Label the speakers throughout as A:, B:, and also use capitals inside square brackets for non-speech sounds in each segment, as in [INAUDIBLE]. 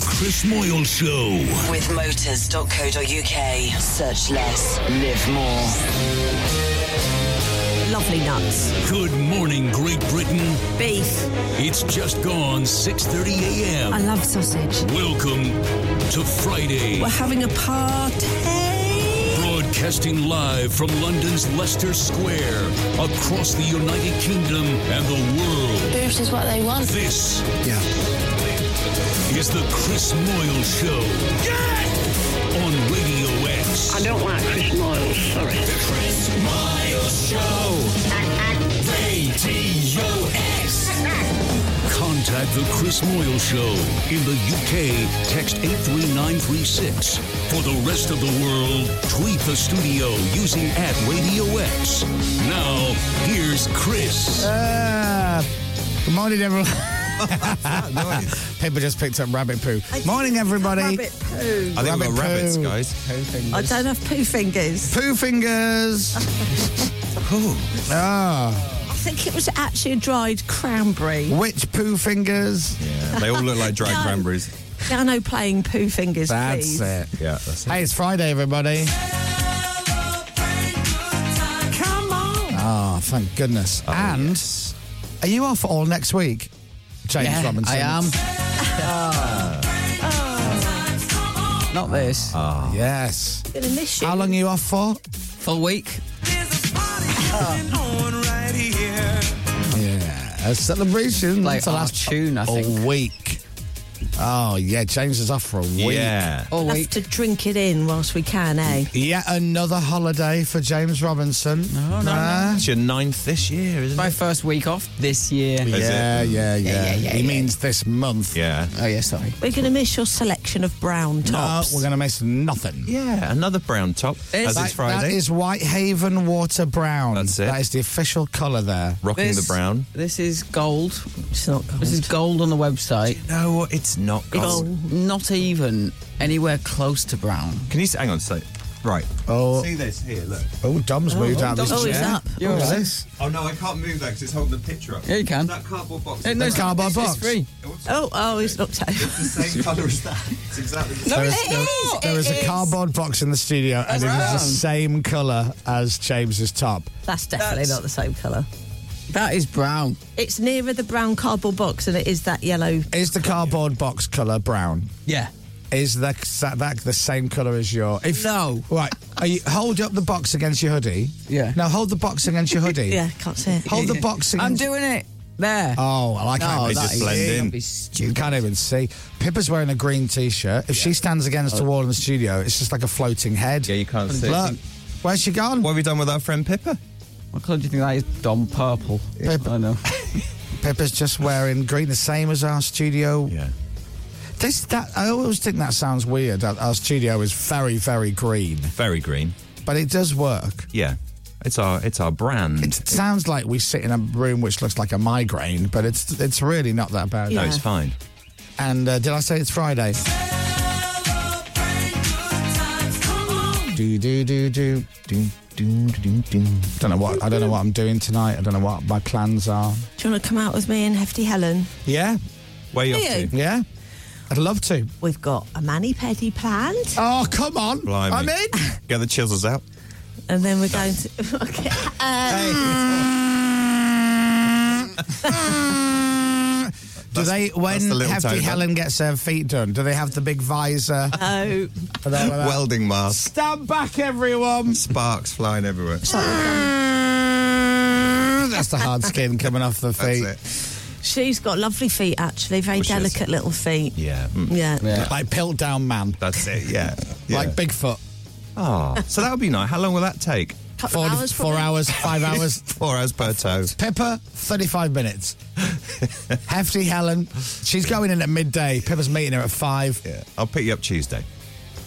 A: Chris Moyle Show.
B: With motors.co.uk. Search less, live more.
C: Lovely nuts.
A: Good morning, Great Britain.
C: Beef.
A: It's just gone 6:30 a.m.
C: I love sausage.
A: Welcome to Friday.
C: We're having a party.
A: Broadcasting live from London's Leicester Square, across the United Kingdom and the world.
D: Bruce is what they want.
A: This
E: yeah.
A: is the Chris Moyle Show. Yes! On Radio X.
F: I don't like Chris Moyle, sorry.
A: The Chris Moyle Show. Radio X. Contact The Chris Moyle Show. In the UK, text 83936. For the rest of the world, tweet the studio using at Radio X. Now, here's Chris.
E: Uh, good morning, [LAUGHS] everyone. People just picked up rabbit poo.
C: I
E: Morning, everybody.
C: Rabbit poo.
G: I think
E: Rabbit
G: we've got rabbits,
E: poo.
G: guys.
E: Poo fingers.
C: I don't have poo fingers.
E: Poo fingers.
C: [LAUGHS]
G: Ooh.
E: Ah,
C: I think it was actually a dried cranberry.
E: which poo fingers?
G: Yeah, they all look like dried
C: No.
G: cranberries.
C: Piano playing poo fingers,
E: That's
C: please.
E: it.
G: Yeah, that's it.
E: Hey, it's Friday, everybody.
C: Come on.
E: Oh, thank goodness. and are you off all next week? James
H: Yeah,
E: Robinson.
H: I am. Not this.
G: Uh,
E: Ah. Yes.
C: Gonna miss you.
E: How long are you off for?
H: Full week.
E: Yeah, a celebration.
H: Like
E: It's the
H: our
E: last
H: tune, I
E: A
H: think.
E: week. Oh yeah, James is off for a week.
G: Yeah.
H: All
C: Have
H: week.
C: to drink it in whilst we can, eh?
E: Yet another holiday for James Robinson. No, no,
G: It's your ninth this year, isn't
H: My
G: it?
H: first week off this year.
G: Is
E: Yeah,
G: it?
E: yeah, yeah,
H: yeah, yeah,
E: He
H: yeah.
E: means this month.
G: Yeah.
H: Oh yeah, sorry.
C: We're going to miss your selection of brown
E: No,
C: tops.
E: we're going to miss nothing.
G: Yeah, another brown top. as
E: That-
G: it's Friday.
E: That is Whitehaven Water Brown.
G: That's it.
E: That is the official colour there.
G: Rocking the brown.
H: This is gold.
C: It's not gold.
H: This is gold on the website.
G: No, what? it's not gold.
H: It's not even anywhere close to brown.
G: Can you s- hang on a sec? Right.
E: Oh,
G: See this here, look.
E: oh, Dom's moved out of his
C: Oh, he's
E: chair.
C: up.
H: You're
E: What's
H: all right.
E: this?
G: Oh no, I can't move that because it's holding the picture up.
H: Yeah, you can.
G: That cardboard box.
H: Eh,
G: is
H: no,
E: That
H: it's-
E: cardboard
H: it's- it's
E: box.
H: free.
C: Oh, oh, he's knocked over.
G: the same colour as that. It's exactly the
H: No,
E: There is,
H: it's
E: there-
H: not.
E: there is
H: It
E: a
H: is.
E: cardboard box in the studio, and it is the
H: brown.
E: same colour as James's top.
C: [LAUGHS] That's definitely
H: That's-
C: not the same colour.
H: That is brown.
C: It's nearer the brown cardboard box than it is that yellow.
E: Is the cardboard box colour brown?
H: Yeah.
E: Is that, that, that the same colour as your? If
H: No.
E: right, are you, hold up the box against your hoodie.
H: Yeah.
E: Now hold the box against your hoodie.
C: [LAUGHS] Yeah, can't see it.
E: Hold the box against.
H: I'm doing it. There.
E: Oh, well, I can't.
H: no,
E: even
G: They just
H: that is-
E: see.
G: blend in.
H: that'd be stupid.
E: You can't even see. Pippa's wearing a green t-shirt. If she stands against the wall in the studio, it's just like a floating head.
G: Oh. Yeah, you can't see.
E: Look, where's she gone?
G: What have we done with our friend Pippa?
H: What colour do you think that is? Dom purple.
E: Purple.
H: I know.
E: [LAUGHS] Pippa's just wearing green, the same as our studio.
G: Yeah.
E: This that I always think that sounds weird. That our studio is very, very green,
G: Very green.
E: but it does work.
G: Yeah. It's our it's our brand.
E: It sounds like we sit in a room which looks like a migraine, but it's it's really not that bad.
G: no,
C: Yeah.
G: it's fine.
E: And uh, did I say it's Friday? Do do do do do do do do. Don't know what I don't know what I'm doing tonight. I don't know what my plans are.
C: Do you want to come out with me and Hefty Helen?
E: Yeah,
G: Where you off
C: Hey.
G: to?
E: yeah. I'd love to.
C: We've got a mani pedi planned,
E: Oh come on!
G: Blimey.
E: I'm in.
G: Get the chisels out.
C: and then we're going to. [LAUGHS] Okay. Um,
E: Do they
G: that's
E: when
G: the little
E: Hefty
G: toner.
E: Helen gets her feet done? Do they have the big visor?
C: Oh,
E: Are they like that?
G: Welding mask.
E: stand back, everyone.
G: Sparks flying everywhere.
E: That's the
H: [LAUGHS]
E: hard skin coming off the
G: That's
E: feet.
G: it.
C: she's got lovely feet actually, very
G: Well, she has-
C: delicate little feet.
G: Yeah. mm,
C: Yeah.
E: Like pilt down man,
G: That's it. Yeah. yeah.
E: [LAUGHS] like Bigfoot.
G: Oh, so that would be nice. How long will that take?
C: Couple
E: Four,
C: of hours,
E: four
C: probably.
E: hours,
C: [LAUGHS]
E: five hours.
G: [LAUGHS] Four hours per toe.
E: Pippa, 35 minutes. Hefty Helen, she's going in at midday. Pippa's meeting her at five.
G: Yeah. I'll pick you up Tuesday.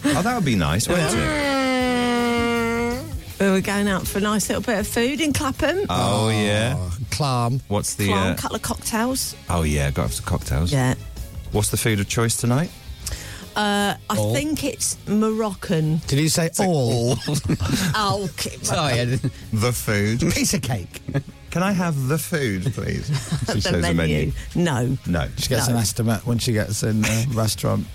G: Oh, that would be nice, wouldn't it?
C: We were going out for a nice little bit of food in Clapham.
G: Oh yeah.
E: Clam.
G: What's the?
C: Plum,
G: Uh,
C: couple of cocktails.
G: oh yeah. Got some cocktails.
C: Yeah.
G: What's the food of choice tonight?
C: Uh, I think it's
G: [LAUGHS]
C: Moroccan.
E: Did you say all? [LAUGHS]
C: Oh,
H: Oh yeah. didn't-
G: The food.
E: Piece of cake.
G: Can I have the food,
C: [LAUGHS]
G: please? she
C: the menu. No.
G: No. [LAUGHS]
E: She gets an estimate when she gets in the restaurant.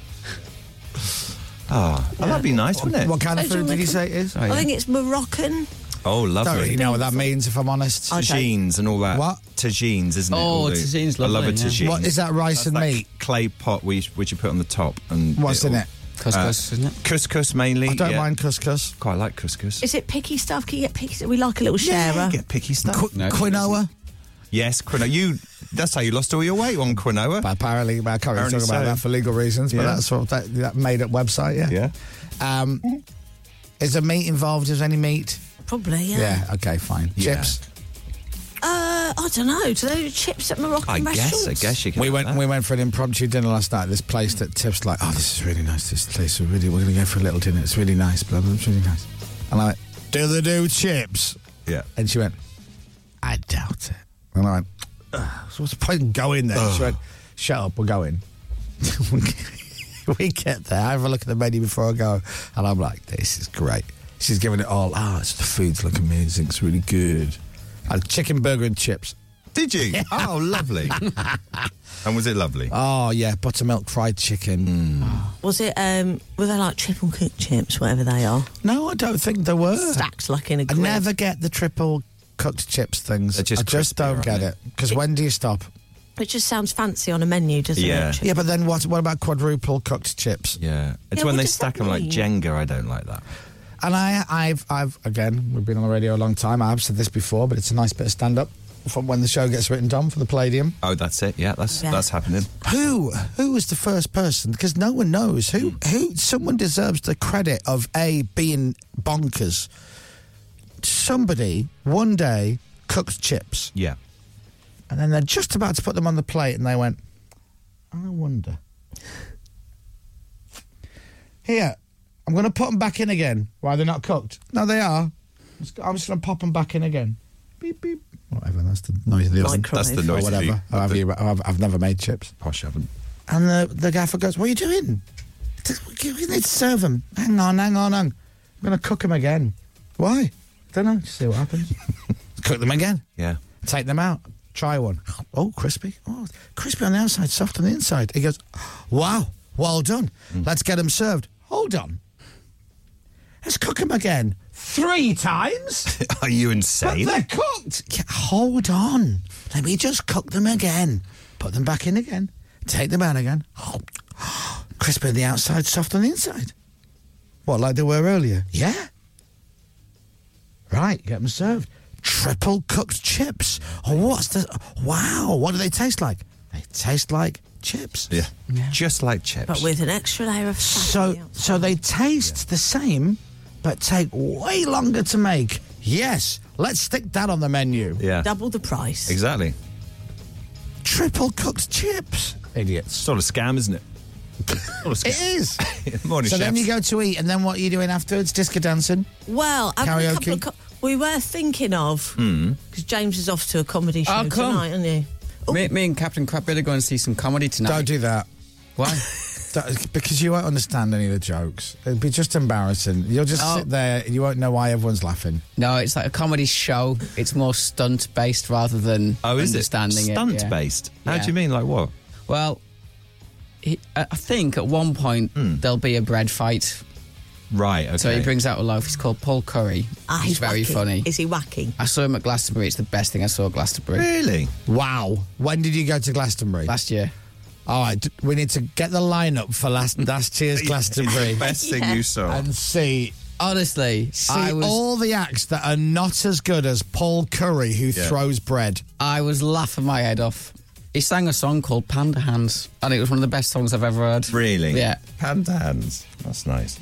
G: Ah, well, that'd be nice, wouldn't it?
E: What kind of
C: Don't you
E: food did
C: reckon-
E: you say it is? Oh,
C: I think it's Moroccan.
G: Oh,
E: don't really
G: lovely.
E: know what that means, if I'm honest.
C: I-
G: Tagines and all that.
E: What?
G: Tagines, isn't it?
H: Oh,
G: All the-
H: tagine's
G: I love a
H: lovely, yeah.
G: tagine.
E: What is that, rice
G: That's
E: and
G: that
E: meat?
G: Clay pot we, which you put on the top. and
E: What's in
G: all-
E: it?
H: Couscous, isn't it?
G: Couscous mainly.
E: I don't
G: yeah.
E: mind couscous.
G: Quite like couscous.
C: Is it picky stuff? Can you get picky? We like a little sharer.
G: Yeah, get picky stuff.
E: Qu-
H: No,
E: quinoa?
G: yes, quinoa. You. That's how you lost all your weight on quinoa.
E: But apparently, I can't really
G: Apparently
E: talk about
G: so.
E: that for legal reasons, but
G: Yeah.
E: that's what that, that made up website, yeah.
G: yeah.
E: Um, is there meat involved? Is there any meat?
C: Probably, yeah.
E: Yeah, okay, fine.
G: Yeah.
E: Chips.
C: Uh, I don't know. Do they do chips at Moroccan
G: I
C: restaurants?
G: guess. I guess you can.
E: We
G: have
E: went
G: that.
E: we went for an impromptu dinner last night. at This place that tips like, oh, this is really nice. This place, we're really, we're going to go for a little dinner. It's really nice. Blah blah. blah, It's really nice. And I went, do they do chips?
G: Yeah.
E: And she went, I doubt it. And I went, "Ugh, so what's the point in going there? She went, shut up. We're going. [LAUGHS] we get there. I have a look at the menu before I go, and I'm like, this is great. She's giving it all. Oh, it's the food's look amazing. It's really good. And chicken burger and chips.
G: Did you? Oh,
E: [LAUGHS]
G: lovely. and was it lovely? Hmm.
E: Oh yeah, buttermilk fried chicken.
C: Was it, um, were they like triple cooked chips, whatever they are?
E: No, I don't think there were.
C: Stacked like in a
E: I
C: grill.
E: never get the triple cooked chips things.
G: They're just
E: I just
G: crispier,
E: don't
G: aren't
E: get
G: they?
E: it. Because when do you stop?
C: It just sounds fancy on a menu, doesn't
G: Yeah.
C: it? Chip?
E: Yeah, but then what? What about quadruple cooked chips?
G: yeah. It's
C: Yeah,
G: when
C: what
G: they
C: does
G: stack
C: that
G: them like
C: mean?
G: Jenga. I don't like that.
E: And I, I've, I've again, we've been on the radio a long time. I've said this before, but it's a nice bit of stand up from when the show gets written down for the Palladium.
G: Oh, that's it. Yeah, that's
C: Yeah.
G: that's happening.
E: Who, who was the first person? Because no one knows who,
G: Hmm.
E: who. Someone deserves the credit of a being bonkers. Somebody one day cooked chips.
G: Yeah.
E: And then they're just about to put them on the plate, and they went, I wonder. Here, I'm going to put them back in again. Why they're not cooked? No, they are. I'm just going to pop them back in again. Beep, beep. Whatever, that's the noise of the oven.
C: Microwave.
G: That's the
E: Or
G: noise. of the-
E: whatever.
G: of
E: However
G: the-
E: you- I've, I've never made chips.
G: Posh oven.
E: And the, the gaffer goes, What are you doing? They serve them. Hang on, hang on, hang I'm going to cook them again. Why? Don't know. Just see what [LAUGHS] happens. cook them again.
G: Yeah. [LAUGHS]
E: Take them out. Try one. Oh, crispy. Oh, crispy on the outside, soft on the inside. He goes, wow, well done. Let's get them served. Hold on. Let's cook them again. Three times?
G: Are you
E: but
G: insane?
E: they're cooked. Yeah, hold on. Let me just cook them again. Put them back in again. Take them out again. [GASPS] Oh, crispy on the outside, soft on the inside. What, like they were earlier? Yeah. Right, get them served. Triple cooked chips. Oh, what's the. Wow, what do they taste like? They taste like chips.
G: Yeah. Just like chips.
C: But with an extra layer of fat. on
E: So,
C: the outside.
E: so they taste the same, but take way longer to make. Yes, let's stick that on the menu.
G: yeah.
C: Double the price.
G: Exactly.
E: Triple cooked chips. Idiots.
G: Sort of scam, isn't it? Sort of
E: It
G: scam. [LAUGHS]
E: is.
G: Morning,
E: so then
G: chefs.
E: you go to eat, and then what are you doing afterwards? Disco dancing?
C: Well, having a couple
E: Karaoke?
C: of co- we were thinking of because James is off to a comedy show
H: Oh, come.
C: tonight, isn't he?
H: Me, me and Captain Crab are going to see some comedy tonight.
E: Don't do that.
H: Why?
E: Don't- Because you won't understand any of the jokes. It'd be just embarrassing. You'll just
H: Oh.
E: sit there and you won't know why everyone's laughing.
H: no, it's like a comedy show. It's more stunt based rather than
G: Oh, is it?
H: understanding it.
G: Stunt
H: yeah.
G: based. How
H: Yeah.
G: do you mean? Like what?
H: Well, he, I I think at one point there'll be a bread fight.
G: Right. Hmm. Okay.
H: So he brings out a loaf. He's called Paul Curry.
C: Ah,
H: he's very
C: wacky.
H: funny.
C: Is he wacky?
H: I saw him at Glastonbury. It's the best thing I saw at Glastonbury
G: really.
E: Wow. When did you go to Glastonbury?
H: last year.
E: All right, d- we need to get the lineup for last
G: [LAUGHS]
E: last year's Glastonbury
G: Best thing you saw.
E: and see
H: Honestly,
E: see
H: I was
E: all the acts that are not as good as Paul Curry, who
G: Yeah.
E: throws bread.
H: I was laughing my head off. He sang a song called Panda Hands, and it was one of the best songs I've ever heard.
G: really.
H: Yeah.
G: Panda hands. That's nice.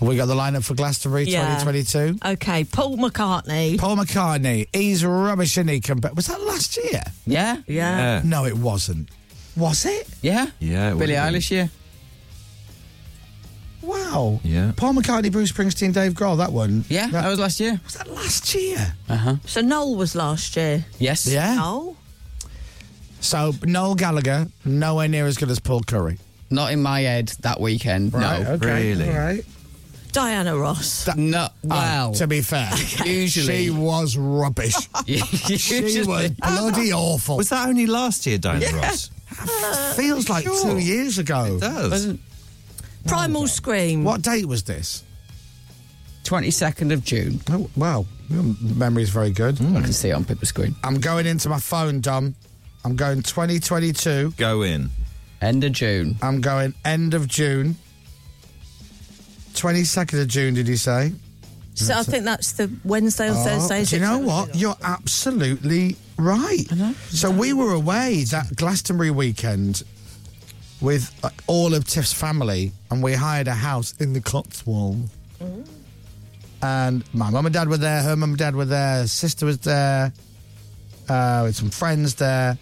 E: Have we got the lineup for Glastonbury 2022?
C: Okay, Paul McCartney.
E: Paul McCartney, he's rubbish and he can. Was that last year?
H: Yeah.
C: yeah.
E: No, it wasn't. Was it?
H: Yeah.
G: Yeah, it
H: Billie
G: would've been.
H: Eilish, yeah.
E: Wow.
G: Yeah.
E: Paul McCartney, Bruce Springsteen, Dave Grohl, that one.
H: Yeah,
E: That,
H: that was last year. Uh-huh.
E: was that last year?
C: So Noel was last year.
H: Yes.
E: Yeah.
C: Noel.
E: So Noel Gallagher, nowhere near as good as Paul Curry.
H: Not in my head that weekend.
E: Right,
H: no.
E: okay,
G: really?
E: All right.
C: Diana Ross.
H: No. Wow.
E: To be fair,
H: Usually.
E: she was [LAUGHS] rubbish. she was
H: Usually.
E: bloody awful.
G: Was that only last year, Diana Ross?
E: feels like
G: Sure.
E: two years ago.
G: It does.
H: Wasn't
C: Primal Scream.
E: What date was this?
H: 22nd of June. Mm.
E: Oh, wow. Your memory's very good.
H: I can see it on people's screen.
E: I'm going into my phone, Dom. I'm going 2022.
G: Go in.
H: End of June.
E: I'm going end of June. 22nd of June, did you say?
C: So I think that's the Wednesday or Thursday.
E: Oh, Do you know what? You're absolutely right. So we were away that Glastonbury weekend with uh, all of Tiff's family, and we hired a house in the Cotswold. And my mum and dad were there. Her mum and dad were there. her Sister was there. Uh, with some friends there.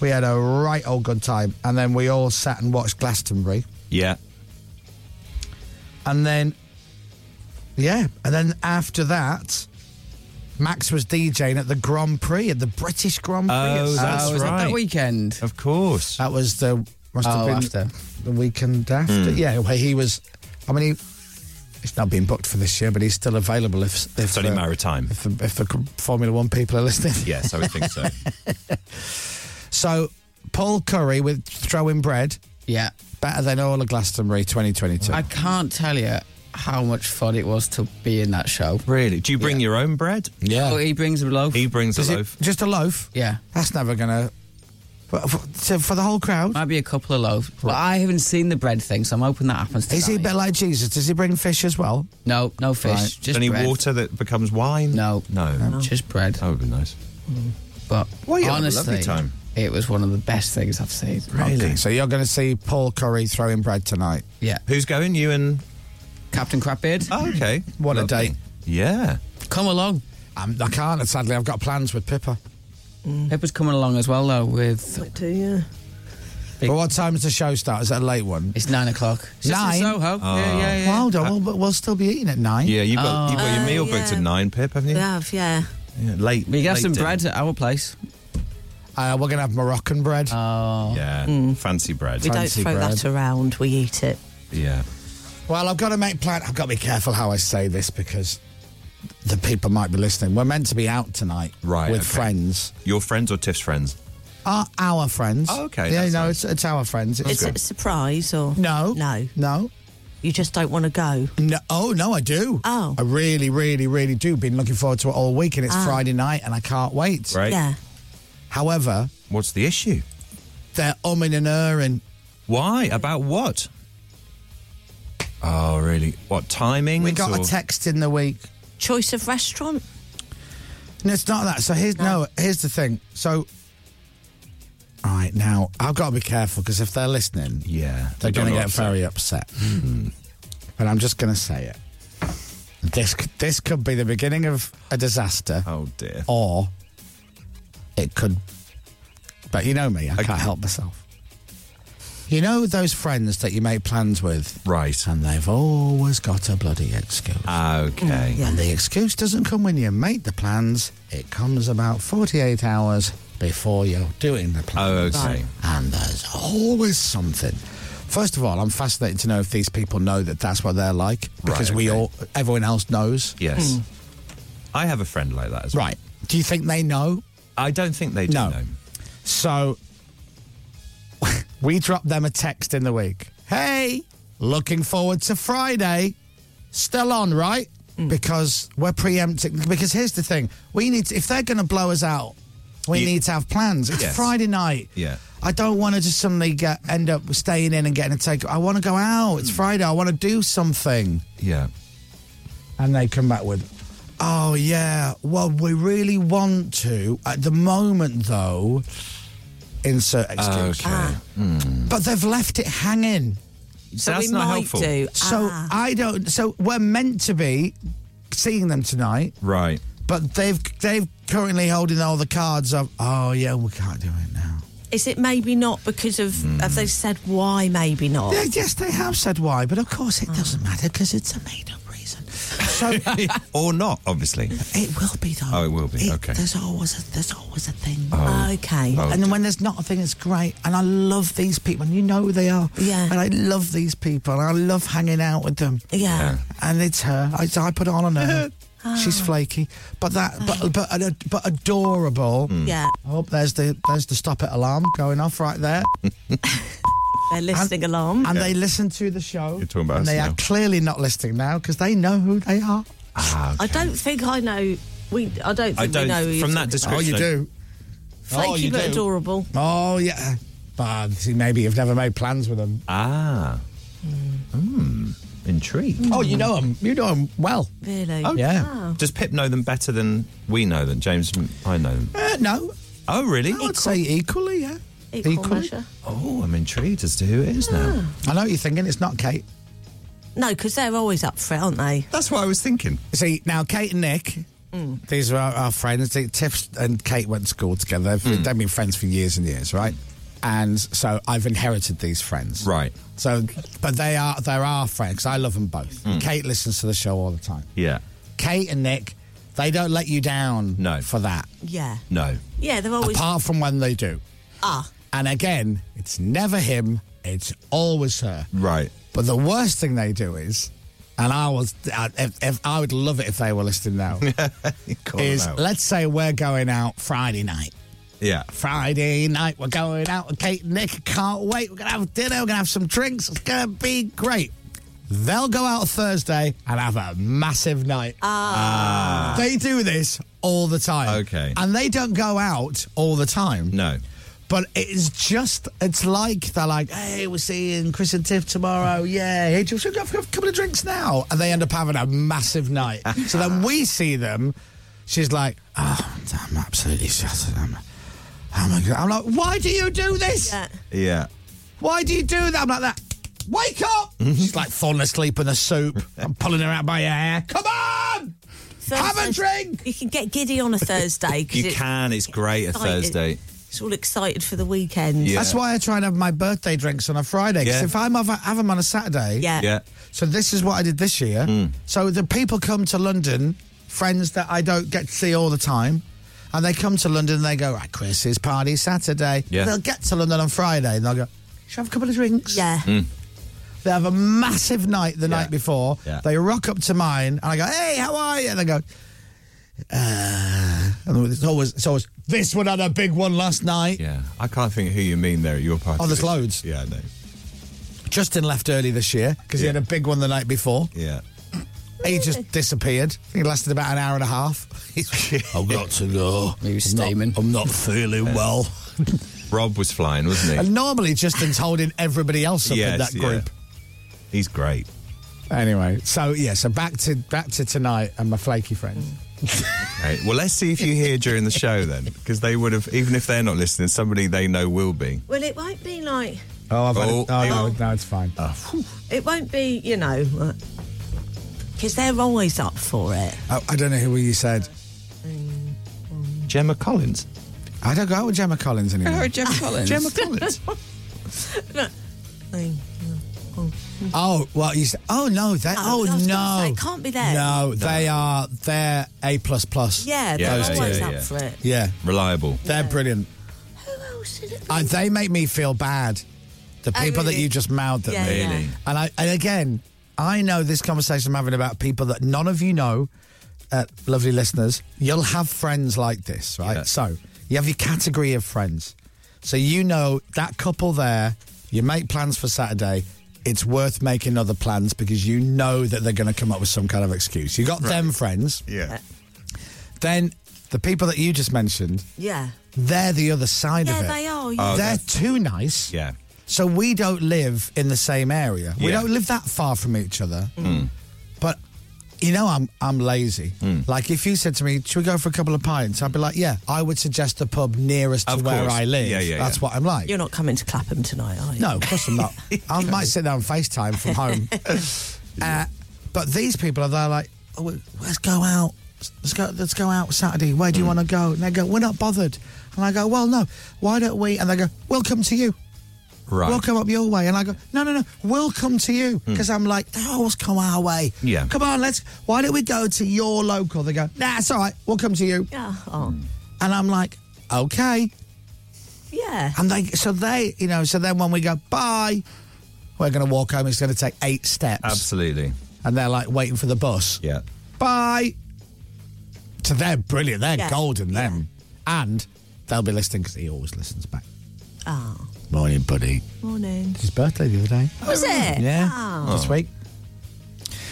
E: We had a right old good time, and then we all sat and watched Glastonbury.
G: Yeah.
E: And then, yeah, and then after that, Max was DJing at the Grand Prix, at the British Grand Prix. at
G: Oh,
E: Southwark.
G: That's
H: oh, is that
G: right.
H: that weekend?
G: Of course.
E: that was the must have
H: Oh,
E: been
H: after.
E: the weekend after.
G: Hmm.
E: Yeah, where he was. I mean, he, he's not been booked for this year, but he's still available if if
G: It's only
E: the-
G: maritime.
E: If the, if the Formula One people are listening.
G: Yes, I would think so.
E: [LAUGHS] So Paul Curry with throwing bread
H: Yeah.
E: better than all of Glastonbury 2022.
H: I can't tell you how much fun it was to be in that show.
G: really? Do you bring your own bread?
E: yeah.
H: Oh, he brings a loaf.
G: He brings a
E: Is it
G: loaf.
E: just a loaf?
H: yeah.
E: That's never gonna. But for, so for the whole crowd,
H: Might be a couple of loaves. But I haven't seen the bread thing, so I'm hoping that happens tonight.
E: is he a bit like Jesus? Does he bring fish as well?
H: No, no fish.
E: Right.
H: Just
G: Any
H: bread.
G: water that becomes wine?
H: No.
G: No.
H: Just bread.
G: That would be nice.
H: But
G: Well, you had a
H: honestly,
G: lovely time.
H: it was one of the best things I've seen.
E: Okay, so you're going to see Paul Curry throwing bread tonight.
H: Yeah.
G: Who's going? You and.
H: Captain Crapbeard,
G: Oh, okay.
E: What a
G: Lovely.
E: date.
G: Yeah.
H: come along.
E: I'm, I can't. Sadly, I've got plans with Pippa.
H: Pippa's coming along as well, though, with...
C: Do you?
E: But what time does the show start? Is Oh. that a late one?
H: It's nine o'clock. It's just in
E: Nine? Ah.
H: Soho. Yeah, yeah, yeah.
E: Well, hold on. We'll, we'll still be eating at nine.
G: Yeah, you've got, you've got your
C: Oh.
G: meal
C: Uh,
G: booked
C: yeah.
G: at nine, Pip, haven't you?
C: We have, yeah.
G: Yeah, late.
H: We can have
G: late
H: some
G: dinner.
H: bread at our place. Oh.
E: Uh, we're going to have Moroccan bread.
G: Yeah,
E: Mm.
G: fancy bread.
C: Mm. We
E: Fancy
C: don't throw
E: bread.
C: that around. We eat it.
G: Yeah.
E: well, I've got to make plan. I've got to be careful how I say this because the people might be listening. We're meant to be out tonight,
G: Right,
E: With
G: okay.
E: friends.
G: Your friends or Tiff's friends?
E: Are our friends?
G: Oh, okay,
E: Yeah,
G: that's
E: no,
G: nice.
E: it's, it's our friends.
C: Is it a surprise or
E: no,
C: no?
E: no.
C: You just don't want to go.
E: No, oh no, I do.
C: Oh. Ah.
E: I really, really, really do. Been looking forward to it all week, and it's Friday night, and I can't wait.
G: Right.
C: Yeah.
E: However,
G: What's the issue?
E: they're umming and erring.
G: Why? About what? Oh, really? What timing?
E: We got a text in the week.
C: Choice of restaurant.
E: No, it's not that. So here's no. here's the thing. So, all right, now I've got to be careful because if they're listening,
G: Yeah,
E: they're
G: they
E: going to
G: get
E: get
G: upset.
E: very upset. But I'm just going to say it. This c- this could be the beginning of a disaster,
G: Oh dear.
E: or it could. But you know me, I can't help myself. You know those friends that you make plans with,
G: Right.
E: And they've always got a bloody excuse.
G: Okay.
C: Mm, Yeah.
E: And the excuse doesn't come when you make the plans, it comes about 48 hours before you're doing the
G: Oh,
E: plans.
G: okay.
C: Right.
E: And there's always something. First of all, I'm fascinated to know if these people know that that's what they're like because we
G: okay.
E: all, everyone else knows.
G: Yes. I have a friend like that as well.
E: Right. Do you think they know?
G: I don't think they do
E: No.
G: know.
E: So [LAUGHS] we dropped them a text in the week. Hey, looking forward to Friday. Still on, right? Because we're preempting. Because here's the thing: we need to, if they're going to blow us out, we
G: Ye-
E: need to have plans. It's
G: Yes.
E: Friday night.
G: Yeah.
E: I don't want to just suddenly get end up staying in and getting a take. I want to go out. It's Friday. I want to do something.
G: Yeah.
E: And they come back with, oh, yeah, well, we really want to. At the moment, though, insert excuse.
G: Ah,
E: Ah.
G: Okay. Hmm.
E: But they've left it hanging.
C: So
G: That's
C: we
G: not
C: might
G: helpful.
C: do.
E: So
C: Ah.
E: I don't. So we're meant to be seeing them tonight,
G: Right.
E: but they've they've currently holding all the cards of. Oh yeah, we can't do it now.
C: Is it maybe not because of
G: Hmm.
C: have they said why maybe
G: Oh.
C: not?
E: Yeah, yes, they have said why, but of course it doesn't matter because it's a made up reason. So
G: [LAUGHS]
E: uh,
G: or not, obviously.
E: it will be though.
G: Oh, it will be, okay.
E: There's always a, there's always a thing.
C: Okay.
G: Oh.
E: And then when there's not a thing, it's great. And I love these people, and you know who they are.
C: Yeah.
E: And I love these people, and I love hanging out with them.
C: Yeah. Oh.
E: and it's her. I, I put it on on
C: [LAUGHS]
E: her. She's flaky, but that, but but an- but adorable.
G: Hmm.
C: Yeah.
E: Oh, there's the there's the stop it alarm going off right there.
C: They're listening
E: and,
C: along.
E: And they listen to the show.
G: You're [LAUGHS] talking about
E: And
G: us
E: they
G: now.
E: are clearly not listening now because they know who they are.
G: Ah,
C: I don't think I know. We. I don't think
G: I don't.
C: we know. who you're
G: from that
C: talking
E: Oh,
G: description,
E: you do.
C: about. Flaky
E: oh, you
C: but
E: do.
C: adorable.
E: Oh, yeah. But see, maybe you've never made plans with them.
G: Ah, Hmm. intrigued.
E: Oh, you know them. You know them well.
C: Really?
G: Oh,
E: yeah.
C: Wow.
G: Does Pip know them better than we know them? James and I know them.
E: Uh, no.
G: Oh, really?
E: I would say equally, yeah.
C: Equal measure.
G: Oh, I'm intrigued as to who it is now.
E: Ah. I know what you're thinking. It's not Kate.
C: No, because they're always up for it, aren't they?
G: That's what I was thinking.
E: See, now Kate and Nick, these are our, our friends. They- Tiff and Kate went to school together. They've,
G: Hmm.
E: they've been friends for years and years, right? And so I've inherited these friends,
G: Right.
E: So, but they are they're our friends. I love them both. Kate listens to the show all the time.
G: Hmm. Yeah.
E: Kate and Nick, they don't let you down.
G: No.
E: for that.
C: Yeah.
G: No.
C: Yeah, they're always
E: Apart from when they do,
C: ah.
E: and again, it's never him. It's always her.
G: Right.
E: But the worst thing they do is, and I was, I- if, if I would love it if they were listening now.
G: [LAUGHS] Call
E: is
G: them out.
E: let's say we're going out Friday night.
G: yeah.
E: Friday night, we're going out with Kate and Nick. Can't wait. We're going to have dinner. We're going to have some drinks. It's going to be great. They'll go out Thursday and have a massive night. Ah. They do this all the time.
G: Okay.
E: And they don't go out all the time.
G: No.
E: But it is just, it's like they're like, hey, we're seeing Chris and
G: [LAUGHS]
E: Tiff tomorrow. Yeah. Hey, should we go for a couple of drinks now? And they end up having a massive night. so
G: [LAUGHS]
E: then we see them. She's like, oh, I'm absolutely shattered. I'm, oh my God. I'm like, why do you do this?
C: Yeah.
G: Yeah.
E: Why do you do that? I'm like that. Wake
G: [LAUGHS]
E: up! She's like falling asleep in the soup. I'm pulling her out by her hair. Come on! Have a
C: Thursdays-
E: drink!
C: You can get giddy on
G: [LAUGHS]
C: a Thursday. 'cause
G: You
C: it's
G: can. It's great a
C: excited.
G: Thursday.
C: It's all excited for the weekend.
G: Yeah.
E: That's why I try and have my birthday drinks on a Friday. Because
G: Yeah.
E: if I'm have, have them on a Saturday,
C: Yeah.
G: Yeah. Hmm.
E: So this is what I did this year. So the people come to London, friends that I don't get to see all the time, and they come to London and they go, right, Chris, it's party Saturday.
G: Yeah.
E: They'll get to London on Friday and they'll go, should I have a couple of drinks?
C: Yeah.
E: They have a massive night the night before.
G: Hmm. Yeah.
E: They rock up to mine and I go, hey, how are you? And they go, uh, and it's always, it's always, this one had a big one last night.
G: Yeah. I can't think who you mean there at your party.
E: Oh, there's loads.
G: Yeah, I know.
E: Justin left early this year because
G: Yeah.
E: he had a big one the night before.
G: Yeah.
E: He just disappeared. He lasted about an hour and a half. [LAUGHS] I've got to go.
H: He was
E: I'm not-
H: steaming.
E: I'm not feeling well.
G: [LAUGHS] Rob was flying, wasn't he?
E: And normally Justin's holding everybody else up in that
G: yeah.
E: group.
G: He's great.
E: Anyway, so yeah, so back to back to tonight and my flaky friends.
G: Okay. Well, let's see if you hear during the show then, because they would have, even if they're not listening, somebody they know will be.
C: Well, it won't be like
E: Oh, I've
G: had it.
E: oh,
G: Oh, hang
E: no,
G: on.
E: no, it's fine.
C: it won't be. You know, because they're always up for it.
E: Oh, I don't know who you said.
G: Gemma Collins.
E: I don't go out with Gemma Collins anymore.
H: Gemma
C: [LAUGHS]
H: Collins.
E: [LAUGHS] Gemma Collins. oh well, you said. Oh no, they.
C: Oh,
E: Oh,
C: I was gonna
E: no,
C: say, it can't be them.
E: No, they are. They're a plus plus.
C: Yeah,
G: Yeah,
C: they're
G: yeah,
C: always
G: yeah,
C: up
G: yeah.
C: for it.
E: yeah.
G: Reliable.
E: They're brilliant.
C: Who else did it? be?
E: Uh, they make me feel bad. The
C: Oh,
E: people that
C: really?
E: you just mouthed at
C: Yeah,
E: me.
C: yeah. Really?
E: And I and again, I know this conversation I'm having about people that none of you know, uh, lovely listeners. You'll have friends like this, right?
G: Yeah.
E: So you have your category of friends. So you know that couple there. You make plans for Saturday. It's worth making other plans because you know that they're going to come up with some kind of excuse. You got them friends.
G: Yeah.
E: Then the people that you just mentioned,
C: yeah,
E: they're the other side
C: yeah,
E: of it
C: they are. Yeah.
E: they're too nice.
G: Oh, Yeah.
E: So we don't live in the same area. We
G: Yeah. Mm.
E: don't live that far from each other. But you know, I'm I'm lazy. Like if you said to me, "Should we go for a couple of pints?" I'd be like, "Yeah." I would suggest the pub nearest to
G: Of
E: where
G: course.
E: I live.
G: Yeah, yeah,
E: That's
G: yeah.
E: what I'm like.
C: You're not coming to Clapham tonight, are you?
E: No, of course I'm
C: [LAUGHS]
E: not. I might sit there on FaceTime from home. uh, but these people are there like, oh, we- let's go out. Let's go, let's go out Saturday. Where
G: Hmm.
E: do you want to go? And they go, we're not bothered. And I go, well, no. Why don't we? And they go, we'll come to you.
G: Right. Hmm.
E: We'll come up your way. And I go, no, no, no. We'll come to you. Because I'm like, they always come our way.
G: Yeah.
E: Come on, let's. Why don't we go to your local? They go, nah, it's all right. We'll come to you. Hmm.
C: Yeah. Oh.
E: And I'm like, okay.
C: Yeah.
E: And they, so they, you know, so then when we go, bye, we're going to walk home. It's going to take eight steps.
G: Absolutely.
E: And they're like waiting for the bus.
G: Yeah.
E: Bye. So they're brilliant. They're
C: Yeah.
E: golden, them. And they'll be listening because he always listens back.
C: Ah,
E: Morning, buddy.
C: morning.
E: It's his birthday the other day.
C: Was it?
E: Yeah,
C: Oh.
E: this week. [LAUGHS]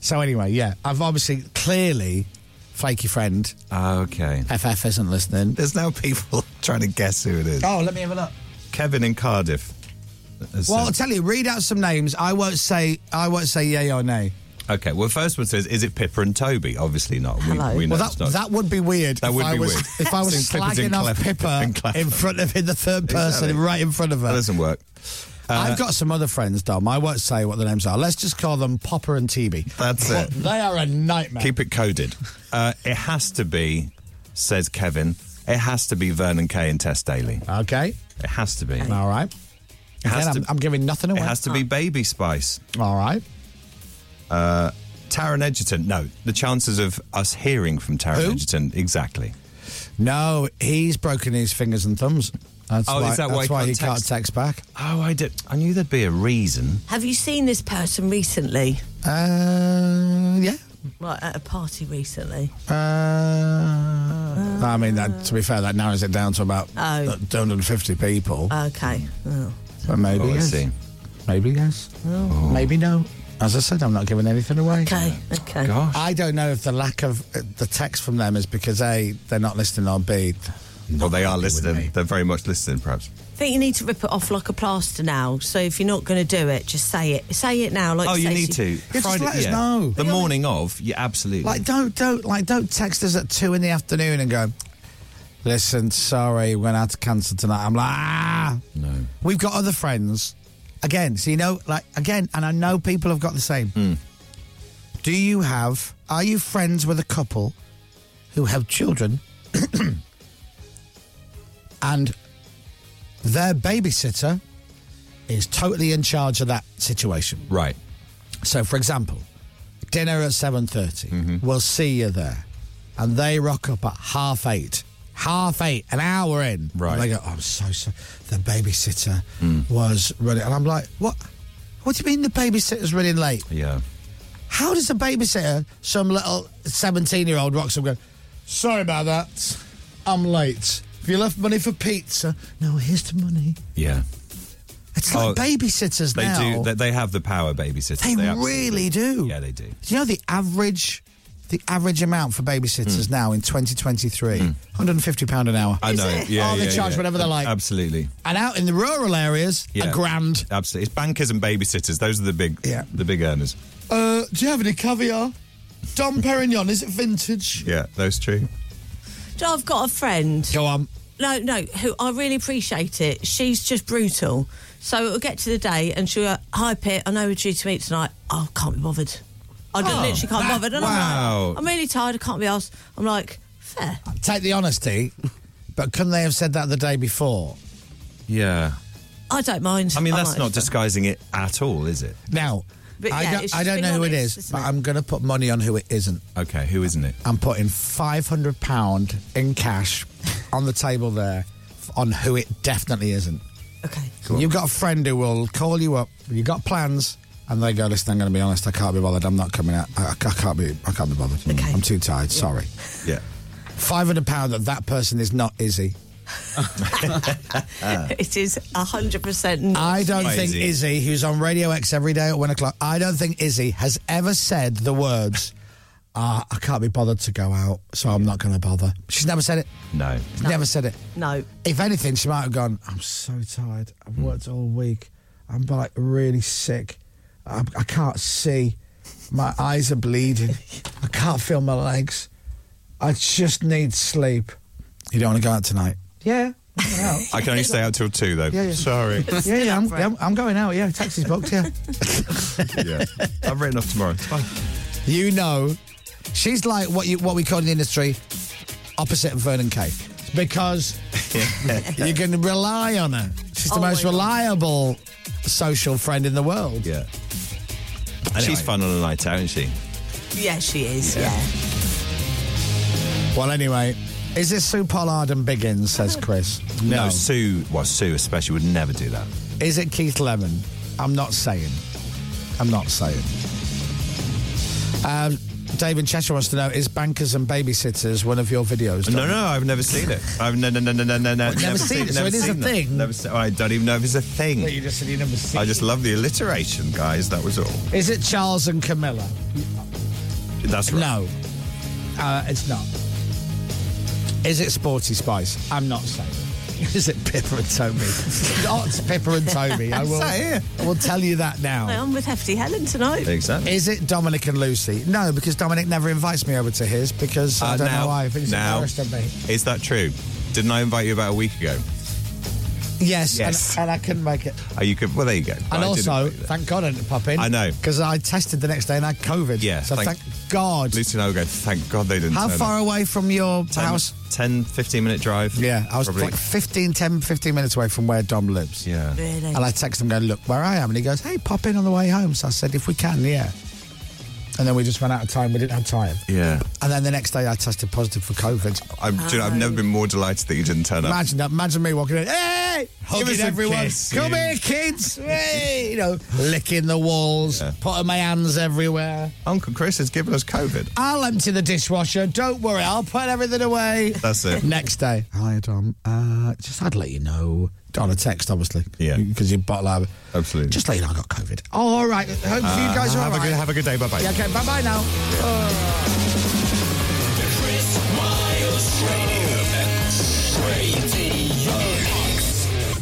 E: so anyway, yeah, I've obviously clearly flaky friend
G: Ah, okay.
E: FF isn't listening.
G: There's now people [LAUGHS] trying to guess who it is.
E: Oh, let me have a look.
G: Kevin in Cardiff. uh, has
E: Well, I'll
G: said-
E: tell you. Read out some names. I won't say. I won't say yay or nay.
G: okay. Well, first one says, "Is it Pippa and Toby?" Obviously not.
C: Hello.
G: know
E: Well,
G: it's
E: that
G: not.
E: that would be weird.
G: That
E: if
G: would
E: I
G: be
E: was,
G: weird.
E: If I was
G: Since Clippers in
E: slagging off
G: Clef- in
E: Pippa
G: Clapham.
E: in front of in the third person,
G: Exactly.
E: right in front of her.
G: That doesn't work. Uh,
E: I've got some other friends, Dom. I won't say what the names are. Let's just call them Popper
G: [LAUGHS]
E: and TB.
G: That's it.
E: They are a nightmare.
G: Keep it coded. Uh, it has to be, says Kevin. It has to be Vernon Kay and Tess Daly.
E: okay.
G: It has to be.
E: All right.
G: It has
E: Again, I'm,
G: to-
E: I'm giving nothing
G: It
E: away.
G: has to be Baby Spice. Uh,
E: All right.
G: Taron Egerton. No, the chances of us hearing from Taron
E: Who?
G: Egerton exactly.
E: No, he's broken his fingers and thumbs. That's
G: Oh,
E: why,
G: is that why
E: that's
G: he
E: why
G: can't
E: he can't
G: text?
E: text back.
G: Oh, I did. I knew there'd be a reason.
C: Have you seen this person recently?
E: Uh, yeah.
C: Like at a party recently?
E: Uh, I mean, that, to be fair, that narrows it down to about
C: Oh. Uh,
E: 250 people.
C: Okay. Oh.
E: but maybe
G: Oh, I
E: yes.
G: see.
E: Maybe yes. Oh. Maybe no. As I said, I'm not giving anything away.
C: Okay. Okay.
G: Gosh.
E: I don't know if the lack of uh, the text from them is because A, they're not listening, or B,
G: well, they are
E: me.
G: listening. They're very much listening, perhaps.
C: I think you need to rip it off like a plaster now. So if you're not going to do it, just say it. Say it now. Like
G: oh, you
C: say
G: need to.
C: she-
E: just let us
G: yeah.
E: know.
G: The morning of, yeah, absolutely.
E: Like don't don't like don't text us at two in the afternoon and go. Listen, sorry, we're gonna have to cancel tonight. I'm like, ah,
G: No.
E: We've got other friends. Again, so you know, like again, and I know people have got the same.
G: Hmm.
E: Do you have? Are you friends with a couple who have children, [COUGHS] and their babysitter is totally in charge of that situation?
G: right.
E: So, for example, dinner at seven
G: Mm-hmm.
E: We'll see you there, and they rock up at half eight. Half eight, an hour in.
G: Right. Mm.
E: And they go. "Oh, I'm so sorry. The babysitter was running, and I'm like, what? What do you mean the babysitter's running late?
G: Yeah.
E: How does a babysitter, some little seventeen-year-old, rocks up and go, "Sorry about that, I'm late. Have you left money for pizza? No, here's the money."
G: Yeah.
E: It's
G: Oh,
E: like babysitters
G: They
E: now.
G: do. They, they have the power, babysitters.
E: They
G: absolutely
E: really do.
G: Yeah, they do.
E: Do you know the average, the average amount for babysitters now in 2023, 150 pound an hour.
G: Hmm. I know. Yeah,
E: oh, they
G: yeah,
E: charge
G: yeah.
E: whatever they like.
G: Absolutely.
E: And out in the rural areas,
G: Yeah.
E: a grand.
G: Absolutely. It's bankers and babysitters. Those are the big,
E: Yeah.
G: the big earners.
E: Uh, do you have any caviar? Dom Perignon, is it vintage?
G: Yeah, those true.
C: Do you know, I've got a friend.
E: Go on.
C: No, no, who I really appreciate it. She's just brutal. So it'll get to the day and she'll go, Hi, Pit, I know we're due to meet tonight. Oh, can't be bothered. I just
E: Oh,
C: literally can't be
E: that-
C: bothered. And I'm
G: wow.
C: like, I'm really tired. I can't be asked. I'm like, Fair.
E: Take the honesty, but couldn't they have said that the day before?
G: Yeah.
C: I don't mind.
G: I mean,
C: I'm
G: that's
C: like,
G: not disguising it at all, is
C: [LAUGHS]
G: it?
E: Now,
C: But
E: I
C: yeah,
E: don't,
C: it's
E: I
C: just
E: don't
C: being
E: know who it is,
C: honest, isn't
E: but
C: it?
E: I'm going to put money on who it isn't.
G: Okay, who isn't it?
E: I'm putting 500 pound in cash on the table there f- on who it definitely isn't.
C: Okay.
E: You've got a friend who will call you up. You've got plans, and they go, "Listen, I'm going to be honest. I can't be bothered. I'm not coming out. I, I can't be. I can't be bothered.
C: Okay.
E: I'm too tired. Sorry."
G: Yeah.
E: Five hundred pound that that person is not Izzy.
G: Uh.
C: [LAUGHS] It is 100% not.
E: I don't
G: Not
E: think
G: Izzy.
E: Izzy. who's on Radio X every day at one o'clock, I don't think Izzy has ever said the words. [LAUGHS] Ah, I can't be bothered to go out, so I'm not going to bother. She's never said it.
G: No.
E: Never said it.
C: No.
E: If anything, she might have gone, I'm so tired. I've worked all week. I'm like really sick. I, I can't see. My eyes are bleeding. I can't feel my legs. I just need sleep. You don't want to go out tonight? Yeah. I'm going out.
G: I can only stay out till two, though.
E: Yeah, yeah.
C: [LAUGHS]
G: Sorry.
E: [LAUGHS] yeah, yeah, I'm, I'm, I'm going out. Yeah, taxi's booked. Yeah.
G: [LAUGHS] yeah. I've written off tomorrow. It's fine.
E: [LAUGHS] you know, she's like what you what we call in the industry opposite of Vernon Kay
C: [LAUGHS]
E: because you can rely on her. She's the
C: Oh,
E: most
C: my God.
E: reliable social friend in the world.
G: Yeah. She's fun on a night out, isn't she?
C: Yeah, she is. Yeah.
E: Well, anyway, is this Sue Pollard and Biggins? Says Chris.
G: Sue, well, Sue especially would never do that.
E: Is it Keith Lemon? I'm not saying. I'm not saying. Um, Dave in Cheshire wants to know: Is bankers and babysitters one of your videos?
G: No,
E: Dom?
G: no, I've never seen it. I've no, no, no, no, no, no, never,
E: seen it, so
G: never
E: it is a
G: seen that.
E: thing.
G: Never se- I don't even know if it's a thing.
E: Wait, you just said you never seen.
G: I just love the alliteration, guys. That was all.
E: Is it Charles and Camilla?
G: That's right.
E: No, uh, it's not. Is it Sporty Spice? I'm not saying. [LAUGHS] it. Is it Pipper and Toby?
G: [LAUGHS]
E: not Pipper and Toby. I will.
G: that here?
E: I will tell you that now.
C: Hey, I'm with Hefty Helen tonight.
G: Exactly.
E: Is it Dominic and Lucy? No, because Dominic never invites me over to his because I
G: Uh,
E: don't
G: now-
E: know why. I think it's
G: now,
E: embarrassed of me.
G: Is that true? Didn't I invite you about a week ago?
E: Yes,
G: Yes.
E: And, and I couldn't make it.
G: Oh, you could. Well, there you go.
E: and
G: I did
E: also,
G: invite you there.
E: thank God I didn't pop in.
G: I know.
E: Because I tested the next day and had COVID.
G: Yeah,
E: So thank,
G: thank-
E: God.
G: Lucy and I were going, thank God they didn't.
E: How
G: turn
E: far
G: up.
E: away from your
G: 10,
E: house?
G: 10, 15 minute drive.
E: Yeah, I was
G: probably.
E: like 15, 10, 15 minutes away from where Dom lives.
G: yeah.
C: Really?
E: And I text him going, look where I am. And he goes, hey, pop in on the way home. So I said, if we can, yeah. And then we just ran out of time. We didn't have time.
G: Yeah.
E: And then the next day I tested positive for COVID.
G: I'm, do you
E: um,
G: know, I've never been more delighted that you didn't turn up.
E: Imagine that. Imagine me walking in. Hey!
G: Give us
E: Hugging
G: a
E: everyone.
G: kiss,
E: Come
G: you."
E: here, kids. Hey! You know, [LAUGHS] licking the walls,
G: Yeah.
E: putting my hands everywhere.
G: Uncle Chris has given us COVID.
E: I'll empty the dishwasher. Don't worry. I'll put everything away.
G: That's it.
E: Next day. Hi, Tom. Uh, just had to let you know. On a text, obviously.
G: Yeah.
E: Because you bottle out.
G: Absolutely.
E: Just let you know I got COVID. Oh, all right. Hopefully you guys are
G: Uh, have
E: all
G: a
E: right.
G: good have a good day. Bye bye.
E: Yeah, okay. Bye bye now.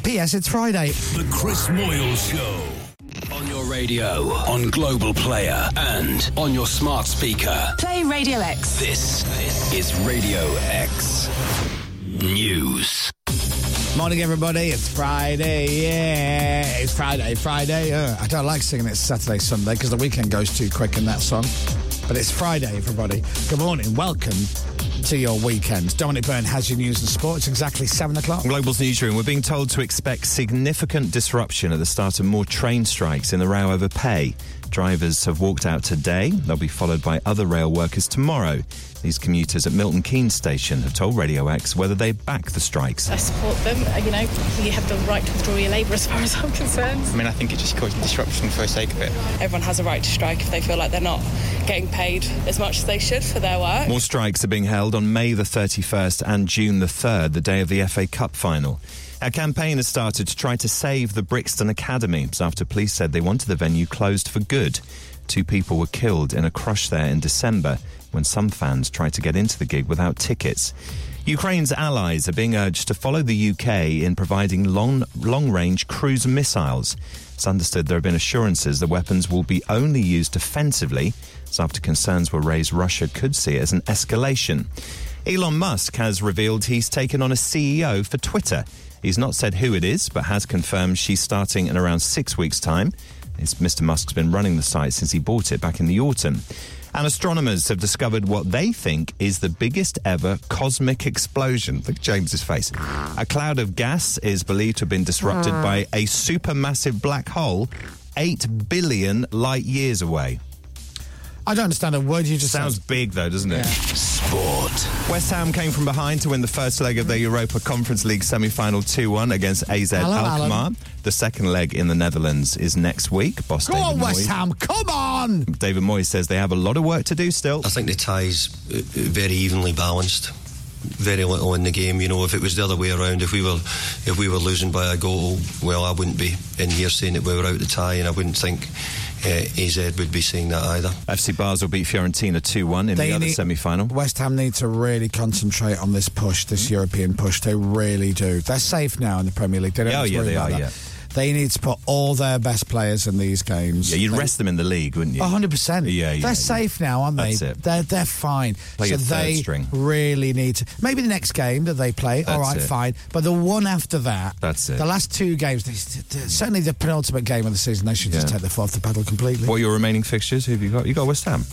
E: P.S. It's Friday.
A: The Chris Moyle Show.
D: On your radio, on Global Player, and on your smart speaker.
I: Play Radio X.
D: This is Radio X News.
E: Morning, everybody. It's Friday. Yeah, it's Friday. Friday. Uh, I don't like singing it Saturday, Sunday because the weekend goes too quick in that song. But it's Friday, everybody. Good morning. Welcome to your weekend. Dominic Byrne has your news and sports. Exactly seven o'clock.
G: Global's newsroom, we're being told to expect significant disruption at the start of more train strikes in the row over pay. Drivers have walked out today. They'll be followed by other rail workers tomorrow. These commuters at Milton Keynes Station have told Radio X whether they back the strikes.
J: I support them. uh, You know, you have the right to withdraw your labour as far as I'm concerned.
K: I mean, I think it just caused disruption for the sake of it.
J: Everyone has a right to strike if they feel like they're not getting paid as much as they should for their work.
G: More strikes are being held on May the 31st and June the 3rd, the day of the FA Cup final. A campaign has started to try to save the Brixton Academy after police said they wanted the venue closed for good. Two people were killed in a crush there in December when some fans tried to get into the gig without tickets. Ukraine's allies are being urged to follow the UK in providing long, long-range cruise missiles. It's understood there have been assurances the weapons will be only used defensively, so after concerns were raised Russia could see it as an escalation. Elon Musk has revealed he's taken on a CEO for Twitter. He's not said who it is, but has confirmed she's starting in around six weeks' time. It's- Mr. Musk's been running the site since he bought it back in the autumn. And astronomers have discovered what they think is the biggest ever cosmic explosion. Look at James's face. A cloud of gas is believed to have been disrupted by a supermassive black hole 8 billion light years away.
E: I don't understand a word you just
G: Sounds
E: said.
G: big though, doesn't it?
D: Sport.
G: West Ham came from behind to win the first leg of the Europa Conference League semi-final 2-1 against AZ
E: Hello,
G: Alkmaar.
E: Alan.
G: The second leg in the Netherlands is next week. Boss
E: Go
G: David
E: on, West
G: Moyes-
E: Ham. Come on.
G: David Moyes says they have a lot of work to do still.
K: I think the tie's uh, very evenly balanced. Very little in the game, you know. If it was the other way around, if we were, if we were losing by a goal, well, I wouldn't be in here saying that we were out the tie, and I wouldn't think uh, AZ would be saying that either.
G: FC Basel beat Fiorentina 2-1 in the other
E: need-
G: semi-final.
E: West Ham need to really concentrate on this push, this
G: Hmm.
E: European push. They really do. They're safe now in the Premier League. They don't
G: Oh,
E: have to
G: yeah,
E: worry
G: they
E: about
G: are,
E: that.
G: yeah.
E: They need to put all their best players in these games.
G: Yeah, you'd
E: They-
G: rest them in the league, wouldn't you?
E: A hundred percent.
G: Yeah, yeah,
E: They're
G: yeah.
E: safe now, aren't they?
G: That's it.
E: They're they're fine.
G: Play
E: so
G: your third
E: they
G: string.
E: really need to. Maybe the next game that they play, all
G: That's
E: right,
G: it.
E: fine. But the one after that,
G: That's it.
E: The last two games, they, they- certainly the penultimate game of the season, they should just
G: Yeah.
E: take the fourth the pedal completely.
G: What are your remaining fixtures? Who have you got? You got West Ham.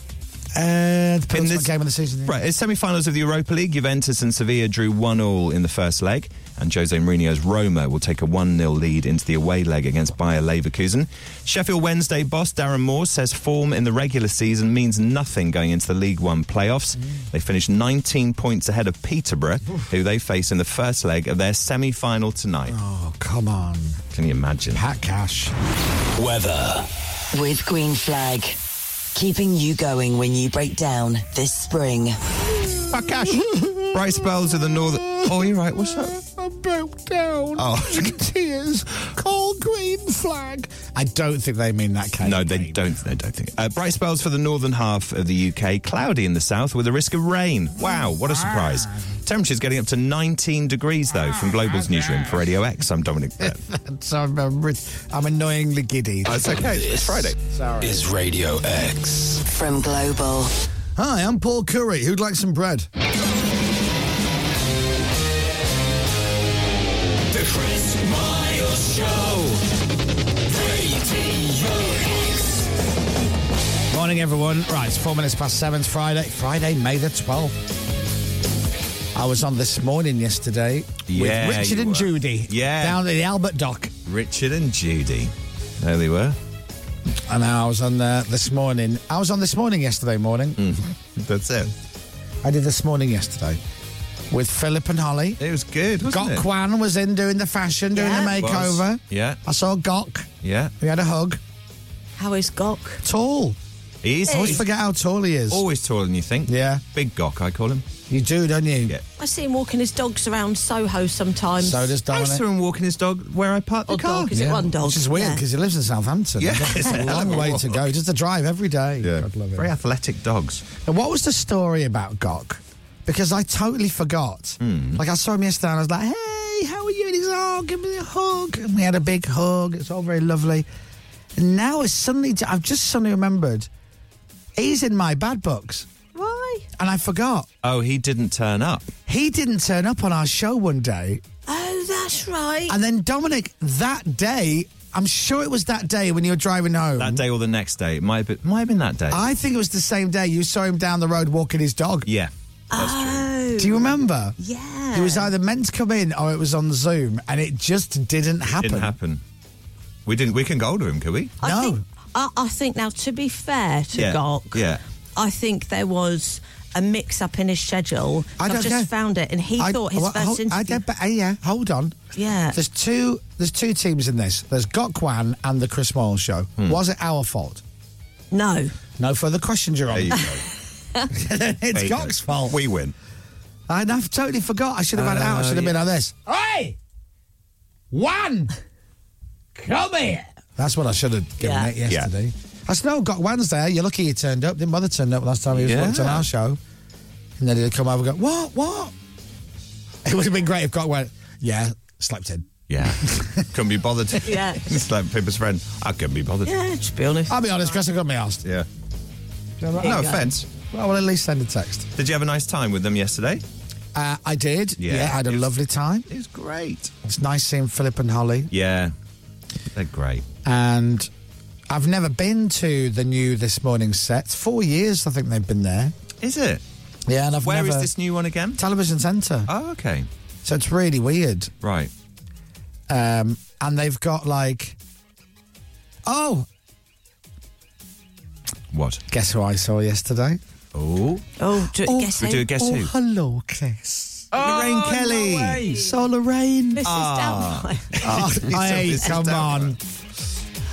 E: Uh, the
G: In
E: penultimate
G: this-
E: game of the season. yeah.
G: Right, it's semi-finals of the Europa League. Juventus and Sevilla drew one all in the first leg, and Jose Mourinho's Roma will take a 1-0 lead into the away leg against Bayer Leverkusen. Sheffield Wednesday boss Darren Moore says form in the regular season means nothing going into the League 1 playoffs.
E: Mm.
G: They finished 19 points ahead of Peterborough, who they face in the first leg of their semi-final tonight.
E: Oh come on,
G: Can you imagine?
E: Pat Cash.
D: Weather.
B: With Green Flag. keeping you going when you break down this spring.
G: Fuck cash. Bright spells in the northern. Oh, you're right. What's that?
E: I broke down.
G: Oh.
E: [LAUGHS] tears. Call green flag. I don't think they mean that, Kate.
G: No, they don't. They don't think. Uh, bright spells for the northern half of the UK. Cloudy in the south with a risk of rain. Wow, what a surprise! Temperatures getting up to 19 degrees though. From Global's newsroom for Radio X, I'm Dominic.
C: [LAUGHS]
G: Burt.
E: So I'm, I'm, I'm annoyingly giddy.
G: That's okay. It's Friday.
E: Sorry.
D: Is Radio X.
B: From Global.
E: Hi, I'm Paul Curry. Who'd like some bread?
D: The Chris Miles Show. Radio X.
E: Morning, everyone. Right, it's four minutes past seven. It's Friday. Friday, May the 12th. I was on this morning yesterday
G: Yeah,
E: with Richard
G: you
E: and
G: were.
E: Judy
G: Yeah.
E: down at the Albert Dock.
G: Richard and Judy. There they were.
E: And I was on uh, this morning. I was on this morning yesterday morning.
G: Mm. [LAUGHS] That's it.
E: I did this morning yesterday with Philip and Holly.
G: It was good. Wasn't
E: Gok
G: it?
E: Kwan was in doing the fashion, doing
C: Yeah.
E: the makeover.
G: Was. Yeah.
E: I saw Gok.
G: Yeah.
E: We had a hug.
C: How is Gok?
E: Tall.
G: He's
E: I always
G: always,
E: forget how tall he is.
G: always taller than you think.
E: Yeah.
G: Big Gok, I call him.
E: You do, don't you?
G: Yeah.
C: I see him walking his dogs around Soho sometimes.
E: So does
G: I
E: Dominic.
G: saw him walking his dog where I parked the
C: Odd
G: car.
C: dog, is it one dog?
E: Which is weird
C: Yeah.
E: because he lives in Southampton.
G: Yeah,
E: it's
G: [LAUGHS] it's a
E: a
G: hell of
E: long
G: a
E: way to
G: walk.
E: go. He does the drive every day.
G: Yeah.
E: God love it.
G: Very athletic dogs.
E: And what was the story about Gok? Because I totally forgot.
G: Hmm.
E: Like I saw him yesterday and I was like, hey, how are you? And he's, oh, give me a hug. And we had a big hug. It's all very lovely. And now it's suddenly, I've just suddenly remembered he's in my bad books.
C: Why?
E: And I forgot.
G: Oh, he didn't turn up.
E: He didn't turn up on our show one day.
C: Oh, that's right.
E: And then Dominic, that day, I'm sure it was that day when you were driving home.
G: That day or the next day. It might have been, might have been that day.
E: I think it was the same day you saw him down the road walking his dog.
G: yeah.
C: oh,
E: Do you remember?
C: yeah.
E: It was either meant to come in or it was on Zoom, and it just didn't happen.
G: Didn't happen. We didn't we can go older him, could we?
C: I
E: No.
C: think, I, I think now, to be fair to
G: Yeah,
C: Gok,
G: yeah.
C: I think there was a mix up in his schedule.
E: I
C: I've
E: don't
C: just
E: know.
C: found it, and he
E: I-
C: thought his
E: well,
C: first
E: hold, I
C: interview.
E: don't- but, uh, yeah, hold on.
C: Yeah.
E: There's two. There's two teams in this. There's Gokwan and the Chris Moyle show.
G: Hmm.
E: Was it our fault?
C: no.
E: No further questions, Your
G: There
E: Honour.
G: you go.
E: [LAUGHS] it's
G: There you go.
E: Gok's fault.
G: We win.
E: And I've totally forgot. I should have had it out. I should have been like this. Oi! One! Come here! That's what I should have given
C: Yeah.
E: it yesterday. I said, no, got Wednesday. You're lucky you turned up. Didn't bother turning up last time he was
G: Yeah.
E: booked on our show. And then he'd come over and go, what, what? It would have been great if God went, yeah, slept in.
G: Yeah. [LAUGHS] couldn't be bothered.
C: Yeah.
G: [LAUGHS] it's like Pippa's friend. I couldn't be bothered.
C: Yeah, just be honest.
E: I'll be honest, Chris, I got me asked.
G: Yeah.
E: No
G: No
C: go.
G: offence.
E: Well, well, at least send a text.
G: Did you have a nice time with them yesterday?
E: Uh, I did.
G: Yeah.
E: Yeah, I had a
G: Yes.
E: lovely time.
G: It was great.
E: It's nice seeing Philip and Holly.
G: Yeah. They're great.
E: and I've never been to the new This Morning set. Four years, I think they've been there.
G: Is it?
E: Yeah, and I've
G: Where is
E: never...
G: this new one again?
E: television centre?
G: Oh, okay.
E: So it's really weird.
G: Right.
E: Um, and they've got like, oh,
G: What?
E: guess who I saw yesterday?
G: Oh.
C: oh, do,
E: Oh,
C: guess
G: We
C: who?
G: do a guess
E: oh,
C: [LAUGHS]
G: who? Oh,
E: hello, Chris.
G: Lorraine Kelly.
E: Saw Lorraine.
C: Mrs.
G: Ah. [LAUGHS]
C: Doubtfire.
E: Oh, hey,
G: Mrs.
E: come
G: Doubtfire.
E: on.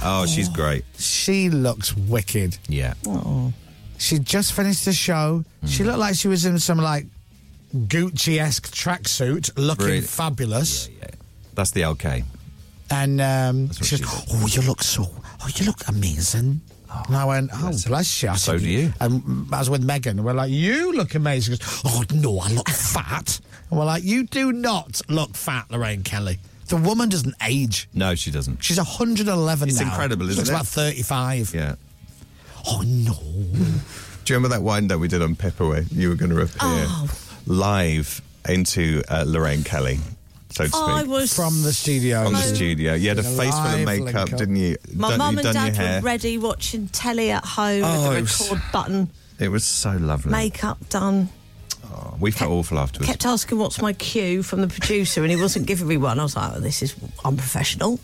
G: Oh, she's great.
E: She looks wicked.
G: Yeah.
E: Oh.
G: Hmm.
E: She just finished the show. She looked like she was in some like Gucci esque tracksuit, looking
G: Really?
E: fabulous.
G: That's the LK.
E: And um,
G: what
E: she
G: she
E: goes,
G: said.
E: Oh, you look so, oh, you look amazing. and I went, Oh, bless you. I
G: So
E: said,
G: do you.
E: And mm, I was with Megan. We're like, You look amazing. She goes, Oh, no, I look fat. And we're like, You do not look fat, Lorraine Kelly. The woman doesn't age.
G: No, she doesn't.
E: She's 111
G: It's
E: now.
G: incredible,
E: She
G: isn't
E: looks
G: it?
E: about 35.
G: Yeah.
E: Oh, no.
G: [LAUGHS] Do you remember that wine that we did on Pepper where you were going to appear
C: Oh.
G: live into uh, Lorraine Kelly, so to speak?
C: Oh, I was
E: From the studio.
G: on the studio. You had a
E: She's
G: face full of
E: alive,
G: makeup,
E: Lincoln.
G: didn't you?
C: My
G: Done-
C: mum
G: you'd
C: and
G: done your
C: dad
G: hair.
C: were ready watching telly at home
G: Oh, it
C: with
G: was-
C: the record button,
G: It was so lovely.
C: makeup done.
G: we felt awful afterwards.
C: Kept asking what's my cue from the producer, and he wasn't giving me one. I was like, oh, this is
G: [LAUGHS]
C: unprofessional.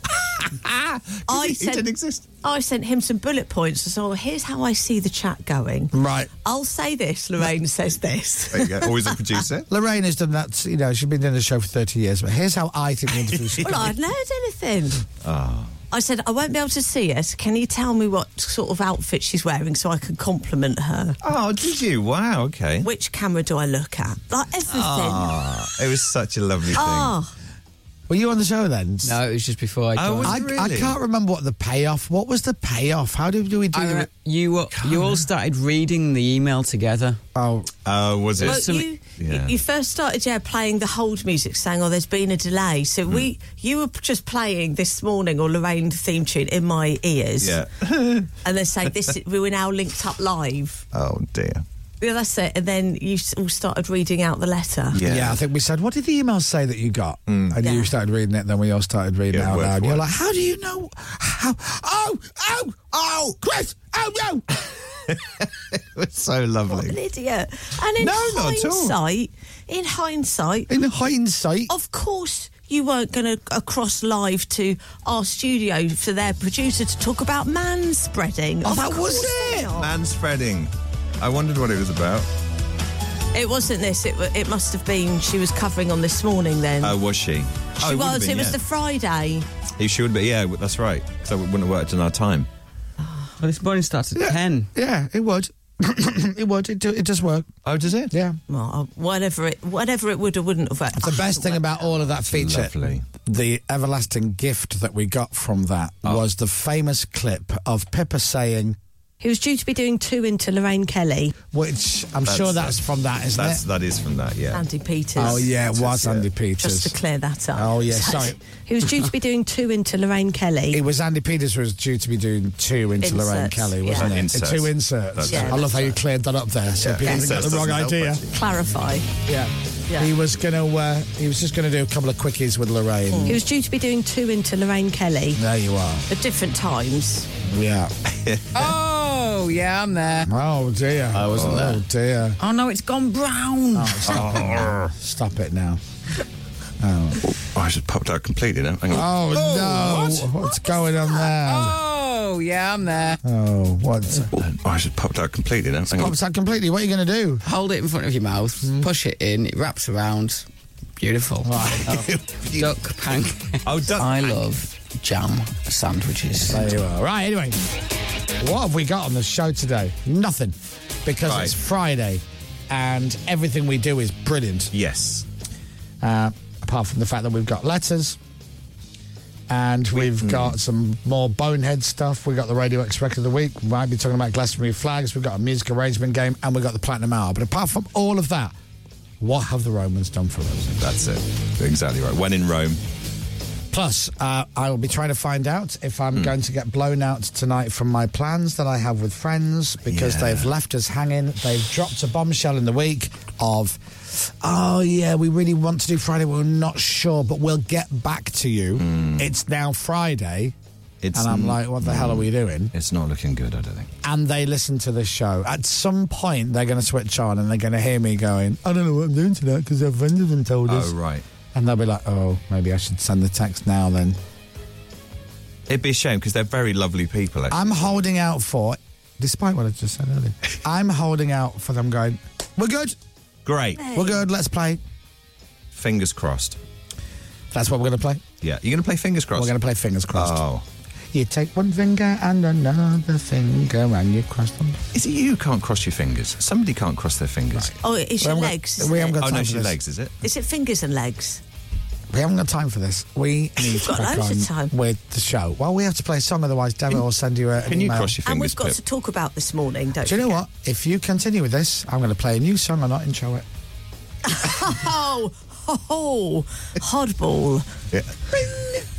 C: I
G: it,
C: sent,
G: didn't exist.
C: I sent him some bullet points. I said, well, here's how I see the chat going.
E: Right.
C: I'll say
G: [LAUGHS]
C: this, Lorraine says this.
G: There you go. Always
C: [LAUGHS]
G: a producer.
E: [LAUGHS] Lorraine has done that,
G: [LAUGHS]
E: you know, she's been doing the show for 30 years, but here's how I think the interview's
G: Ah,
C: well, I hadn't heard anything. I said, I won't be able to see her. So can you tell me what sort of outfit she's wearing so I can
G: [LAUGHS]
C: compliment her?
G: Oh, did you? Wow, okay.
C: Which camera do I look at? Like everything.
G: Ah, it was such a lovely
C: Ah.
E: Were you on the show then?
H: No, it was just before I.
E: I,
H: joined.
E: I, can't remember what the payoff. What was the payoff? How did we do?
H: I re-
E: the
H: you were- you all started reading the email together.
E: Oh,
H: Uh,
G: Oh, was it?
C: Well, you,
G: yeah.
C: you first started yeah playing the hold music, saying, "Oh, there's been a delay." So
E: Hmm.
C: we, you were just playing this morning or Lorraine theme tune in my ears,
G: yeah.
C: [LAUGHS] and they say, "This we were now linked up live."
G: Oh dear.
C: Yeah, that's it. And then you s- all started reading out the letter.
G: Yeah. Mm.
E: yeah. I think we said, what did the emails say that you got? And you
C: Yeah.
E: started reading it, then we all started reading
G: Yeah,
E: it out
G: word
E: loud.
G: for
E: You're
G: word.
E: like, how do you know? How? Oh, oh, oh, Chris, oh, [LAUGHS] no.
G: It's so
C: An
G: lovely.
C: idiot. And in
E: No, not at all.
C: hindsight, in hindsight,
E: In hindsight,
C: of course. You weren't going to across live to our studio for their producer to talk about man spreading.
E: Oh, that was
G: [LAUGHS]
E: it.
G: Man spreading. I wondered what it was about.
C: It wasn't this. It, wa- it must have been. She was covering on this morning. Then
G: Oh, was she?
C: she
G: oh,
C: was. it was
G: yeah.
C: the Friday.
G: Yeah, she would be. Yeah, w- that's right. Because it wouldn't have worked in our time.
H: Well, this morning starts at
E: Yeah.
H: ten.
E: Yeah, it would. [COUGHS] it would. It, do, it does work.
G: Oh, does it?
E: Yeah.
C: Well, uh, whatever it, whatever it would or wouldn't have worked.
E: The best thing about all of that feature,
G: Lovely.
E: the everlasting gift that we got from that
G: Oh.
E: was the famous clip of Pippa saying,
I: He was due to be doing two into Lorraine Kelly.
E: which I'm
G: That's-
E: sure that's from that, isn't
G: That's
E: it?
G: that is from that. Yeah.
C: Andy Peters.
E: oh, yeah, it was
G: Yeah.
E: Andy
G: Just
E: Peters.
C: Just to clear that up.
E: Oh, yeah,
C: So-
E: sorry.
I: He was due to be doing two into Lorraine
E: It [LAUGHS]
I: Kelly.
E: was Andy Peters who was due to be doing two into Lorraine
C: Inserts,
E: Kelly,
C: yeah.
E: wasn't
G: Uh,
E: it?
G: inserts.
E: Two inserts.
G: That's
C: Yeah, right.
E: I love how you cleared that up there, so people didn't get
G: Inserts
E: the wrong
G: doesn't help
E: idea.
G: much.
C: Clarify.
E: Yeah.
C: Yeah.
E: he was gonna. Uh, he was just gonna do a couple of quickies with Lorraine.
I: He was due to be doing two into Lorraine Kelly.
E: There you are.
C: At different times.
E: Yeah.
H: Oh yeah, I'm
E: [LAUGHS]
H: there.
E: Oh dear. I wasn't oh, there. dear.
H: Oh no, it's gone brown.
E: Stop it now. Stop it now.
G: Oh, I just popped out completely now. Hang on.
E: Oh, no! What's going on there?
H: Oh yeah, I'm there.
E: Oh, what?
G: Oh, I just popped out completely now. Hang on.
E: Pops out completely. What are you going to do? Mm-hmm.
H: Hold it in front of your mouth. Push it in. It wraps around. Beautiful. [LAUGHS] Duck pancakes.
G: Oh, duck
H: I love jam sandwiches.
E: There you are. Right. Anyway, what have we got on the show today? Nothing, because
G: Right.
E: it's Friday, and everything we do is brilliant.
G: Yes.
E: Uh, apart from the fact that we've got letters. And
G: Mm.
E: we've got some more bonehead stuff. We've got the Radio X record of the week. We might be talking about Glastonbury flags. We've got a music arrangement game, and we've got the Platinum Hour. But apart from all of that, what have the Romans done for us?
G: That's it. Exactly right. When in Rome.
E: Plus, uh, I will be trying to find out if
G: Hmm.
E: I'm going to get blown out tonight from my plans that I have with friends because
G: Yeah.
E: they've left us hanging. They've dropped a bombshell in the week of, oh, yeah, we really want to do Friday. We're not sure, but we'll get back to you. It's now Friday.
G: Hmm. It's
E: and I'm
G: n- hmm.
E: like, what the hell are we doing?
G: It's not looking good, I don't think.
E: And they listen to the show. At some point, they're going to switch on and they're going to hear me going, I don't know what I'm doing tonight because their friends haven't told us.
G: Oh, right.
E: And they'll be like, oh, maybe I should send the text now then.
G: It'd be a shame because they're very lovely people. Actually.
E: I'm holding out for, despite what I just said
G: [LAUGHS]
E: earlier, I'm holding out for them going, we're good,
G: Great.
E: we're good, let's play.
G: Fingers crossed.
E: That's what we're going to play.
G: Yeah. You're going to play fingers crossed?
E: We're going to play fingers crossed.
G: Oh.
E: You take one finger and another finger and you cross them.
G: Is it you who can't cross your fingers? Somebody can't cross their fingers.
C: Oh, it's your
E: haven't got-
C: legs. isn't
E: we haven't
C: it?
G: Oh,
E: got time
G: no,
E: for
G: it's your
E: this.
G: legs, is it?
C: Is it fingers and legs?
E: We haven't got time for this. We need
C: You've
E: to
C: got
E: crack
C: loads of
E: on
C: time.
E: with the show. Well, we have to play a song, otherwise, damn it, will send you a, an
G: Can you
E: email.
G: cross your fingers?
C: and we've got
G: Pip?
C: to talk about this morning, don't
E: Do you know
C: forget.
E: what? If you continue with this, I'm going to play a new song and not intro it.
C: [LAUGHS] Oh, ho, ho, hodball.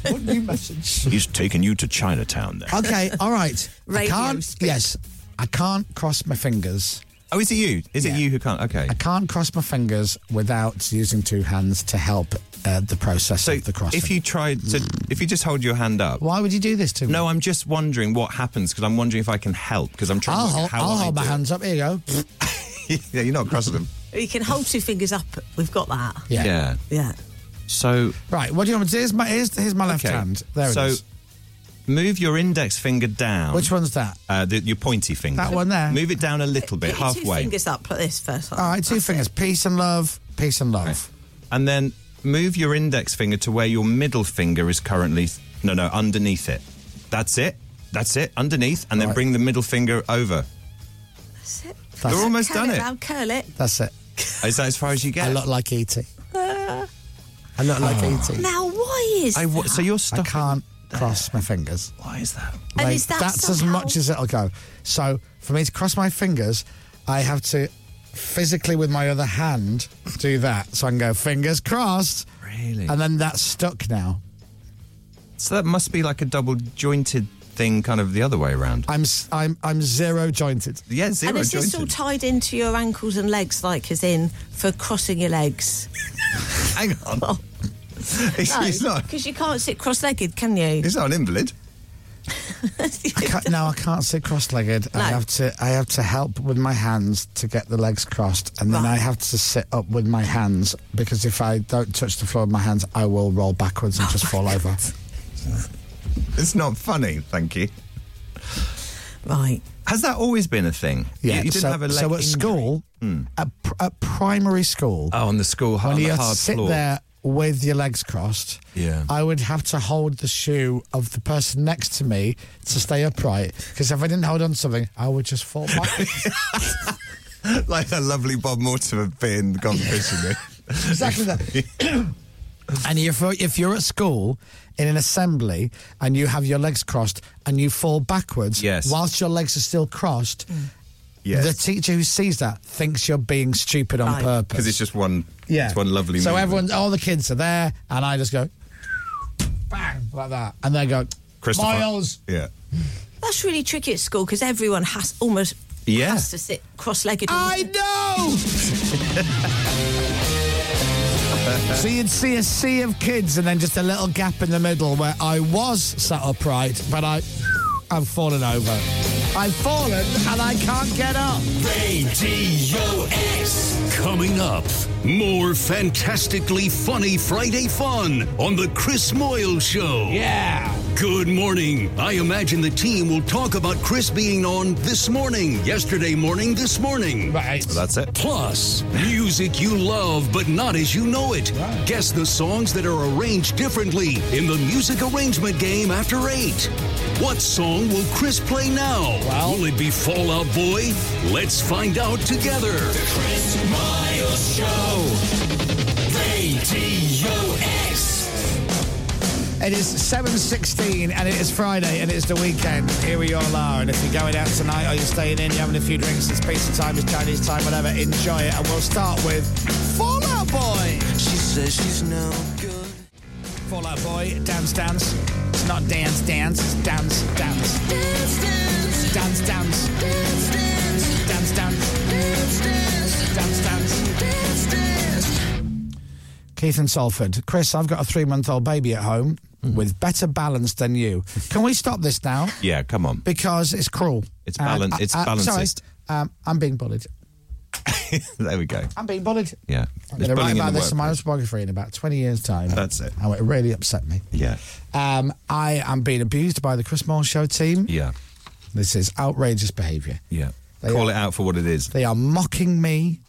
E: [LAUGHS] What new message?
G: He's taking you to Chinatown then.
E: Okay,
G: [LAUGHS]
E: all right. I
C: Radio
E: can't.
C: speak.
E: Yes, I can't cross my fingers.
G: Oh, is it you? Is
E: Yeah.
G: it you who can't? Okay.
E: I can't cross my fingers without using two hands to help uh, the process
G: So
E: of the crossing.
G: if you try to, if you just hold your hand up.
E: why would you do this to me?
G: No, I'm just wondering what happens because I'm wondering if I can help because I'm trying
E: I'll
G: to work
E: hold,
G: out how
E: I'll
G: I
E: hold my
G: do it.
E: hands up. Here you go.
G: [LAUGHS] yeah, you're not crossing them.
C: You can hold two fingers up. We've got that.
E: Yeah.
G: yeah.
C: Yeah.
G: So
E: Right. What do you want me to do? Here's my here's, here's my left
G: okay.
E: hand. There
G: so
E: it is.
G: move your index finger down.
E: Which one's that?
G: Uh, the, your pointy finger.
E: That one there?
G: Move it down a little bit,
C: Put your
G: halfway,
C: Two fingers up like this first.
E: All right. Two fingers. Peace and love. Peace and love.
G: and then move your index finger to where your middle finger is currently. No, no, underneath it. That's it. That's it. Underneath, and then bring the middle finger over.
C: That's it.
G: They're almost
C: Curl
G: done it.
C: round, curl it.
E: That's it.
G: Is that as far as you get?
E: I look like E E.T.
C: Uh,
E: I look like
G: Oh.
E: E.T.
C: now, why is
E: I
C: that?
E: w- so you're stuck. I can't cross my fingers.
G: Why is that?
C: And is that
E: that's as
C: somehow-
E: much as it'll go. So for me to cross my fingers, I have to physically with my other hand do that. So I can go fingers crossed.
G: Really?
E: And then that's stuck now.
G: So that must be like a double jointed thing, kind of the other way around.
E: I'm s- I'm I'm zero jointed.
G: Yeah, zero
C: and is this all
G: jointed.
C: tied into your ankles and legs, like as in for crossing your legs?
G: [LAUGHS] Hang on. [LAUGHS] He's, he's not.
C: because you can't sit cross-legged, can you?
G: He's not an invalid.
E: I
C: [LAUGHS]
E: can't, no, I can't sit cross-legged. I have to. I have to help with my hands to get the legs crossed, and then I have to sit up with my hands because if I don't touch the floor with my hands, I will roll backwards and just fall
C: [LAUGHS]
E: over.
G: It's not funny, thank you.
C: Right.
G: Has that always been a thing? You,
E: Yeah.
G: you didn't
E: so,
G: have a leg
E: so at
G: injury?
E: school, at, pr- at primary school,
G: Oh, on the school hard,
E: when
G: on
E: you
G: the
E: have
G: hard
E: to sit
G: floor.
E: there with your legs crossed,
G: Yeah.
E: I would have to hold the shoe of the person next to me to stay upright because if I didn't hold on to something, I would just fall
G: [LAUGHS]
E: back.
G: [LAUGHS] like that lovely Bob Mortimer bit in the competition.
E: exactly that. and if you're, if you're at school in an assembly and you have your legs crossed and you fall backwards,
G: Yes.
E: whilst your legs are still crossed,
G: Yes.
E: the teacher who sees that thinks you're being stupid [LAUGHS] on purpose.
G: Because it's just one,
E: Yeah.
G: it's one lovely
E: So
G: movement.
E: everyone, all the kids are there, and I just go, bang, like that. And they go,
G: Christopher.
E: Miles.
G: Yeah.
C: That's really tricky at school because everyone has almost
G: Yeah.
C: has to sit cross-legged.
E: I
C: [LAUGHS]
E: know! so you'd see a sea of kids and then just a little gap in the middle where I was sat upright, but I, I've fallen over. [LAUGHS] I've fallen and I can't get up.
A: Radio X. Coming up, more fantastically funny Friday fun on The Chris Moyle Show. Yeah. Good morning. I imagine the team will talk about Chris being on this morning, yesterday morning, this morning.
E: Right.
G: that's it.
A: Plus, music you love but not as you know it. Guess the songs that are arranged differently in the music arrangement game after 8. What song will Chris play now? will it be Fallout Boy? Let's find out together. The Chris Miles Show. Radio X.
E: It is 7.16 and it is Friday and it is the weekend. Here we all are. And if you're going out tonight or you're staying in, you're having a few drinks, it's pizza time, it's Chinese time, whatever, enjoy it. And we'll start with Fall Out Boy. She says she's no good. Fall Out Boy, dance, dance. It's not dance, dance, it's dance, dance. Dance, dance. Dance, dance. Dance, dance. Dance, dance. Dance, dance. Dance, dance. Dance, dance. Keith and Salford. Chris, I've got a three month old baby at home with better balance than you. Can we stop this now?
G: Yeah, come on.
E: Because it's cruel.
G: It's
E: And
G: balan-
E: I-
G: it's
E: I- sorry,
G: balancist.
E: um, I'm being bullied.
G: [LAUGHS] there we go.
E: I'm being bullied.
G: Yeah.
E: I'm
G: There's
E: going to write
G: bullying in
E: about
G: the
E: this in my autobiography in about 20 years' time.
G: That's it.
E: Oh, it really upset me.
G: Yeah.
E: Um, I am being abused by the Chris Moore Show team.
G: Yeah.
E: This is outrageous behaviour.
G: Yeah.
E: They
G: Call
E: are-
G: it out for what it is.
E: They are mocking me,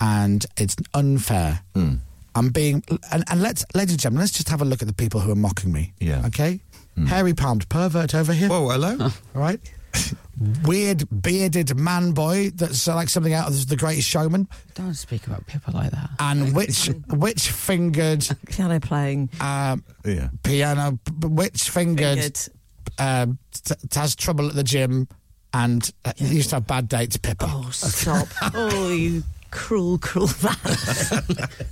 E: and it's unfair.
G: Hmm.
E: I'm being and, and let's, ladies and gentlemen, let's just have a look at the people who are mocking me.
G: Yeah.
E: Okay.
H: Hmm.
E: Hairy palmed pervert over here.
G: Whoa, hello.
E: [LAUGHS] All
H: [LAUGHS]
E: right. Weird bearded man boy that's uh, like something out of The Greatest Showman,
H: Don't speak about people like that. [LAUGHS]
E: and which which fingered
C: [LAUGHS] Piano playing.
E: um,
G: Yeah.
E: piano, which fingered
C: Fingered.
E: um, t- has trouble at the gym, and uh, used to have bad dates. Pippa.
H: [LAUGHS]
E: [LAUGHS]
C: Oh, stop. oh, you cruel,
G: [LAUGHS]
C: cruel man.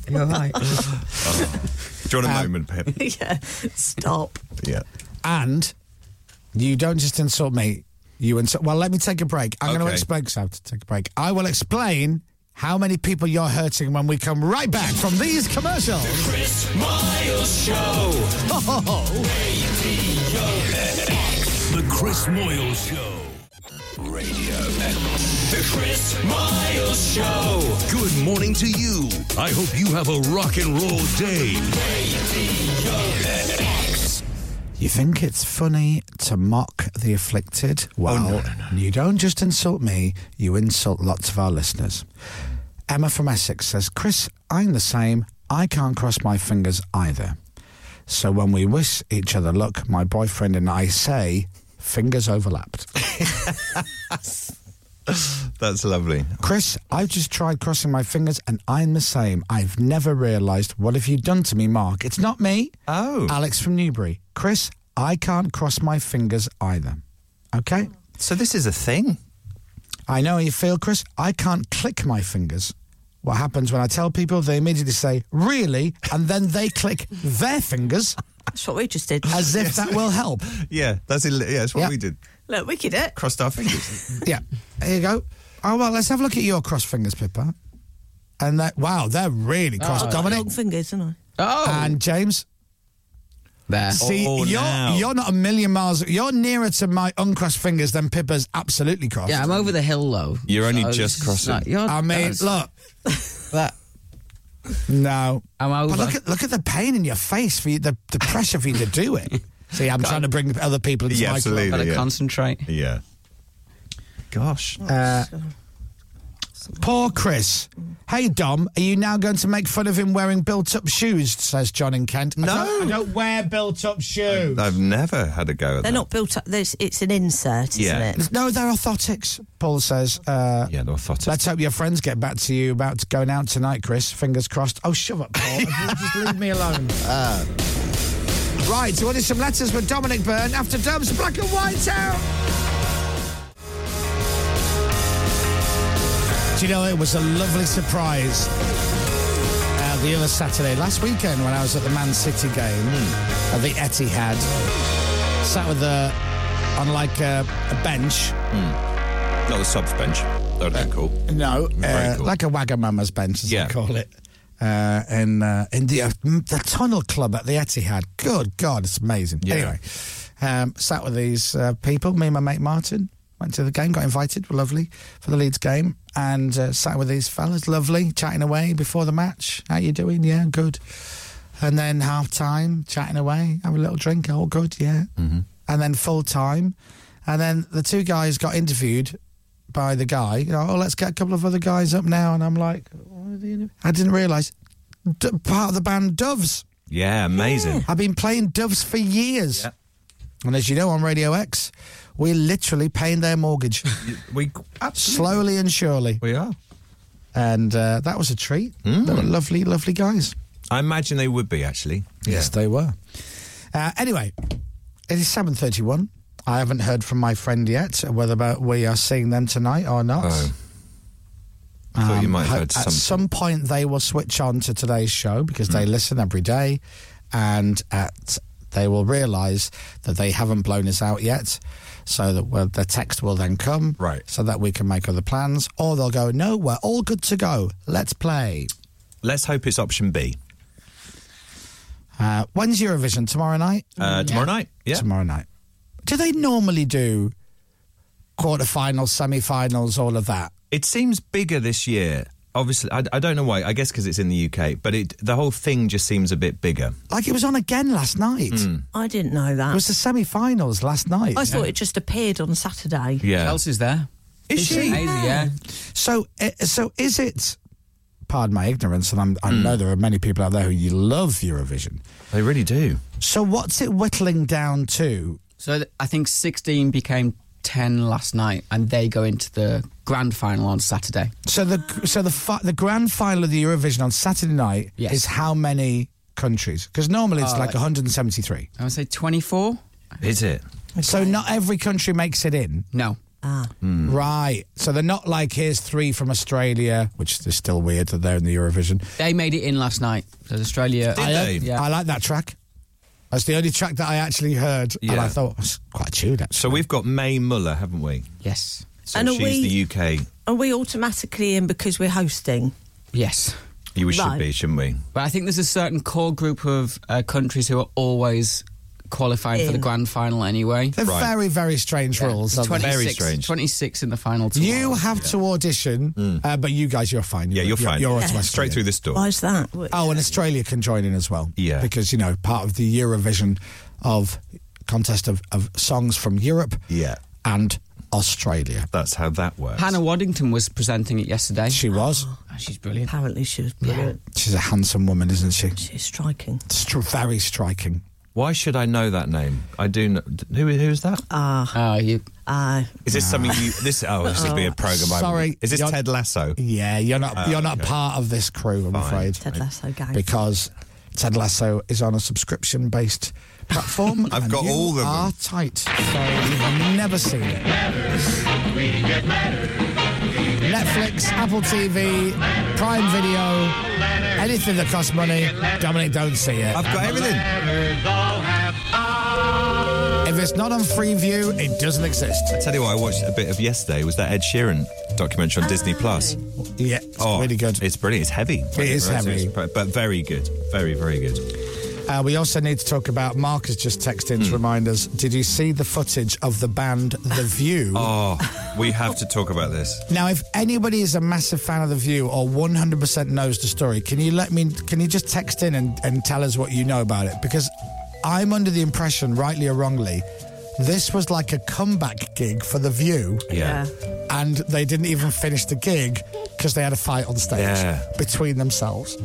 H: You're right.
G: Do you want a
E: Um,
G: moment, Pip?
C: [LAUGHS] yeah, stop.
G: Yeah.
E: And you don't just insult me. You insult. Well, let me take a break. I'm going to
G: Okay.
E: explain. 'cause I have to take a break. I will explain how many people you're hurting when we come right back from these commercials. [LAUGHS]
A: Chris Miles Show. The Chris Moyle Show. Radio X. The Chris Miles Show. Good morning to you. I hope you have a rock and roll day. Radio X.
E: You think it's funny to mock the afflicted? Well, you don't just insult me, you insult lots of our listeners. Emma from Essex says, Chris, I'm the same. I can't cross my fingers either. So when we wish each other luck, my boyfriend and I say, fingers overlapped.
G: That's lovely.
E: Chris, I've just tried crossing my fingers and I'm the same. I've never realised what have you done to me, Mark? It's not me.
G: Oh.
E: Alex from Newbury. Chris, I can't cross my fingers either. Okay?
G: So this is a thing.
E: I know how you feel, Chris. I can't click my fingers. What happens when I tell people, they immediately say, really? And then they [LAUGHS] click their fingers.
C: That's what we just did.
E: As if that will help.
G: [LAUGHS] Yeah, that's il- yeah, that's what
E: Yeah.
G: we did.
C: Look, we did it.
G: Crossed our
E: [LAUGHS]
G: fingers.
E: Yeah. Here you go. Oh, well, let's have a look at your cross fingers, Pippa. And that, wow, they're really cross.
C: Oh, I've got
E: Dominic
C: long fingers, haven't I?
H: Oh.
E: and James.
H: there.
E: See,
G: Oh,
E: you're
G: now.
E: you're not a million miles. You're nearer to my uncrossed fingers than Pippa's absolutely crossed.
H: Yeah, I'm over the hill though.
G: You're only
H: this
G: just
H: is
G: crossing.
H: not- you're-
E: I mean,
H: that's-
E: look,
H: [LAUGHS] that-
E: no,
H: I'm over.
E: But look at look at the pain in your face for you, the the pressure for you to
H: [LAUGHS]
E: do it. See, I'm trying to bring other people into
G: Yeah,
E: my
G: absolutely.
E: club.
H: Gotta
G: yeah.
H: concentrate.
G: yeah. Gosh.
C: Oh,
E: Uh, poor Chris.
C: Mm.
E: Hey Dom, are you now going to make fun of him wearing built-up shoes? Says John in Kent. No, I don't, I don't wear built-up shoes.
G: I've never had a go at
C: They're
G: that.
C: not built up. There's, it's an insert, isn't
G: Yeah.
C: it?
E: No, they're orthotics. Paul says. Uh,
G: Yeah, no, I thought
E: Let's hope your friends get back to you about going out tonight, Chris. Fingers crossed. Oh, shove up, Paul. Just leave me [LAUGHS] alone. Uh, Right, so what is some letters with Dominic Byrne after Dubs Black and White out? Do you know, it was a lovely surprise uh, the other Saturday, last weekend when I was at the Man City game at the Etihad. Sat with a, on like a, a bench
G: Not the subs bench. That would have been cool.
E: no,
G: Very
E: uh,
G: cool.
E: like a Wagamama's bench, as
G: Yeah.
E: they call it. Uh, in uh, in the uh, m- the Tunnel Club at the Etihad. Good God, it's amazing.
G: Yeah.
E: Anyway, um, sat with these uh, people. Me and my mate Martin went to the game. Got invited. Were lovely for the Leeds game, and uh, sat with these fellas. Lovely, chatting away before the match. How you doing? Yeah, good. And then half time, chatting away, have a little drink. All good, yeah. And then full time, and then the two guys got interviewed by the guy. You know, oh, let's get a couple of other guys up now. And I'm like, what are they gonna-" I didn't realise D- part of the band Doves.
G: Yeah, amazing.
E: I've been playing Doves for years. And as you know, on Radio X, we're literally paying their
G: [LAUGHS]
E: mortgage
G: We
E: slowly and surely.
G: we are. Hmm.
E: And uh, that was a treat. They were lovely, lovely guys.
G: I imagine they would be actually.
E: Yes, they were. Uh, anyway, it is seven thirty-one. I haven't heard from my friend yet whether about we are seeing them tonight or not. Um,
G: Oh. I thought you might
E: ho-
G: have heard
E: at
G: something. Hmm.
E: some point they will switch on to today's show because they listen every day, and at they will realise that they haven't blown us out yet. So that well, the text will then come,
G: Right.
E: So that we can make other plans, or they'll go, "No, we're all good to go. Let's play."
G: Let's hope it's option B.
E: Uh, when's Eurovision tomorrow night?
G: Uh, tomorrow night. Yeah.
E: tomorrow night. Do they normally do quarterfinals, semi-finals, all of that?
G: It seems bigger this year. Obviously, I, I don't know why. I guess because it's in the UK, but it, the whole thing just seems a bit bigger.
E: Like it was on again last night.
G: Hmm.
C: I didn't know
E: It
C: that.
E: was the semi-finals last night.
C: I thought it just appeared on Saturday.
G: Yeah.
H: Chelsea's there.
G: Is she?
H: Amazing, yeah.
E: So, uh, so is it? Pardon my ignorance, and I'm, I know there are many people out there who you love Eurovision.
G: Hmm. They really do.
E: So, what's it whittling down to?
H: So th- I think 16 became 10 last night, and they go into the grand final on Saturday.
E: So the so the fi- the grand final of the Eurovision on Saturday night
H: Yes.
E: is how many countries? Because normally it's
H: Oh,
E: like
H: like-
E: 173.
H: I would say 24.
G: Is it?
E: So not every country makes it in.
H: No,
G: Hmm.
E: Right. So they're not like here's three from Australia, which is still weird that they're in the Eurovision.
H: they made it in last night. So Australia.
G: Did
H: I,
G: they?
H: Yeah.
E: I like that track. That's the only track that I actually heard, and
G: Yeah.
E: I thought it's quite a tune. Actually.
G: So we've got May Muller, haven't we?
H: yes.
G: So
C: And are
G: she's the
C: we-
G: UK.
C: Are we automatically in because we're hosting?
H: Yes.
G: You should
C: Right.
G: be, shouldn't we?
H: But I think there's a certain core group of uh, countries who are always qualifying for the
C: In.
H: grand final anyway.
E: they're
G: Right.
E: very, very strange rules.
H: Yeah,
E: aren't they?
H: 26,
G: Very strange. Hmm.
H: 26 in the final.
E: You
H: tomorrow.
E: have to audition, uh, but you guys, you're fine.
G: Yeah, you're fine.
E: You're
G: Yeah.
E: automatically
G: Straight
E: in.
G: through this door.
C: Why is that?
E: Oh, and Australia can join in as well.
G: Yeah.
E: Because, you know, part of the Eurovision of contest of, of songs from Europe
G: Yeah.
E: and Australia.
G: That's how that works.
H: Hannah Waddington was presenting it yesterday. Oh,
E: She was.
H: She's brilliant.
C: Apparently, she was brilliant.
E: She's a handsome woman, isn't she?
C: She's striking.
E: Stri- very striking.
G: Why should I know that name? I do. Know, who who is that?
C: Ah,
H: uh, you.
C: Ah,
G: Is this something you? This oh, this would be a
C: [LAUGHS]
G: program.
E: Sorry,
G: is this
E: you're-
G: Ted Lasso?
E: Yeah, you're not
G: Oh,
E: you're not
G: okay.
E: part of this crew, I'm
G: Fine.
E: afraid.
C: Ted Lasso gang.
E: Because Ted Lasso is on a subscription based platform.
G: [LAUGHS] I've
E: and
G: got
E: you
G: all of them.
E: Are tight. So you've never seen it. Netflix, Apple TV, Prime Video, anything that costs money. Dominic, don't see it.
G: I've got everything.
E: If it's not on Freeview, it doesn't exist.
G: I tell you what, I watched a bit of yesterday. Was that Ed Sheeran documentary on Disney Plus?
E: Yeah, it's
G: Oh,
E: really good.
G: It's brilliant. It's heavy. It
E: is heavy.
G: but but very good. Very very good.
E: Uh, we also need to talk about Mark has just texted in
G: Hmm.
E: to remind us. Did you see the footage of the band The View?
G: Oh, we have to talk about this.
E: Now, if anybody is a massive fan of The View or 100% knows the story, can you let me? Can you just text in and, and tell us what you know about it? Because I'm under the impression, rightly or wrongly, this was like a comeback gig for The View,
G: Yeah.
E: and they didn't even finish the gig because they had a fight on stage
G: Yeah.
E: between themselves.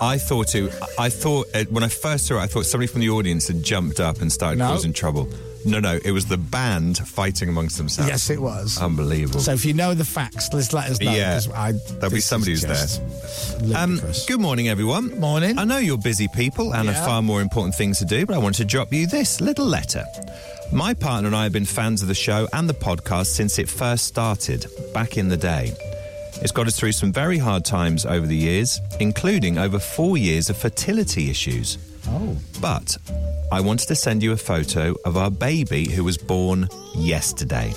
G: I thought it. I thought uh, when I first saw it, I thought somebody from the audience had jumped up and started
E: No.
G: causing trouble. No, no, it was the band fighting amongst themselves.
E: Yes, it was.
G: Unbelievable.
E: So if you know the facts, let's let us know.
G: yeah,
E: 'cause I-
G: there'll be
E: this
G: somebody
E: is
G: who's there.
E: just
G: Um,
E: ludicrous.
G: good morning, everyone.
E: Morning.
G: I know you're busy people and
E: Yeah.
G: have far more important things to do, but I want to drop you this little letter. My partner and I have been fans of the show and the podcast since it first started, back in the day. It's got us through some very hard times over the years, including over four years of fertility issues.
E: Oh.
G: But I wanted to send you a photo of our baby who was born yesterday.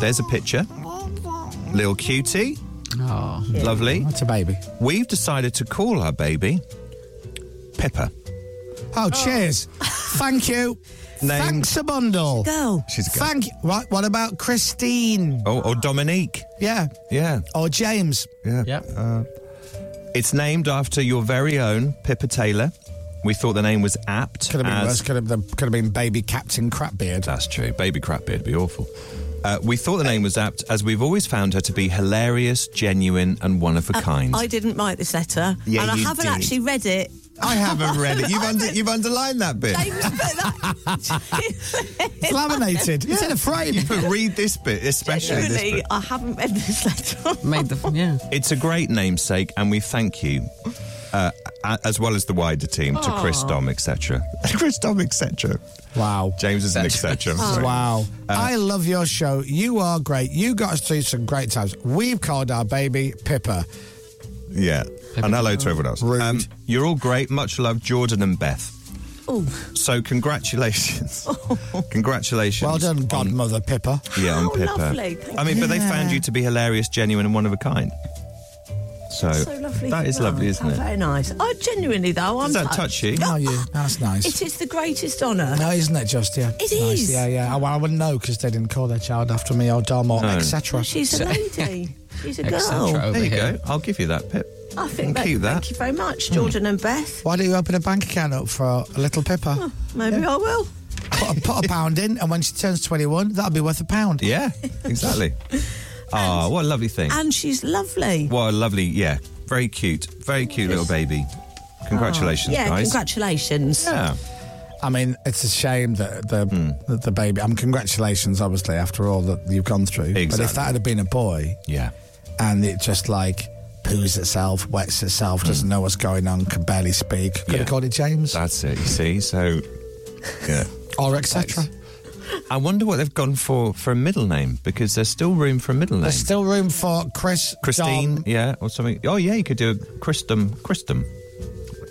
G: There's a picture. Little cutie.
H: Oh,
G: Lovely.
E: That's a baby.
G: We've decided to call our baby Pippa.
E: Oh, cheers. Thank you.
G: Name-
E: Thanks a bundle.
C: Go.
G: She's a girl.
E: Thank you. Right, what about Christine?
G: Oh, or Dominique.
E: Yeah.
G: Yeah.
E: Or James.
G: Yeah.
H: yep.
E: Uh,
G: It's named after your very own Pippa Taylor. We thought the name was apt.
E: Could have been
G: as-
E: worse. Could have, been, could have been baby Captain Crapbeard.
G: That's true. Baby Crapbeard would be awful. Uh, we thought the name was apt as we've always found her to be hilarious, genuine, and one of a kind.
C: Uh, I didn't write this letter,
G: Yeah,
C: and I
G: you
C: haven't
G: did.
C: actually read it.
G: I haven't read
C: [LAUGHS]
G: it. You've, under, you've underlined that bit.
C: James
G: [LAUGHS]
C: put that.
E: It's laminated. It's in a frame.
C: [LAUGHS]
G: You put read this bit, especially this
C: Genuinely,
G: bit.
C: I haven't read this letter.
H: Made the yeah.
G: It's a great namesake, and we thank you, uh, a- as well as the wider team, to Chris Dom, [LAUGHS] etc. Chris Dom, etc.
E: Wow.
G: James is an Um, etc. I'm sorry.
E: [LAUGHS] Oh. Wow.
G: Uh,
E: I love your show. You are great. You got us through some great times. We've called our baby Pippa.
G: Yeah. And hello to everyone else. Um,
E: Rude.
G: you're all great. Much love, Jordan and Beth. So congratulations. congratulations.
E: Well done, Godmother Pippa.
G: Yeah, on
C: How
G: Pippa.
C: lovely. Thank
G: I mean, but they
E: you.
G: found you to be hilarious, genuine, and one of a kind. So,
C: so lovely.
G: that is
C: Oh,
G: lovely,
C: how
G: isn't it?
C: Very nice. I genuinely though, I'm
G: Does that
C: touched. Oh,
G: touch you?
E: Now you. Oh, That's nice.
C: It is the greatest honour.
E: No, isn't it just, yeah?
C: It
E: Nice,
C: is.
E: Yeah, yeah. I, well, I wouldn't know because they didn't call their child after me or Dom or etc.
C: Oh, She's a lady.
G: [LAUGHS]
C: She's a
H: Etc.
C: girl.
H: over
G: There you
H: here.
G: go. I'll give you that, Pip.
C: I think that,
G: Keep that. Hmm.
C: Thank you very much, Jordan and Beth.
E: Why don't you open a bank account up for a little Pippa?
C: Maybe I will.
E: Put a, put a pound in, and when she turns 21, that'll be worth a pound.
G: Yeah,
E: [LAUGHS]
G: exactly. Ah, what a lovely thing.
C: And she's lovely.
G: What a lovely, yeah, very cute, very cute little baby. Congratulations,
C: Oh, yeah,
G: guys.
C: congratulations.
G: yeah. Hmm.
E: I mean, it's a shame that the that the baby. I mean, congratulations, obviously, after all that you've gone through. But if
G: Exactly.
E: that had been a boy,
G: Yeah.
E: and it just like poos itself, wets itself, doesn't know what's going on, can barely speak, could
G: Hmm. Yeah.
E: have called it James
G: That's it, you see? So,
E: [LAUGHS]
G: yeah.
E: or etc.
G: I wonder what they've gone for for a middle name because there's still room for a middle name.
E: There's still room for Chris,
G: Christine,
E: Dom,
G: yeah, or something. Oh, yeah, you could do a Christum, Christum,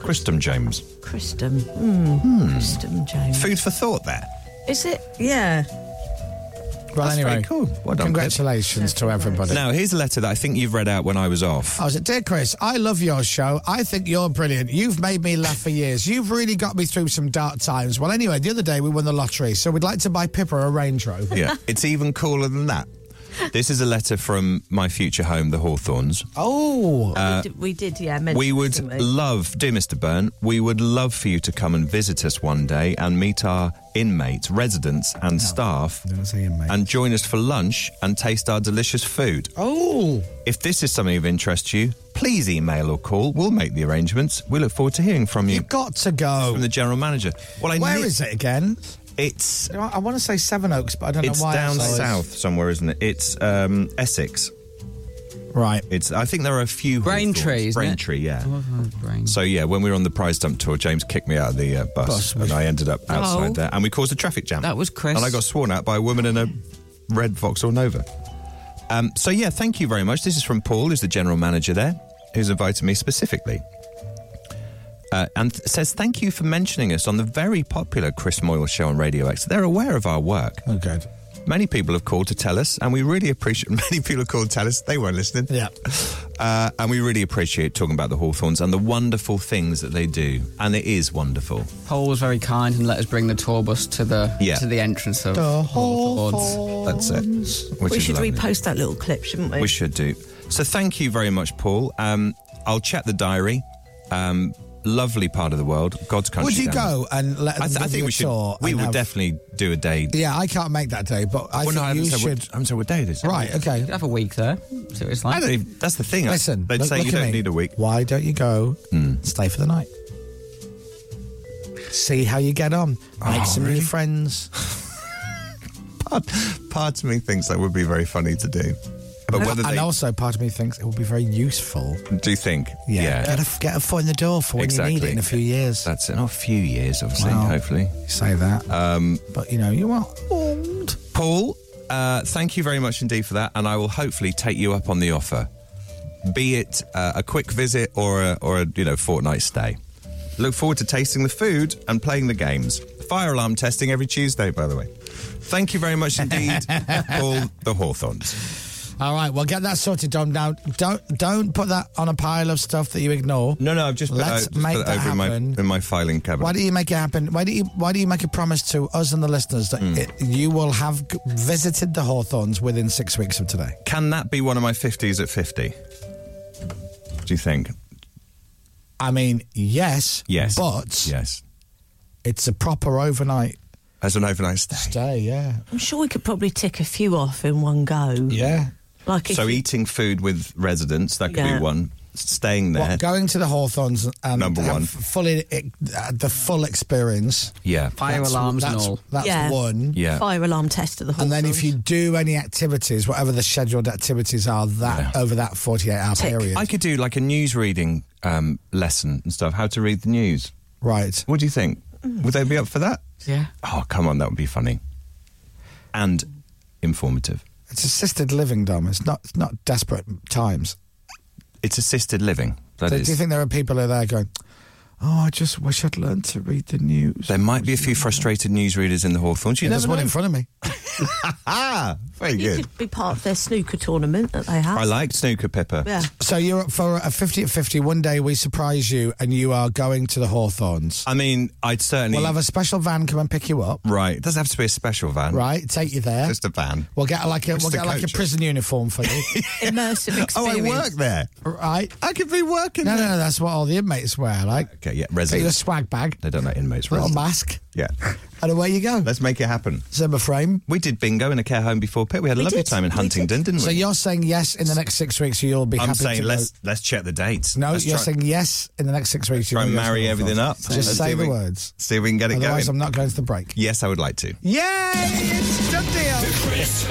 G: Christum James.
C: Christum.
G: Hmm.
C: Christum James.
G: Food for thought there.
C: Hmm. Is it? Yeah.
E: Well,
G: That's
E: anyway,
G: very cool. Well done,
E: congratulations to everybody.
G: Now, here's a letter that I think you've read out when I was
E: [LAUGHS]
G: off.
E: I was like, Dear Chris, I love your show. I think you're brilliant. You've made me laugh for years. You've really got me through some dark times. Well, anyway, the other day we won the lottery, so we'd like to buy Pippa a Range Rover.
G: Yeah. it's even cooler than that. This is a letter from my future home, the Hawthorns.
E: Oh,
G: Uh,
C: we, did, we did, yeah. mention
G: We
C: it,
G: would
C: didn't we?
G: love, dear Mr. Byrne, we would love for you to come and visit us one day and meet our inmates, residents, and staff. And join us for lunch and taste our delicious food.
E: Oh.
G: If this is something of interest to you, please email or call. We'll make the arrangements. We look forward to hearing from you. You've
E: got to go.
G: From the general manager. Well, I
E: Where
G: kni-
E: is it again?
G: It's.
E: I, want to say Seven Oaks, but I don't
G: it's
E: know why.
G: down
E: I-
G: south somewhere, isn't it? It's um, Essex.
E: Right.
G: It's. I think there are a few. Braintree. Braintree. Yeah.
H: Oh.
G: So yeah, when we were on the prize dump tour, James kicked me out of the uh, bus, and I ended up outside
H: Oh.
G: there, and we caused a traffic jam.
H: That was Chris.
G: And I got sworn at by a woman in a red Vauxhall Nova. Um, so yeah, thank you very much. This is from Paul, who's the general manager there, who's invited me specifically. Uh, and th- says thank you for mentioning us on the very popular Chris Moyle show on Radio X. They're aware of our work.
E: Oh, good.
G: Many people have called to tell us, and we really appreciate. [LAUGHS] Many people have called to tell us they weren't listening.
E: Yeah,
G: uh, and we really appreciate talking about the Hawthorns and the wonderful things that they do, and it is wonderful.
H: Paul was very kind and let us bring the tour bus to the
G: Yeah.
H: to the entrance of
G: The That's
H: Hawthorns.
G: it. Which
C: we
G: is
C: should
G: lovely.
C: repost that little clip, shouldn't we?
G: We should do. So thank you very much, Paul. Um, I'll check the diary. Um, lovely part of the world, God's country.
E: Would you
G: down
E: go and let
G: I,
E: them
G: th- I
E: give
G: think
E: you a
G: we should.
E: tour
G: We
E: and
G: would
E: have-
G: definitely do a day.
E: Yeah, I can't make that day, but I
G: Well, no, I
E: think
G: haven't
E: you
G: said what-
E: should.
G: I haven't said what day it is.
E: Right. Okay.
H: Have a week there. See what it's like.
G: I don't even- that's the thing. I-
E: Listen,
G: they'd
E: look-
G: say
E: look
G: you
E: at
G: don't
E: me.
G: need a week. Hmm.
E: Why don't you go stay for the night? See how you get on. Make
G: Oh,
E: some
G: really?
E: new friends.
G: Part, part of me thinks that would be very funny to do. [LAUGHS] But whether
E: and
G: they
E: also, part of me thinks it will be very useful.
G: do you think,
E: Yeah. Get, a, get a foot in the door for when you need it in a few years.
G: That's it. Not a few years, obviously,
E: Well,
G: hopefully.
E: You say
G: [LAUGHS]
E: that.
G: Um,
E: but, you know, you are old.
G: Paul, uh, thank you very much indeed for that. And I will hopefully take you up on the offer, be it uh, a quick visit or a, or a you know fortnight stay. Look forward to tasting the food and playing the games. Fire alarm testing every Tuesday, by the way. Thank you very much indeed,
E: [LAUGHS]
G: Paul the Hawthorns.
E: All right, well, get that sorted, Dom. Now, don't don't put that on a pile of stuff that you ignore.
G: No, no, I've just put, that-
E: Let's
G: just put
E: make
G: it
E: that
G: over in my,
E: happen.
G: in my filing cabinet.
E: Why don't you make it happen? Why do you Why do you make a promise to us and the listeners that
G: Hmm.
E: it, you will have g- visited the Hawthorns within six weeks of today?
G: Can that be one of my 50s at 50? Do you think?
E: I mean, yes,
G: Yes.
E: but
G: Yes.
E: it's a proper overnight
G: As an overnight stay.
E: stay. Yeah,
C: I'm sure we could probably tick a few off in one go.
E: Yeah.
C: Like if
G: So
C: you-
G: eating food with residents, that could
C: Yeah.
G: be one. Staying there.
E: What, going to the Hawthorns and
G: Number
E: have
G: one.
E: fully uh, the full experience.
G: yeah.
E: That's- that's, That's
C: Yeah.
E: one.
C: Fire alarm test at the
E: And
C: Hawthorns.
E: then if you do any activities, whatever the scheduled activities are, that over that forty-eight hour period,
G: I could do like a news reading um, lesson and stuff, how to read the news.
E: Right.
G: What do you think?
C: Mm.
G: Would they be up for that?
H: Yeah.
G: Oh, come on, that would be funny. And informative.
E: it's assisted living, Dom. It's not it's not desperate times.
G: It's assisted living. That
E: do,
G: is.
E: do you think there are people who are there going, "Oh, I just wish I'd learned to read the news"?
G: there might be a few frustrated newsreaders in the Hawthorns. You
E: There's
G: never
E: one
G: know.
E: in front of [LAUGHS] me.
G: ah, [LAUGHS] very
C: you
G: good.
C: could be part of their snooker tournament that they have.
G: I liked snooker, Pippa.
C: Yeah.
E: So you're up for a fifty at fifty. One day we surprise you, and you are going to the Hawthorns.
G: I mean, I'd certainly.
E: We'll have a special van come and pick you up.
G: Right. It doesn't have to be a special van.
E: Right, take you there.
G: Just a van.
E: We'll get like a
G: Just
E: we'll
G: a
E: get like a
G: coach.
E: prison uniform for you. [LAUGHS]
C: Immersive experience.
G: Oh, I work there.
E: right.
G: I could be working
E: No,
G: there.
E: no, no. That's what all the inmates wear. Like,
G: Okay, yeah,
E: get your
G: residents.
E: swag bag,
G: They don't like inmates.
E: little
G: residents.
E: mask,
G: [LAUGHS] Yeah.
E: and away you go.
G: Let's make it happen.
E: Zimmer frame.
G: We did bingo in a care home before Pitt. We had a
C: We
G: lovely
C: did.
G: time in
C: We
G: Huntingdon,
C: did.
G: didn't we?
E: So you're saying yes in the next six weeks, you'll be
G: I'm
E: happy
G: saying
E: to
G: let's
E: go.
G: let's check the dates.
E: No,
G: let's
E: you're
G: try,
E: saying yes in the next six weeks.
G: try
E: you'll
G: and
E: go yes
G: marry
E: to the
G: everything up.
E: Hawthorns. Just
G: Let's see
E: say
G: if
E: the
G: we-
E: words.
G: See if we can get it
E: Otherwise,
G: going.
E: I'm not going to the break.
G: yes, I would like to.
E: Yay! It's done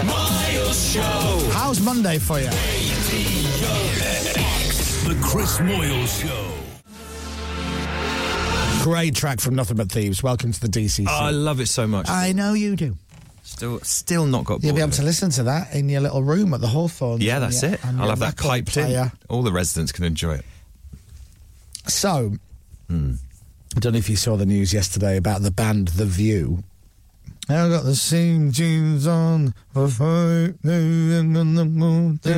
E: deal. How's Monday for you?
A: The Chris Moyle Show.
E: Great track from Nothing But Thieves. Welcome to the DCC.
G: I love it so much.
E: I know you do.
G: Still, still not got bored.
E: You'll be able
G: of
E: to
G: it.
E: listen to that in your little room at the Hawthorne.
G: Yeah, that's it. I'll have that piped
E: player.
G: in. All the residents can enjoy it.
E: So,
G: Hmm.
E: I don't know if you saw the news yesterday about the band The View. I got the same jeans on for five days and on the moon.
G: In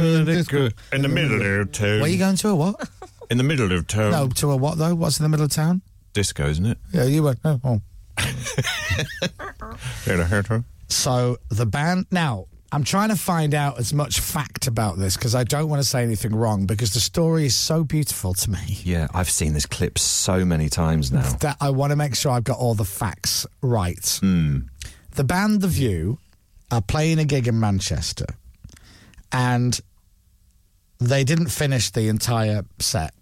G: the middle of town.
E: Where you going to a what?
G: In the middle of town.
E: no, to a what though? What's in the middle of town?
G: Disco, isn't it?
E: Yeah, you went. Oh, oh.
G: Yeah, I heard her.
E: So the band now I'm trying to find out as much fact about this because I don't want to say anything wrong because the story is so beautiful to me
G: Yeah, I've seen this clip so many times now.
E: that I want to make sure I've got all the facts right.
G: Hmm.
E: The band The View are playing a gig in Manchester and they didn't finish the entire set.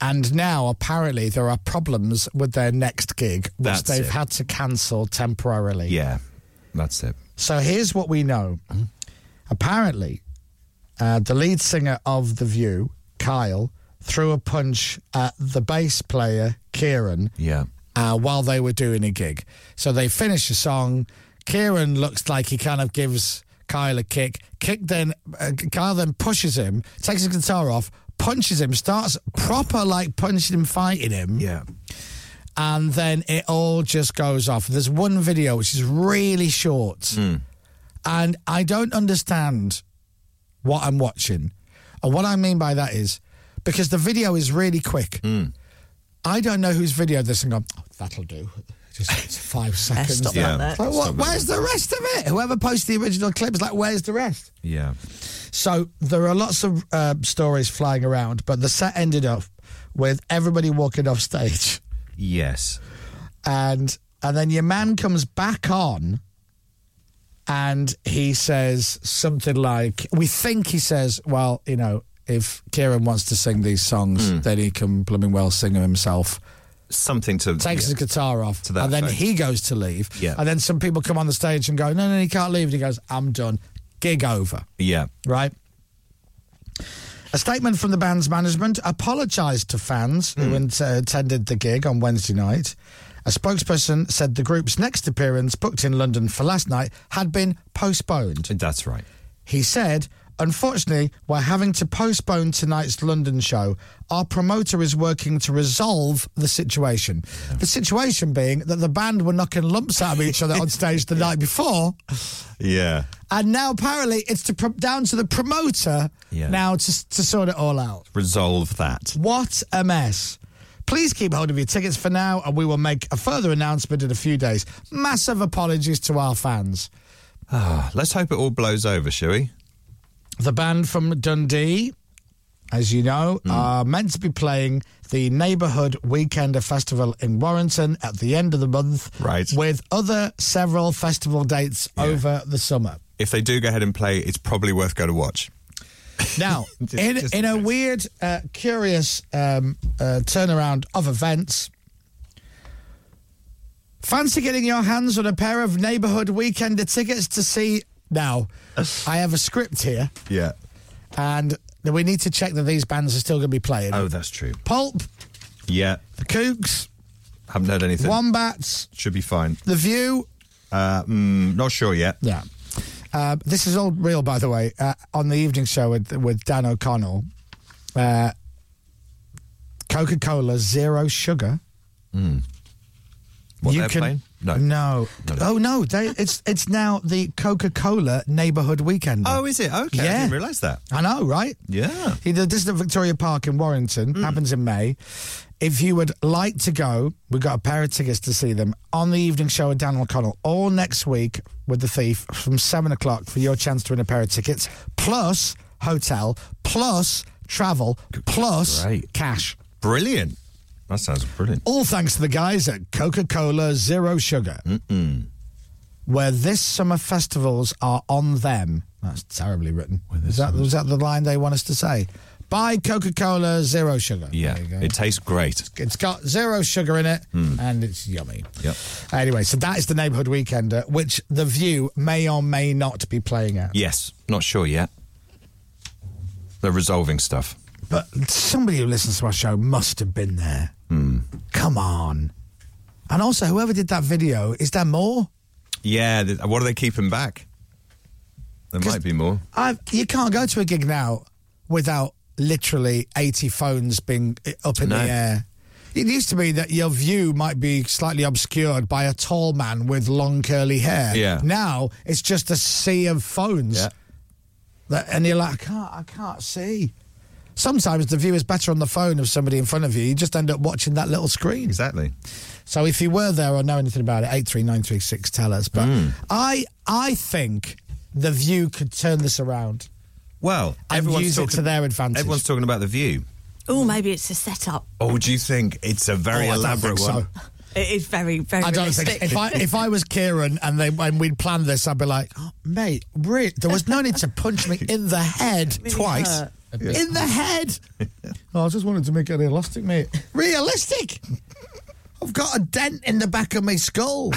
E: And now apparently there are problems with their next gig, which
G: That's
E: they've
G: it.
E: had to cancel temporarily.
G: Yeah, that's it.
E: So here's what we know. Apparently, uh, the lead singer of The View, Kyle, threw a punch at the bass player, Kieran,
G: Yeah.
E: uh, while they were doing a gig. So they finish the song. Kieran looks like he kind of gives Kyle a kick. Kick then, uh, Kyle then pushes him, takes his guitar off, punches him, starts proper like punching him, fighting him.
G: Yeah.
E: And then it all just goes off. There's one video which is really short.
C: Hmm.
E: And I don't understand what I'm watching. And what I mean by that is because the video is really quick.
C: Hmm.
E: I don't know who's videoed this and gone, oh, that'll do. Just it's five seconds.
C: not like Yeah. that.
E: It's like, what, where's the rest of it? Whoever posted the original clip is like, where's the rest?
G: Yeah.
E: So there are lots of uh, stories flying around, but the set ended up with everybody walking off stage
G: Yes.
E: and and then your man comes back on and he says something like we think he says well you know if kieran wants to sing these
G: Hmm.
E: songs then he can blooming well sing them himself
G: Something to
E: takes his
G: yeah.
E: guitar off
G: To that
E: and then
G: effect.
E: he goes to leave
G: Yeah.
E: and then some people come on the stage and go no no he can't leave and he goes i'm done gig over
G: yeah.
E: right? A statement from the band's management apologised to fans
G: Hmm.
E: who int- uh, attended the gig on Wednesday night. A spokesperson said the group's next appearance, booked in London for last night, had been postponed.
G: That's right.
E: He said, Unfortunately, we're having to postpone tonight's London show. Our promoter is working to resolve the situation. The situation being that the band were knocking lumps out of
G: [LAUGHS]
E: each other on stage the night before,
G: Yeah.
E: and now apparently it's to pro- down to the promoter
G: Yeah.
E: now to, to sort it all out.
G: Resolve that.
E: What a mess. Please keep hold of your tickets for now, and we will make a further announcement in a few days. Massive apologies to our fans.
G: Ah, let's hope it all blows over, shall we?
E: The band from Dundee, as you know,
G: Hmm.
E: are meant to be playing the Neighbourhood Weekender Festival in Warrington at the end of the month,
G: Right.
E: with other several festival dates over the summer.
G: If they do go ahead and play, it's probably worth go to watch.
E: Now,
G: [LAUGHS] Just-
E: in,
G: just
E: in a
G: in
E: weird, uh, curious um, uh, turnaround of events, fancy getting your hands on a pair of neighbourhood weekender tickets to see. Now, I have a script here,
G: Yeah.
E: and we need to check that these bands are still going to be playing.
G: Oh, that's true.
E: Pulp,
G: Yeah.
E: The Kooks,
G: Haven't heard anything.
E: Wombats,
G: Should be fine.
E: The View.
G: Uh, mm, not sure yet.
E: Yeah. Uh, this is all real, by the way. Uh, on the evening show with with Dan O'Connell, uh, Coca Cola Zero Sugar. Hmm.
G: What they're playing? No.
E: no. Oh no, they, it's it's now the Coca Cola Neighbourhood Weekend.
G: Oh, is it? Okay. I
E: Yeah.
G: didn't realise that.
E: I know, right?
G: Yeah. Mm.
E: He did this is at Victoria Park in Warrington. Happens in May. If you would like to go, we've got a pair of tickets to see them on the evening show with Dan O'Connell all next week with The Thief from seven o'clock for your chance to win a pair of tickets, plus hotel, plus travel, plus
G: Great.
E: cash.
G: Brilliant. That sounds brilliant.
E: All thanks to the guys at Coca Cola Zero Sugar,
G: Mm.
E: where this summer festivals are on them. That's terribly written. Is that, was that the line they want us to say? Buy Coca Cola Zero Sugar.
G: Yeah.
E: There you go.
G: It tastes great.
E: it's got zero sugar in it and it's yummy.
G: Yep.
E: Anyway, so that is the Neighbourhood Weekender, which The View may or may not be playing at.
G: Yes. Not sure yet. They're resolving stuff.
E: But somebody who listens to our show must have been there. Come on. And also, whoever did that video, is there more?
G: Yeah. Th- what are they keeping back? There
E: 'Cause
G: might be more.
E: I've, you can't go to a gig now without literally 80 phones being i- up in
G: No.
E: the air. It used to be that your view might be slightly obscured by a tall man with long curly hair.
G: Yeah.
E: Now it's just a sea of phones.
G: Yeah.
E: That, and you're like, I can't, I can't see. Sometimes the view is better on the phone of somebody in front of you. You just end up watching that little screen.
G: Exactly.
E: So if you were there or know anything about it, eight three nine three six, tell us. But I I think the view could turn this around.
G: Well,
E: And
G: everyone's
E: use it
G: talking
E: to their advantage.
G: Everyone's talking about the view.
C: Oh, maybe it's a setup.
G: Oh, do you think it's a very
E: Oh, I don't
G: elaborate
E: think so.
G: one?
C: It is very, very.
E: I don't
C: realistic.
E: think if I if I was Kieran and they and we'd planned this, I'd be like, oh, mate, re- there was no need to punch me in the head
C: Really
E: twice.
C: hurt.
E: In the head. oh, I just wanted to make it realistic, mate. [LAUGHS] Realistic. I've got a dent in the back of my skull.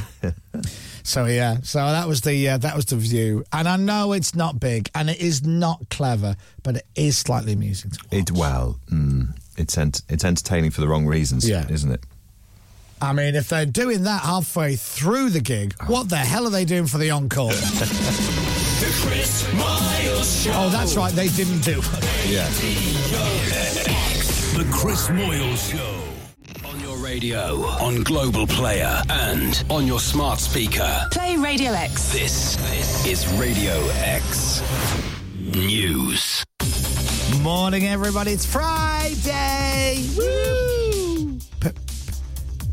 E: [LAUGHS] so yeah, so that was the uh, that was the view, and I know it's not big and it is not clever, but it is slightly amusing. To
G: It well, mm, it's ent- it's entertaining for the wrong reasons,
E: Yeah.
G: isn't it?
E: I mean, if they're doing that halfway through the gig, what the hell are they doing for the encore?
D: The Chris Miles Show.
E: oh, that's right, they didn't do.
G: Yeah.
D: The Chris Moyle Show. On your radio, on Global Player, and on your smart speaker.
L: Play Radio X.
D: This is Radio X News.
E: Morning, everybody. It's Friday. Woo! Pip,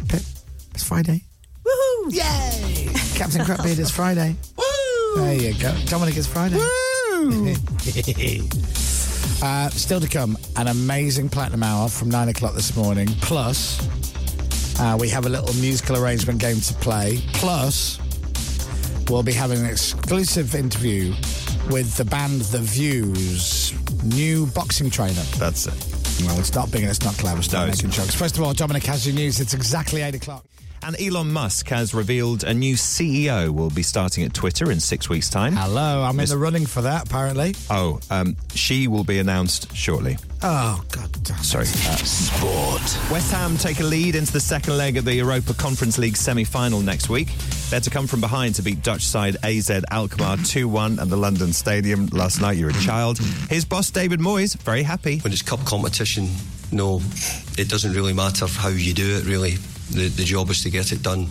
E: pip. It's Friday. Oh, Woohoo! Yay! Captain Crapbeard, it's Friday. Woo! There you go. Dominic, it's Friday. Woo! [LAUGHS] uh, still to come, an amazing platinum hour from nine o'clock this morning. Plus, uh, we have a little musical arrangement game to play. Plus, we'll be having an exclusive interview with the band The Views, new boxing trainer.
G: That's it.
E: Well, it's not big and it's not clever. Stop
G: No, it's
E: making jokes. First of all, Dominic has your news. It's exactly eight o'clock.
G: And Elon Musk has revealed a new CEO will be starting at Twitter in six weeks' time.
E: Hello, I'm in the running for that, apparently.
G: Oh, um, she will be announced shortly.
E: Oh, God.
G: Sorry. Uh, sport. West Ham take a lead into the second leg of the Europa Conference League semi final next week. They're to come from behind to beat Dutch side AZ Alkmaar 2 1 at the London Stadium. Last night, you're a child. His boss, David Moyes, very happy.
K: When it's cup competition, no, it doesn't really matter how you do it, really. The, the job is to get it done.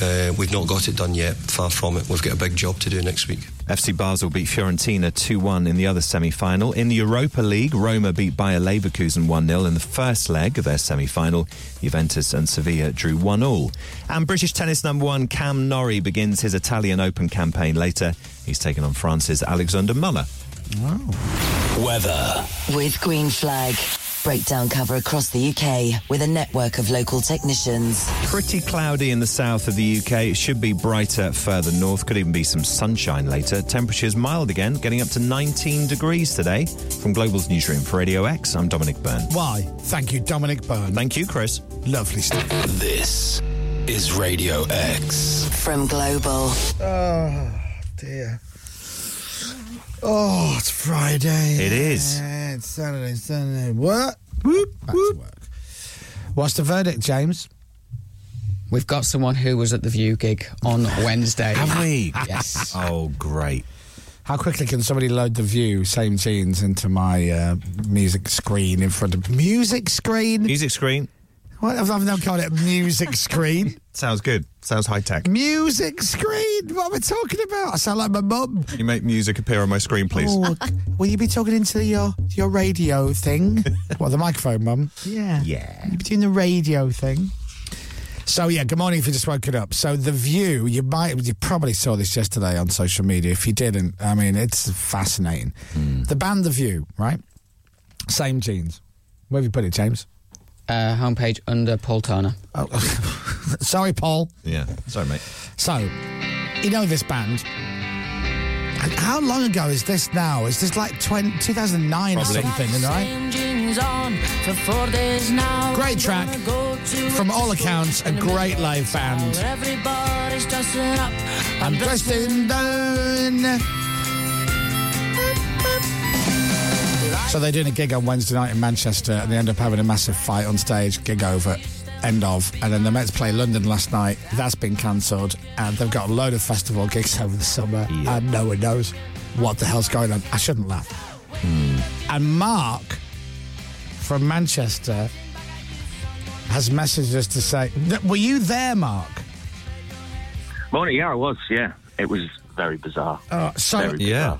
K: Uh, we've not got it done yet, far from it. We've got a big job to do next week.
G: FC Basel beat Fiorentina 2 1 in the other semi final. In the Europa League, Roma beat Bayer Leverkusen 1 0 in the first leg of their semi final. Juventus and Sevilla drew 1 all. And British tennis number one Cam Norrie begins his Italian Open campaign later. He's taken on France's Alexander Muller.
D: Weather.
B: With Green Flag. Breakdown cover across the UK with a network of local technicians.
G: Pretty cloudy in the south of the UK. It should be brighter further north. Could even be some sunshine later. Temperatures mild again, getting up to 19 degrees today. From Global's newsroom for Radio X, I'm Dominic Byrne.
E: Why? Thank you, Dominic Byrne.
G: Thank you, Chris.
E: Lovely stuff.
D: This is Radio X.
B: From Global.
E: Oh, dear. Oh, it's Friday.
G: It is.
E: Yeah, it's Saturday, Sunday. What? Whoop, Back to work. What's the verdict, James?
H: We've got someone who was at the View gig
E: [LAUGHS]
H: on Wednesday.
G: Have we?
H: [LAUGHS] Yes.
G: Oh, great.
E: How quickly can somebody load the view, same scenes, into my uh, music screen in front of music screen?
G: Music screen.
E: What I've I've now called it music screen.
G: Sounds good. Sounds high tech.
E: music screen. What am I talking about? I sound like my mum.
G: You make music appear on my screen, please.
E: Oh, will you be talking into your your
G: [LAUGHS]
E: radio thing? what the microphone, mum? Yeah.
G: Yeah.
E: You be doing the radio thing. So yeah, good morning. If you just woke it up, so the view you might you probably saw this yesterday on social media. If you didn't, I mean it's fascinating.
H: Hmm.
E: The band The View, right? Same jeans. Where have you put it, James?
H: Uh, homepage under Paul Turner.
E: Oh, [LAUGHS] sorry, Paul.
G: Yeah. Sorry, [LAUGHS] mate.
E: So, you know this band. And How long ago is this now? Is this like 20, 2009
G: Probably.
E: or something, right? Great track. From all accounts, a great live band. I'm dressed in down. So they're doing a gig on Wednesday night in Manchester and they end up having a massive fight on stage, gig over, end of. And then the Mets play London last night. That's been cancelled. And they've got a load of festival gigs [LAUGHS] over the summer and no one knows what the hell's going on. I shouldn't laugh. And Mark from Manchester has messaged us to say, Were you there, Mark?
M: Morning, yeah, I was, yeah. It was very bizarre.
E: Uh, so-
M: Very
G: Yeah.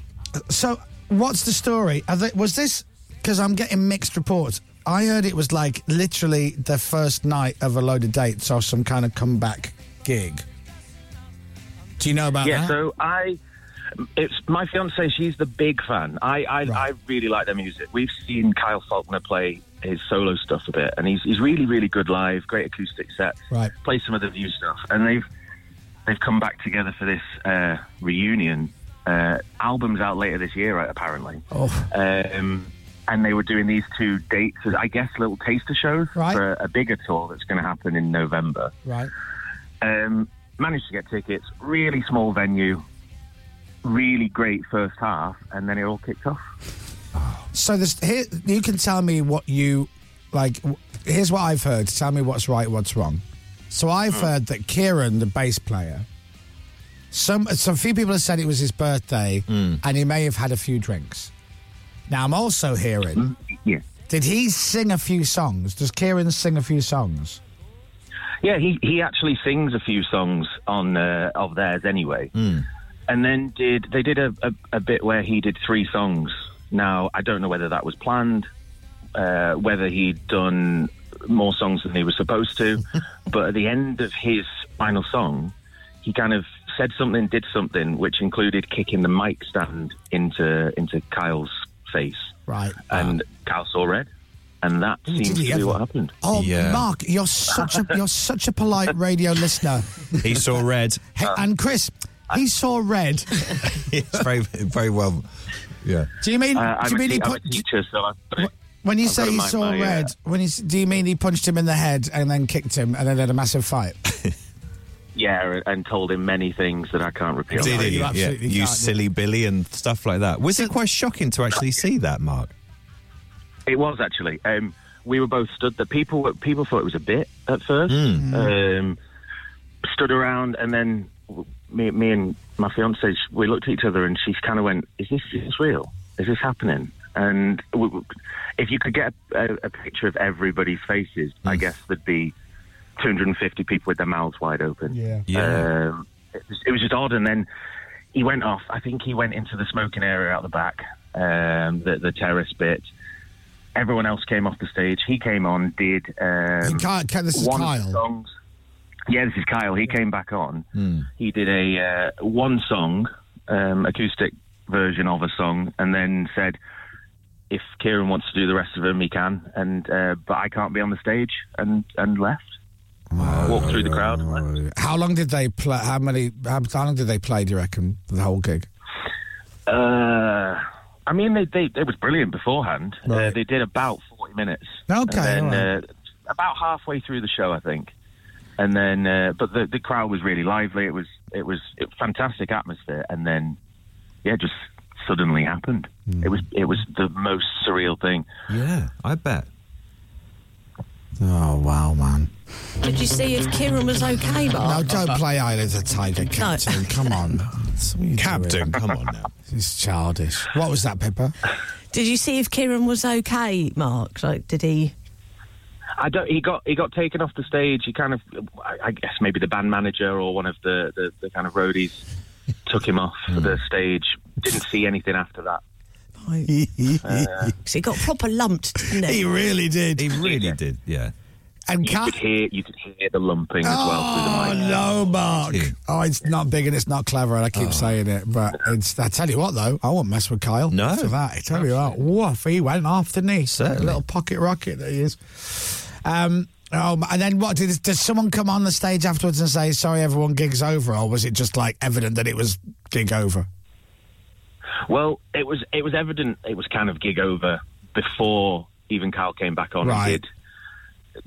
E: So, what's the story? Are they, was this because I'm getting mixed reports? I heard it was like literally the first night of a load of dates or some kind of comeback gig. Do you know about
M: yeah,
E: that?
M: so I It's my fiance. She's the big fan. I I, I really like their music. We've seen Kyle Faulkner play his solo stuff a bit, and he's he's really really good live. Great acoustic set.
E: Right.
M: Play some of the View stuff, and they've they've come back together for this uh, reunion. Uh, albums out later this year, apparently.
E: Oh.
M: Um, and they were doing these two dates as I guess little taster shows
E: Right.
M: for a bigger tour that's going to happen in November.
E: Right.
M: Um, managed to get tickets. Really small venue. Really great first half, and then it all kicked off.
E: So this here you can tell me what you like. w- Here's what I've heard. Tell me what's right, what's wrong. So I've
G: Hmm.
E: heard that Kieran, the bass player, some some few people have said it was his birthday,
G: Hmm.
E: and he may have had a few drinks. Now I'm also hearing.
M: Yeah.
E: Did he sing a few songs? Does Kieran sing a few songs?
M: Yeah, he, he actually sings a few songs on uh, of theirs anyway, and then did they did a, a, a bit where he did three songs. Now I don't know whether that was planned, uh, whether he'd done more songs than he was supposed
E: [LAUGHS]
M: to, but at the end of his final song, he kind of said something, did something, which included kicking the mic stand into into Kyle's face,
E: right?
M: And Kyle saw red, and that
E: Ooh,
M: seems
E: did
M: to
E: he
M: be
E: ever?
M: what happened.
E: Oh, Mark, you're such a you're such a polite
G: [LAUGHS]
E: radio listener.
G: He saw red.
E: Hey, and Chris, he saw red.
G: it's very, very well. Yeah.
E: Do you mean?
M: Uh,
E: do
M: I'm,
E: you
M: a,
E: mean he
M: te- I'm a
E: put?
M: teacher, so I,
E: When you
M: I've
E: say
M: got
E: he
M: my-
E: saw
M: my, uh,
E: red, when he, do you mean he punched him in the head and then kicked him and then had a massive fight?
M: yeah, and told him many things that I can't repeat.
G: Did he?
M: You
G: yeah.
M: absolutely
G: you
M: can't,
G: silly Billy and stuff like that. Was it quite shocking to actually see that, Mark?
M: It was actually. Um, we were both stood there. People were, people thought it was a bit at first. Um, stood around, and then w- me, me and my fiance, sh- we looked at each other, and she kind of went, "Is this, is this real? Is this happening?" And w- w- if you could get a, a picture of everybody's faces, I guess there'd be 250 people with their mouths wide open.
E: Yeah.
M: Yeah. Um, it, was, it was just odd, and then he went off. I think he went into the smoking area out the back, um, the, the terrace bit. Everyone else came off the stage. He came on, did. Um,
E: Kyle- Kyle- this is
M: one of the
E: Kyle.
M: Songs. Yeah, this is Kyle. He came back on.
G: Hmm.
M: He did a uh, one song, um, acoustic version of a song, and then said, "If Kieran wants to do the rest of them, he can." And uh, but I can't be on the stage, and and left. Walked through the crowd. and left.
E: How long did they play? How many? How, how long did they play? Do you reckon the whole gig?
M: Uh, I mean, they, they it was brilliant beforehand. Uh,
E: Right.
M: they did about forty minutes. And
E: Okay,
M: then,
E: all right.
M: uh, about halfway through the show, I think. And then, uh, but the the crowd was really lively. It was it was a fantastic atmosphere. And then, yeah, just suddenly happened.
E: Hmm.
M: It was it was the most surreal thing.
G: Yeah, I bet.
E: Oh wow, man!
C: Did you see if Kieran was okay,
E: No,
C: Mark?
E: don't play Island of Tiger, Captain. Come [LAUGHS] on,
G: Captain, come on now.
E: It's childish. What was that, Pippa?
C: Did you see if Kieran was okay, Mark? Like, did he?
M: I don't. He got he got taken off the stage. He kind of, I, I guess maybe the band manager or one of the the, the kind of roadies took him off
E: Hmm.
M: the stage. Didn't see anything after that.
E: [LAUGHS]
C: Because Uh, he got proper lumped, didn't he?
E: did.
G: He really did. [LAUGHS] Yeah.
E: And
M: you could hear you could hear the lumping as well
E: Oh
M: through the mic. Oh.
E: no, Mark! Oh, it's not big and it's not clever, and I keep saying it, but it's. I tell you what, though, I won't mess with Kyle.
G: No.
E: for that. I tell you what, woof, he went off, didn't he?
G: Certainly.
E: A little pocket rocket that he is. Um. Oh, and then what? Did did someone come on the stage afterwards and say, "Sorry, everyone, gig's over," or was it just like evident that it was
M: [LAUGHS]
E: gig over?
M: Well, it was it was evident it was kind of gig over before even Kyle came back on
E: Right.
M: and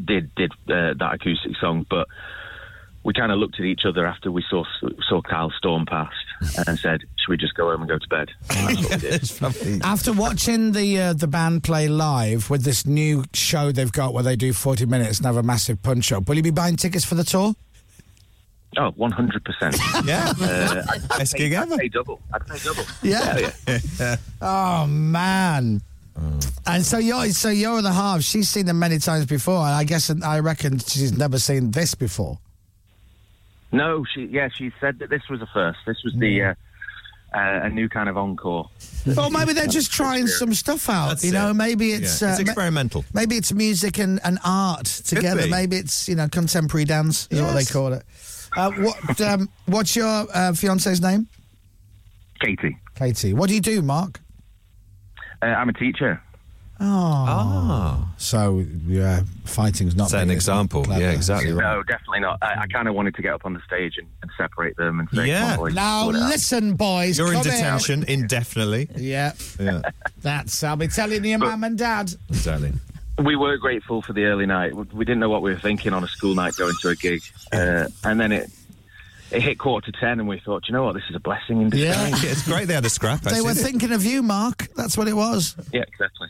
M: did did did uh, that acoustic song, but. We kind of looked at each other after we saw saw Kyle storm past
G: [LAUGHS]
M: and said, "Should we just go home and go to bed?" And that's what we did.
E: After watching the uh, the band play live with this new show they've got where they do forty minutes and have a massive punch up, will you be buying tickets for the tour?
M: Oh, 100%.
G: Yeah.
M: Uh, I'd, I'd
G: Best
M: pay,
G: gig
M: I'd
G: ever.
M: pay double. I'd pay double.
E: Yeah.
M: yeah.
G: [LAUGHS]
E: Oh man. And so you're so you're the half. She's seen them many times before, and I guess and I reckon she's never seen this before.
M: No, she yeah, she said that this was a first. This was the uh, uh, a new kind of encore.
E: or maybe they're just trying some stuff out.
G: That's
E: you know,
G: it.
E: maybe
G: Yeah.
E: it's uh,
G: It's
E: ma-
G: experimental.
E: Maybe it's music and, and art together.
G: be.
E: Maybe it's you know contemporary dance is what they
G: Yes.
E: call it. Uh, what um, what's your uh, fiance's name?
M: Katie.
E: Katie. What do you do, Mark?
M: Uh, I'm a teacher.
E: Oh. So, yeah, fighting's not.
G: Ah. Set an
E: being-
G: example.
E: clever.
G: Yeah, exactly right.
M: No, definitely not. I, I kind of wanted to get up on the stage and, and separate them and say,
G: Yeah.
M: "Come on, boys,
E: Now
M: sort it out."
E: listen, boys.
G: You're in
E: come here.
G: detention indefinitely.
E: Yeah,
G: Yeah,
E: that's. I'll be telling your mum and dad.
G: exactly.
M: we were grateful for the early night. We we didn't know what we were thinking on a school night going to a gig, uh, and then it it hit quarter to ten, and we thought, "Do you know what, this is a blessing in disguise.
G: Yeah, it's great they had a scrap.
E: They were thinking of you, Mark. That's what it was.
M: Yeah, exactly.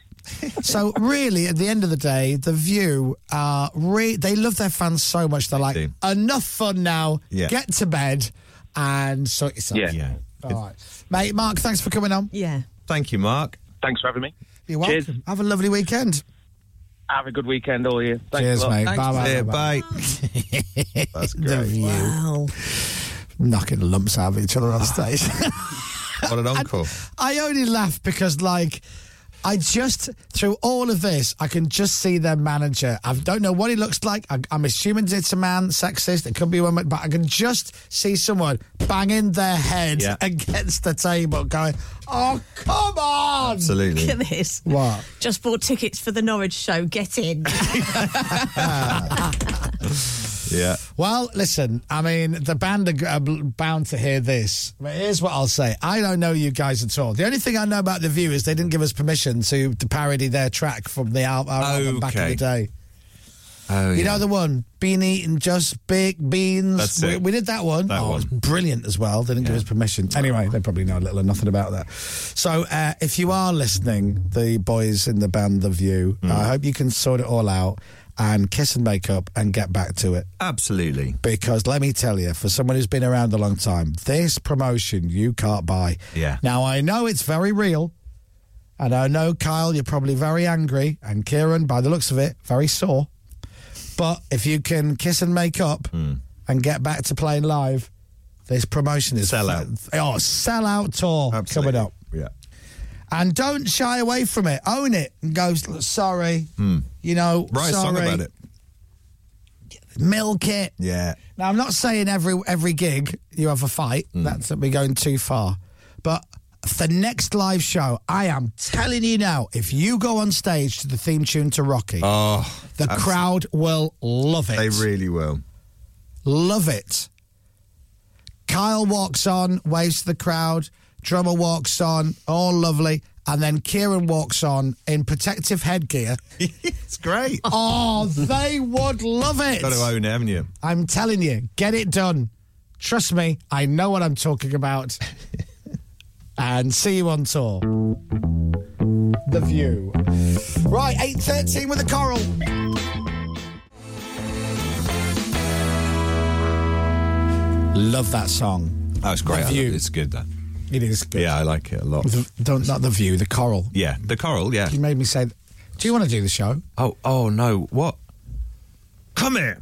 E: so really, at the end of the day, the View are re- they love their fans so much. They're like, enough fun now.
G: Yeah.
E: Get to bed and sort yourself.
G: Yeah.
E: out." All right, mate. Mark, thanks for coming on.
C: Yeah.
G: Thank you, Mark.
M: Thanks for having me.
E: You're welcome.
M: Cheers.
E: Have a lovely weekend.
M: Have a good weekend, all you. Thanks
E: Cheers,
M: a lot.
E: mate. Bye-bye.
G: Yeah,
E: Bye-bye.
G: bye.
E: [LAUGHS] That's great. The View. Knocking lumps out of each other on stage. [LAUGHS]
G: What an uncle.
E: I only laugh because, like, I just through all of this, I can just see their manager. I don't know what he looks like. I, I'm assuming it's a man, sexist. It could be a woman, but I can just see someone banging their head
G: Yeah.
E: [LAUGHS] against the table, going, "Oh, come on!"
G: Absolutely.
C: Look at this.
E: What?
C: Just bought tickets for the Norwich show.
E: [LAUGHS]
C: Get in.
G: Ah. Yeah.
E: Well, listen, I mean, the band are, g- are bl- bound to hear this. But here's what I'll say I don't know you guys at all. The only thing I know about The View is they didn't give us permission to, to parody their track from the al- our album back in
G: Okay.
E: the day.
G: Oh,
E: You
G: yeah.
E: know the one, been eating just baked beans.
G: That's
E: we,
G: it.
E: we did that one.
G: That
E: oh,
G: one.
E: it was brilliant as well. They didn't give us permission. Anyway, they probably know little or nothing about that. So, uh, if you are listening, the boys in the band, The View,
G: Mm.
E: I hope you can sort it all out and kiss and make up and get back to it.
G: Absolutely.
E: Because let me tell you, for someone who's been around a long time, this promotion you can't buy.
G: Yeah.
E: Now I know it's very real, and I know Kyle, you're probably very angry, and Kieran, by the looks of it, very sore. But if you can kiss and make up
G: Mm. Hmm.
E: and get back to playing live, this promotion is
G: Sell out.
E: Oh, sell out tour
G: Absolutely.
E: coming up,
G: Yeah.
E: and don't shy away from it. Own it and go. "Look, Sorry, you know.
G: Write a
E: sorry.
G: Hmm. song about it.
E: Milk it.
G: Yeah.
E: Now, I'm not saying every every gig you have a fight.
G: Mm.
E: That's that we're going too far. But the next live show, I am telling you now, if you go on stage to the theme tune to Rocky,
G: Oh,
E: the
G: abs-
E: crowd will love it.
G: They really will.
E: love it. Kyle walks on, waves to the crowd. Drummer walks on, all lovely. And then Kieran walks on in protective headgear.
G: [LAUGHS] it's great.
E: oh, they would love it.
G: Got to own it, haven't you?
E: I'm telling you, get it done. Trust me, I know what I'm talking about. and see you on tour. The View. Right, 8.13 with a coral. Love that song.
G: Oh, it's great.
E: The
G: I love
E: View.
G: it. It's good, though.
E: It is good.
G: Yeah, I like it a lot.
E: The, don't, not The View, The Coral.
G: Yeah. The coral, yeah.
E: You made me say, do you want to do the show?
G: Oh, oh, no. What? Come here.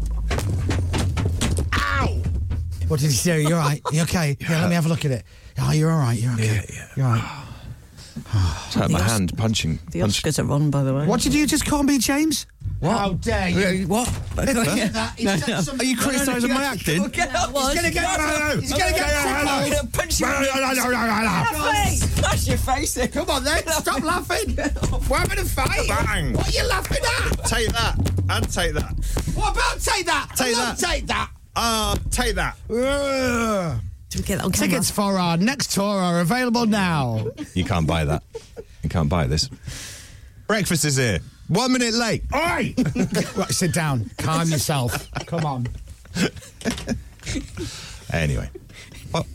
E: What did you do? You're right. You okay? Yeah. let me have a look at it. Oh, you're all right. You're okay.
G: Yeah, yeah.
E: You're all right.
G: Hurt my hand punching.
C: The
G: punch-
C: Oscars are on, by the way.
E: What did you just call me, James? What? Uh, How dare you? [LAUGHS]
H: What?
E: Are you criticising my acting?
H: Get up.
E: He's gonna get He's gonna get
H: Punch him in the- Smash your face in.
E: Come on then, stop laughing. We're having a fight.
G: Bang.
E: What are you laughing at?
G: Take that. And take that.
E: What about take that?
G: Take
E: I love
G: that.
E: Take that.
G: Ah, take that.
E: Ugh.
C: Did we get that on camera?
E: Tickets for our next tour are available now.
G: You can't buy that. You can't buy this. Breakfast is here. One minute late.
E: Oi! [LAUGHS] right, sit down. Calm yourself. Come on.
G: Anyway. What?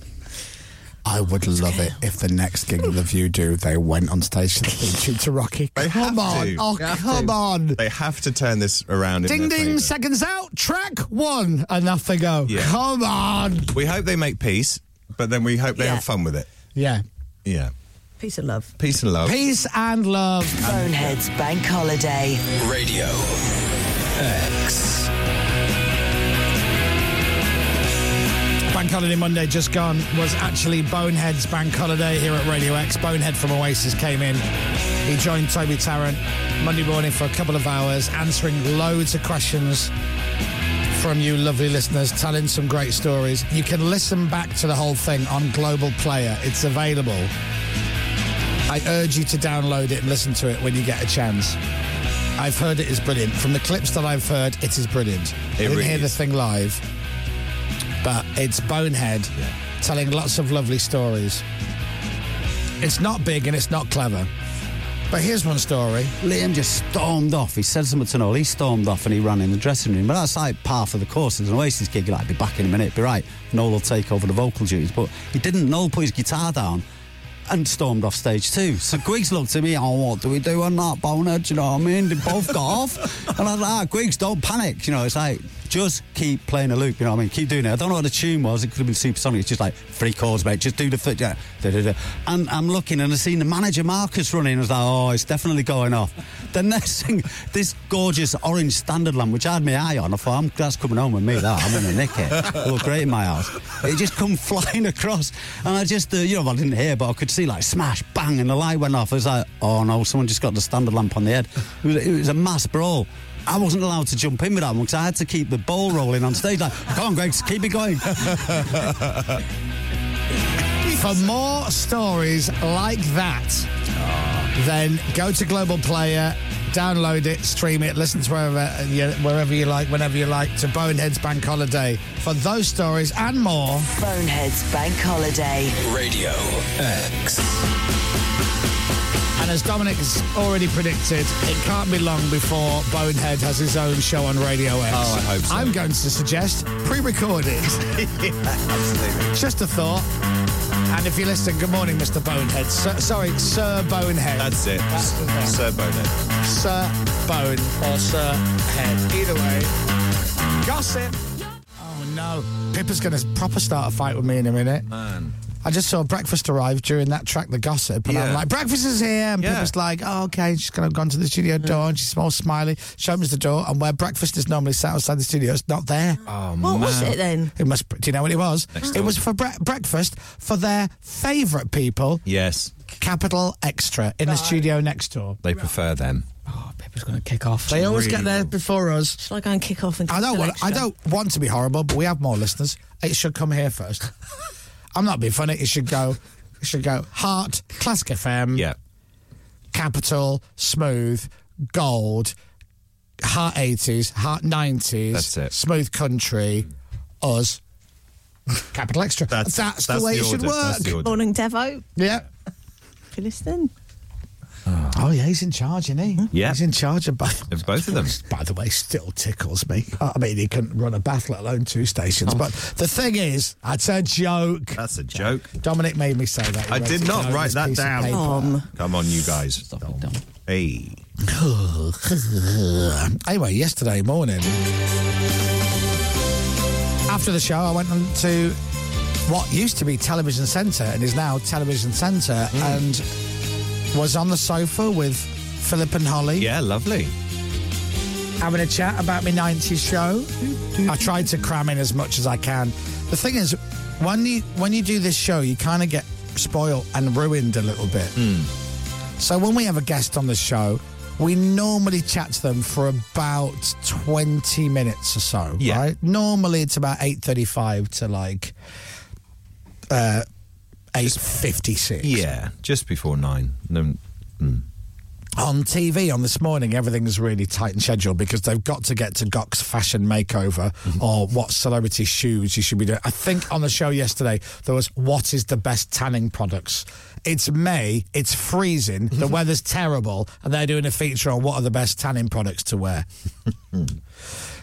E: I would love it if the next gig of the View do they went on stage to the YouTube
G: [LAUGHS]
E: to Rocky.
G: They
E: come
G: have
E: on,
G: to.
E: oh
H: They have
E: come
H: to.
E: on!
G: They have to turn this around. in
E: Ding
G: their
E: ding,
G: favour.
E: seconds out, track one, and off they go.
G: Yeah.
E: Come on.
G: We hope they make peace, but then we hope they
C: Yeah.
G: have fun with it.
E: Yeah.
G: Yeah.
C: Piece of love.
G: Peace and love.
E: Peace and love.
B: Boneheads Bank Holiday.
D: Radio X.
E: Bank Holiday Monday just gone was actually Bonehead's Bank Holiday here at Radio X. Bonehead from Oasis came in. He joined Toby Tarrant Monday morning for a couple of hours, answering loads of questions from you, lovely listeners, telling some great stories. You can listen back to the whole thing on Global Player. It's available. I urge you to download it and listen to it when you get a chance. I've heard it is brilliant. From the clips that I've heard, it is brilliant. I didn't
G: really
E: hear the thing live, but it's Bonehead telling lots of lovely stories. It's not big and it's not clever. But here's one story.
L: Liam just stormed off. He said something to Noel. He stormed off and he ran in the dressing room. But that's like par for the course. It's an Oasis gig. You're like, be back in a minute. Be right. Noel will take over the vocal duties. But he didn't. Noel put his guitar down and stormed off stage too. So Griggs looked at me. Oh, what do we do on that bonehead? Do you know what I mean? They both got off. And I was like, ah, Griggs, don't panic. You know, it's like, just keep playing a loop. You know what I mean? Keep doing it. I don't know what the tune was. It could have been supersonic. It's just like three chords, mate. Just do the foot. Yeah. Da, da, da. And I'm looking and I seen the manager Marcus running. I was like, oh, it's definitely going off. [LAUGHS] The next thing, this gorgeous orange standard lamp, which I had my eye on. I thought, I'm, that's coming home with me. That I'm going to nick it. It'll look great in my house. It just come [LAUGHS] flying across, and I just, uh, you know, I didn't hear, but I could see like smash, bang, and the light went off. I was like, oh no, someone just got the standard lamp on the head. It was, it was a mass brawl. I wasn't allowed to jump in with that one because I had to keep the ball rolling on stage. Like, come on, Greg, keep it going.
E: For more stories like that, then go to Global Player, download it, stream it, listen to wherever you, wherever you like, whenever you like, to Bonehead's Bank Holiday for those stories and more.
B: Bonehead's Bank Holiday.
D: Radio X.
E: And as Dominic has already predicted, it can't be long before Bonehead has his own show on Radio X.
G: Oh, I hope so.
E: I'm going to suggest pre-recorded.
G: [LAUGHS] absolutely.
E: Just a thought. And if you listen, good morning, Mr. Bonehead. Sir, sorry, Sir Bonehead.
G: That's it.
E: That's the thing.
G: Sir Bonehead.
E: Sir Bone or Sir Head. Either way, gossip. Oh no, Pippa's going to proper start a fight with me in a minute.
G: Man.
E: I just saw breakfast arrive during that track, The Gossip, and I'm
G: Yeah.
E: like, breakfast is here. And
G: Yeah.
E: Pippa's like, oh, okay. She's kind of gone to the studio door and she's all smiley. Showed me the door, and where breakfast is normally sat outside the studio, it's not there.
G: Oh,
C: What was man. it then?
E: It must. Do you know what it was?
G: Next
E: it
G: door.
E: was for bre- breakfast for their favourite people,
G: Yes,
E: Capital Extra, in the studio next door.
G: they prefer them.
E: Pippa's going to Oh, kick off. They always get
G: Really
E: there before us.
C: Shall I go and kick off and
E: I don't want. I don't want to be horrible, but we have more listeners. It should come here
C: [LAUGHS]
E: first. I'm not being funny. It should go. It should go. Heart, Classic FM.
G: Yeah.
E: Capital, smooth, gold, heart eighties, heart nineties.
G: That's it. Mm.
E: Smooth country, us. Capital extra. That's, the
G: that's
E: way
G: the
E: it should
G: order, that's the
E: work.
G: order.
C: Morning, Devo.
E: Yeah.
C: If you're listening.
E: Oh yeah, he's in charge, isn't he?
G: Mm-hmm. Yeah.
E: He's in charge of both.
G: Of both of them.
E: [LAUGHS] By the way, still tickles me. I mean, he couldn't run a bath, let alone two stations. But the thing is, that's a joke.
G: Oh. That's a joke.
E: Dominic made me say that. He
G: I
E: wrote
G: did
E: it
G: not
E: down on
G: write
E: this
G: that
E: piece of
G: down.
E: paper.
G: Come on, you guys. Hey.
E: [SIGHS] anyway, yesterday morning, after the show, I went on to what used to be Television Centre and is now Television Centre
G: Mm.
E: and was on the sofa with Philip and Holly.
G: Yeah, lovely.
E: having a chat about my 90s show. I tried to cram in as much as I can. The thing is, when you when you do this show, you kind of get spoiled and ruined a little bit.
G: Hmm.
E: So when we have a guest on the show, we normally chat to them for about 20 minutes or so,
G: Yeah.
E: right? Normally it's about 8:35 to like uh 8:56.
G: Yeah, just before nine. No,
E: on TV on this morning, everything's really tight and scheduled because they've got to get to Gox fashion makeover or what celebrity shoes you should be doing. I think on the show yesterday there was what is the best tanning products. It's May, it's freezing, the weather's terrible, and they're doing a feature on what are the best tanning products to wear.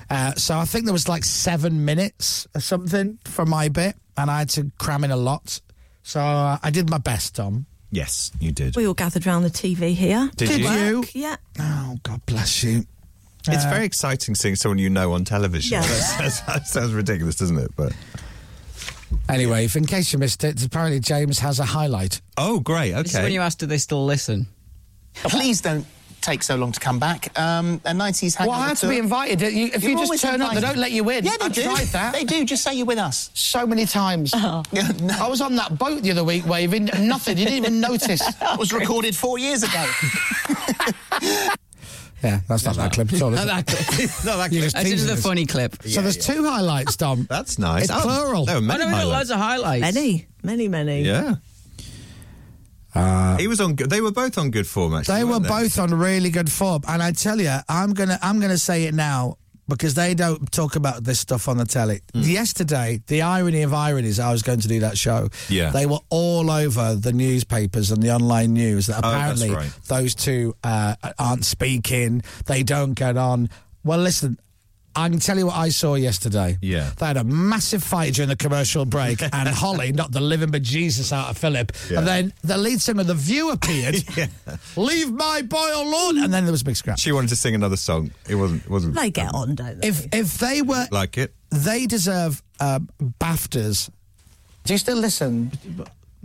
E: Uh, so I think there was like seven minutes or something for my bit, and I had to cram in a lot. So uh, I did my best, Tom.
G: yes, you did.
C: We all gathered round the TV here.
G: Did
C: Did
G: you?
C: you? Yeah.
E: Oh, God bless you. Uh,
G: It's very exciting seeing someone you know on television.
C: Yeah.
G: [LAUGHS] That, sounds, that sounds ridiculous, doesn't it? But
E: Anyway, if in case you missed it, apparently James has a highlight.
G: oh, great.
H: This is
G: Okay.
H: when you asked, do they still listen? [LAUGHS]
N: Please don't take so long to come back. Um, a 90s hangover.
O: Well, I had to
N: tour-
O: be invited. You- if you
N: You're
O: just
N: always
O: turn up, they
N: invited.
O: don't let you in.
N: Yeah, they
O: I've
N: do.
O: tried that.
N: They do. Just say you're with us. Oh.
O: So many times. [LAUGHS] I was on that boat the other week waving,
N: [LAUGHS]
O: nothing. You didn't even notice. [LAUGHS]
N: That was recorded four years ago.
E: Yeah, that's not that clip at all. is
H: Not that
E: it?
O: [LAUGHS]
H: clip.
E: [LAUGHS] Not that
H: You
E: clip.
H: just That's just teasing a us. funny clip.
E: So
H: Yeah,
E: there's two highlights, Dom.
G: that's nice.
E: It's
G: Oh,
E: plural.
G: there were many I know, there were loads
H: of highlights.
C: Many, many, many.
G: Yeah. he was on. good- They were both on good form. Actually,
E: Uh, They were
G: weren't
E: both on really good form, and I tell you, I'm gonna I'm gonna say it now because they don't talk about this stuff on the telly.
G: Mm.
E: Yesterday, the irony of ironies, I was going to do that show.
G: Yeah.
E: they were all over the newspapers and the online news that
G: Oh, that's
E: apparently
G: right.
E: those two uh, aren't speaking. They don't get on. Well, listen. I can tell you what I saw yesterday.
G: Yeah.
E: They had a massive fight during the commercial
G: [LAUGHS]
E: break, and Holly knocked the living bejesus out of Philip.
G: Yeah.
E: And then the lead singer, The
G: [LAUGHS]
E: View, appeared. Leave my boy alone. And then there was a big scrap.
G: She wanted to sing another song. It wasn't. Wasn't
C: They get on, don't they?
E: If if they were,
G: like it.
E: they deserve um, BAFTAs. Do you still listen?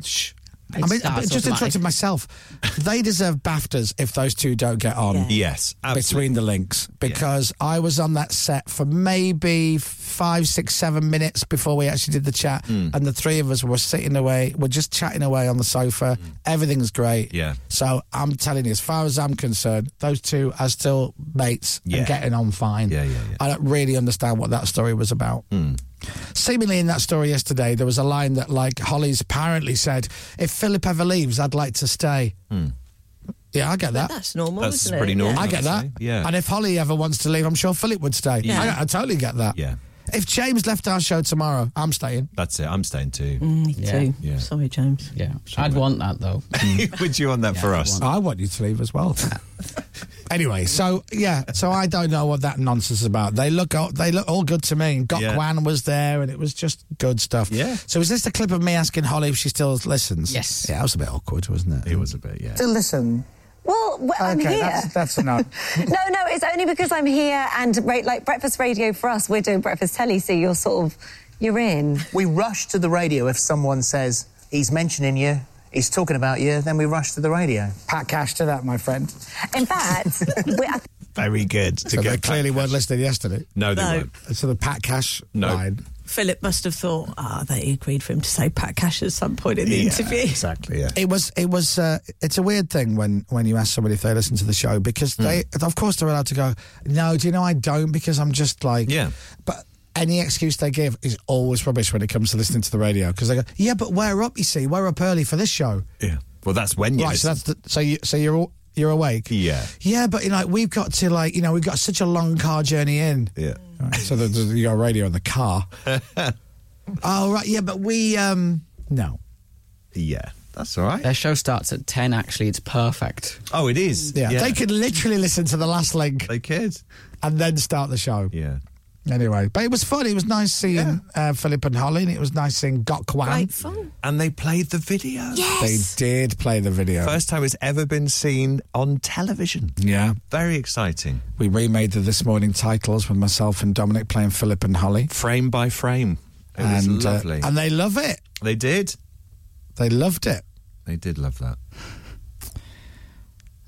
E: Shh. I mean,
G: starts
E: I just interrupted
G: automatic.
E: myself. They deserve BAFTAs if those two don't get on.
G: Yes,
E: Between the links, because I was on that set for maybe five, six, seven minutes before we actually did the chat,
G: Mm.
E: and the three of us were sitting away, we're just chatting away on the sofa.
G: Mm.
E: Everything's great.
G: Yeah.
E: So I'm telling you, as far as I'm concerned, those two are still mates
G: Yeah.
E: and getting on fine.
G: Yeah, yeah, Mm. yeah.
E: I don't really understand what that story was about. Seemingly in that story yesterday, there was a line that, like, Holly's apparently said, if Philip ever leaves, I'd like to stay.
G: Hmm.
E: Yeah, I get that.
C: That's normal,
G: That's
C: isn't it?
G: pretty normal,
E: I get
G: I'd
E: that.
G: say. Yeah.
E: And if Holly ever wants to leave, I'm sure Philip would stay.
G: Yeah.
E: I, I totally get that.
G: Yeah.
E: If James left our show tomorrow, I'm staying.
G: That's it. I'm staying too.
C: Mm, Me too.
G: Yeah.
C: Sorry, James.
H: Yeah. I'd want
G: [LAUGHS]
H: that though. Mm.
G: Would you want that for us?
E: I want you to leave as well. anyway, so yeah, so I don't know what that nonsense is about. They look all, they look all good to me. And Gok
G: Yeah.
E: Wan was there, and it was just good stuff.
G: Yeah.
E: So is this the clip of me asking Holly if she still listens?
H: Yes.
E: Yeah, that was a bit awkward, wasn't it? It
G: was a bit, yeah.
E: Still listen.
P: Well, w- I'm
E: okay,
P: here.
E: that's that's
C: [LAUGHS]
E: enough.
P: [LAUGHS] no, no, it's only because I'm here and ra- like breakfast radio for us, we're doing breakfast telly, so you're sort of you're in.
N: We rush to the radio if someone says he's mentioning you, he's talking about you, then we rush to the radio.
E: Pat Cash to that, my friend.
P: In fact, we, I
G: Very good.
E: So they clearly weren't listening yesterday.
G: No, they
C: No.
G: weren't.
E: So the Pat Cash
G: No.
E: line.
C: [LAUGHS] Philip must have thought, ah, they agreed for him to say Pat Cash at some point in the interview.
G: Exactly. Yeah.
E: It was. It was. Uh, it's a weird thing when when you ask somebody if they listen to the show because they,
G: Hmm.
E: of course, they're allowed to go. No, do you know I don't because I'm just like.
G: Yeah.
E: But any excuse they give is always rubbish when it comes to listening to the radio because they go, yeah, but we're up. You see, we're up early for this show.
G: [LAUGHS] Yeah. Well, that's when you.
E: right. So
G: listen.
E: that's the, so you so you're all, you're awake.
G: Yeah.
E: Yeah, but you know, like, we've got to like you know we've got such a long car journey in.
G: [LAUGHS] Yeah.
E: Right, so there's there's- you got a radio in the car.
G: [LAUGHS]
E: oh right, yeah, but we um no.
G: Yeah. That's all right.
H: Their show starts at 10, actually. It's perfect.
G: Oh, it is.
E: Yeah. They could literally listen to the last link
G: They could.
E: and then start the show.
G: Yeah.
E: Anyway, but it was fun. It was nice seeing uh, Philip and Holly, and it was nice seeing Gok Wan.
C: Great fun.
G: And they played the video.
E: They did play the video.
G: First time it's ever been seen on television.
E: Yeah.
G: Very exciting.
E: We remade the This Morning titles with myself and Dominic playing Philip and Holly.
G: Frame by frame. It was
E: and, uh,
G: lovely.
E: and they love it.
G: they did.
E: They loved it.
G: They did love that.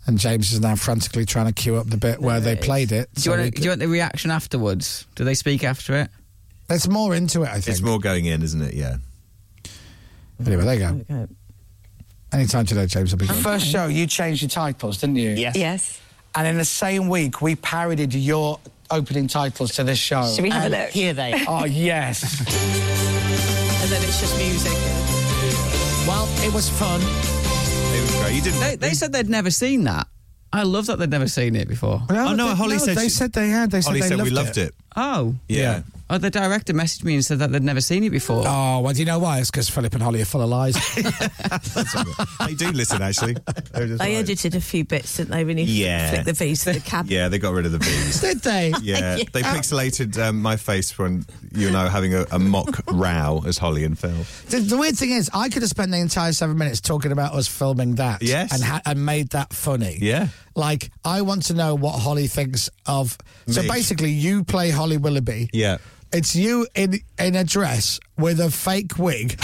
E: And James is now frantically trying to queue up the bit where they played it.
H: Do
E: so
H: you,
E: we
H: want,
E: could-
H: do you want the reaction afterwards? Do they speak after it?
E: There's more into it, I think.
G: It's more going in, isn't it? Yeah.
E: Anyway, there you go.
C: Okay.
E: Anytime today, James will be good.
O: First show, you changed your titles, didn't you? Yes.
P: yes.
O: And in the same week, we parodied your opening titles to this show.
P: Should we have a
O: And
P: look? [LAUGHS]
O: Here they are. yes.
C: And then it's just music.
E: Well, it was fun.
G: It was great. You didn't.
H: They, they said they'd never seen that. I love that they'd never seen it before.
G: Oh, no,
E: they,
G: Holly said
E: they
G: she-
E: said they had. They said
G: Ollie
E: they
G: said
E: loved
G: we loved it.
H: Oh.
G: Yeah.
H: Oh, the director messaged me and said that they'd never seen it before.
E: Oh, well, do you know why? It's because Philip and Holly are full of lies.
G: they [LAUGHS] do listen,
E: [LAUGHS]
G: actually. They were just
C: They
G: like-
C: edited a few bits, didn't they? When you
G: Yeah.
C: flick the
G: [LAUGHS]
C: V's to the cab.
G: Yeah, they got rid of the
E: [LAUGHS]
G: V's.
E: Did they?
G: [LAUGHS]
C: [LAUGHS]
G: Yeah, they pixelated um, my face when you and I were having a, a mock [LAUGHS] row as Holly and Phil.
E: The, the weird thing is, I could have spent the entire seven minutes talking about us filming that.
G: Yes.
E: And, ha- and made that funny.
G: Yeah.
E: Like, I want to know what Holly thinks of. So
G: Me.
E: basically, you play Holly Willoughby.
G: Yeah.
E: It's you in, in a dress with a fake
G: [LAUGHS]
E: wig,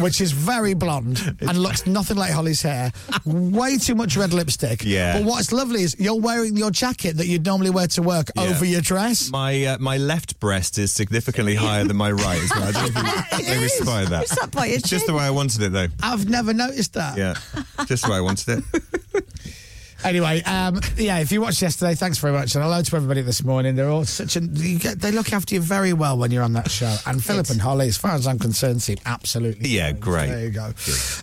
E: which is very blonde and looks nothing like Holly's
G: [LAUGHS]
E: hair. Way too much red lipstick.
G: Yeah.
E: But what's lovely is you're wearing your jacket that you'd normally wear to work
G: Yeah.
E: over your dress.
G: My uh, my left breast is
E: [LAUGHS]
G: significantly higher than my right as well. I don't think they spy that.
C: It's up by your
G: It's
E: [LAUGHS]
G: just the way I wanted it, though.
E: I've never noticed that.
G: Yeah, just the way I wanted it.
E: Anyway, um, yeah, if you watched yesterday, thanks very much, and hello to everybody this morning. They're all such an you get, they look after you very well when you're on that show. And Philip and Holly, as far as I'm concerned, seem absolutely
G: Yeah, great.
E: There you go.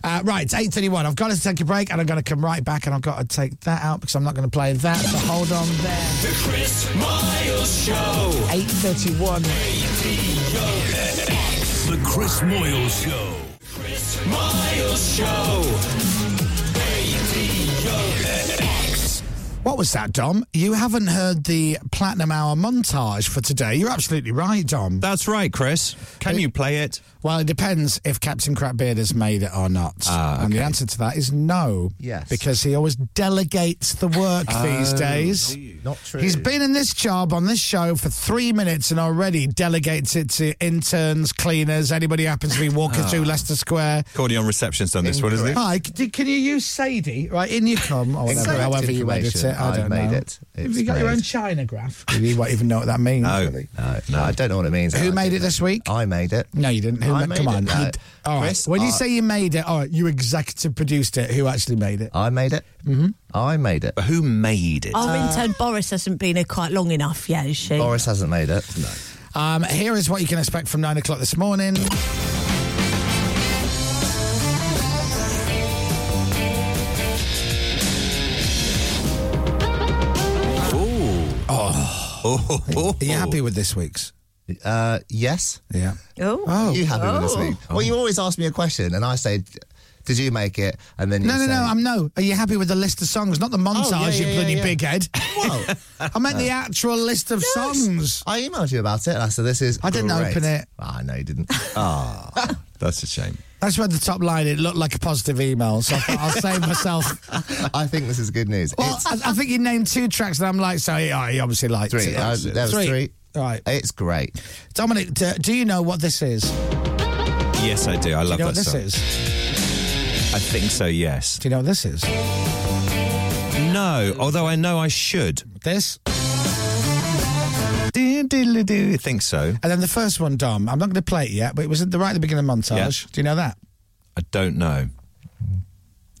E: Uh, right, eight thirty-one. I've got to take a break, and I'm going to come right back, and I've got to take that out because I'm not going to play that. So hold on there.
A: The Chris Miles Show.
E: Eight thirty-one.
A: The Chris Moyle Show. Chris Miles Show. Radio X.
E: What was that, Dom? You haven't heard the platinum hour montage for today. You're absolutely right, Dom. Uh,
G: That's right, Chris. Can you play it?
E: Well, it depends if Captain Crapbeard has made it or not.
G: Ah,
E: And the answer to that is no.
L: Yes.
E: Because he always delegates the work these
L: Oh,
E: days.
L: Not true.
E: He's been in this job on this show for three minutes and already delegates it to interns, cleaners, anybody who happens to be walking
G: Ah.
E: through Leicester Square.
G: Cordion reception's done this one, isn't it?
E: Hi, c- can you use Sadie? Right, in you come, or whatever,
L: Incorrect
E: however you edit
L: information.
E: it. I
L: I've
E: don't
L: made
E: know.
L: it.
E: Have
L: It's
E: you got your
L: made.
E: own China graph? [LAUGHS] you won't even know what that means.
L: No, no, no, I don't know what it means.
E: Who made it this week?
L: I made it.
E: No, you didn't. Who
L: I
E: ma-
L: made
E: come
L: it,
E: on.
L: no.
E: You d- all right.
L: Chris, uh,
E: when you
L: I-
E: say you made it, all right, you executive produced it. Who actually made it?
L: I made it. Mm-hmm. I made it. But
G: who made it? Uh.
C: Our
E: Uh,
C: intern Oh, Boris hasn't been here quite long enough yet, has she?
L: Boris hasn't made it. No.
E: Um, here is what you can expect from nine o'clock this morning.
L: Oh.
E: Are you happy with this week's?
L: Uh, yes.
E: Yeah.
C: Oh.
L: Are you happy with this
E: Oh.
L: week? Well, you always ask me a question, and I say, "Did you make it?" And then you
E: No, no,
L: say, Oh,
E: no. I'm no. Are you happy with the list of songs? Not the montage,
L: yeah,
E: you
L: yeah,
E: bloody
L: yeah.
E: big head. What? [LAUGHS] I meant the actual list of songs.
L: I emailed you about it, and I said, "This is."
E: I didn't
L: great."
E: open it.
L: Ah, no, you didn't.
G: Ah, [LAUGHS] that's a shame.
E: That's where the top line. It looked like a positive email, so I thought I'll save myself.
L: [LAUGHS] I think this is good news.
E: Well, I, I think you named two tracks, and I'm like, so he, oh, he obviously liked
L: Three.
E: it.
L: Uh, there was three.
E: All right.
L: It's great.
E: Dominic, do, do you know what this is?
G: Yes, I do. I
E: do you
G: love
E: know what
G: that
E: this
G: song.
E: is?
G: I think so, yes.
E: Do you know what this is?
G: No, although I know I should.
E: This?
G: I think so.
E: And then the first one, Dom. I'm not going to play it yet, but it was at the right at the beginning of the montage. Do you know that?
G: I don't know.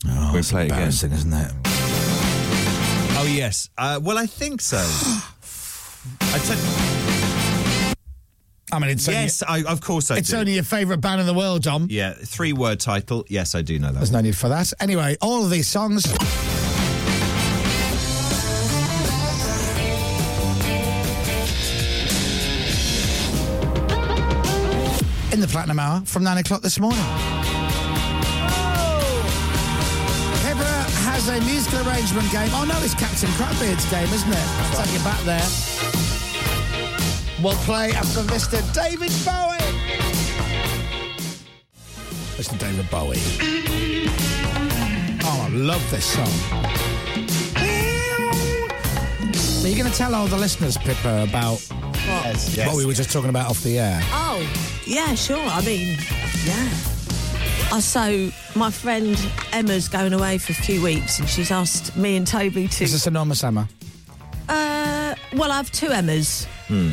G: Oh, we play it again.
E: embarrassing, isn't it?
G: Oh, yes. Uh, well, I think [GASPS] so. I t-
E: I mean, it's only-
G: yes, I, of course I
E: it's
G: do.
E: only your favourite band in the world, Dom.
G: yeah, three word title. Yes, I do know that.
E: There's
G: one.
E: no need for that. Anyway, all of these songs. In the Platinum Hour from 9 o'clock this morning. Hebra has a musical arrangement game. Oh no, it's Captain Crabbeard's game, isn't it? Take you back there. We'll play after Mr. David Bowie. Mr. David Bowie. Oh, I love this song. Are you going to tell all the listeners, Pippa, about
C: Yes,
E: what we were just talking about off the air?
C: Oh, yeah, sure. I mean, yeah. I so my friend Emma's going away for a few weeks, and she's asked me and Toby to.
E: Is this enormous, Emma?
C: Uh, well, I have two Emmas.
G: Hmm.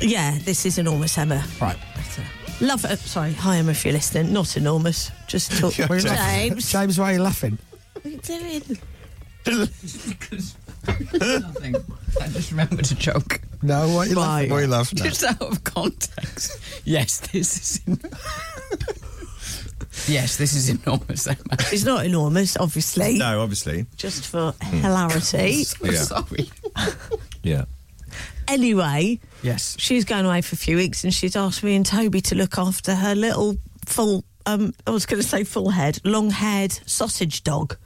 C: Yeah, this is enormous Emma.
E: Right.
C: Love it. Sorry, hi Emma, if you're listening. Not enormous.
E: [LAUGHS]
C: Just talk.
E: Why are you laughing?
C: James,
E: James, why are you laughing?
C: what are you doing?
H: Nothing. I just remembered a joke.
E: No, why are you laughing? Why are you laughing?
H: Just out of context. Yes, this is. En- yes, this is enormous. Emma.
C: It's not enormous, obviously.
G: No, obviously. Hmm.
C: Just for
E: Hmm. [LAUGHS]
C: hilarity.
H: So
G: Yeah.
H: Sorry.
G: Yeah.
C: Anyway,
H: Yes.
C: she's going away for a few weeks and she's asked me and Toby to look after her little full, um, I was going to say full head, long haired sausage dog,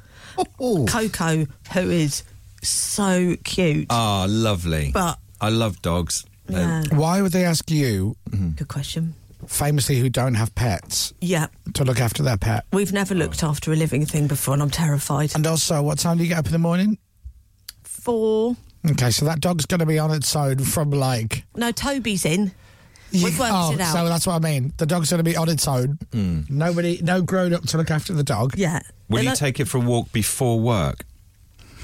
E: Oh.
C: Coco, who is so cute.
G: Ah, lovely.
C: But-
G: I love dogs. They're-
C: Yeah.
E: Why would they ask you,
C: Good question.
E: famously who don't have pets,
C: Yeah.
E: to look after their pet?
C: We've never looked after a living thing before and I'm terrified.
E: Oh. And also, what time do you get up in the morning?
C: Four.
E: Okay, so that dog's going to be on its own from like.
C: No, Toby's in. We've worked
E: oh,
C: it out.
E: so that's what I mean. The dog's going to be on its own. Nobody, no grown up to look after the dog.
C: yeah.
G: Will
C: They're
G: Hmm. you
C: like-
G: take it for a walk before work?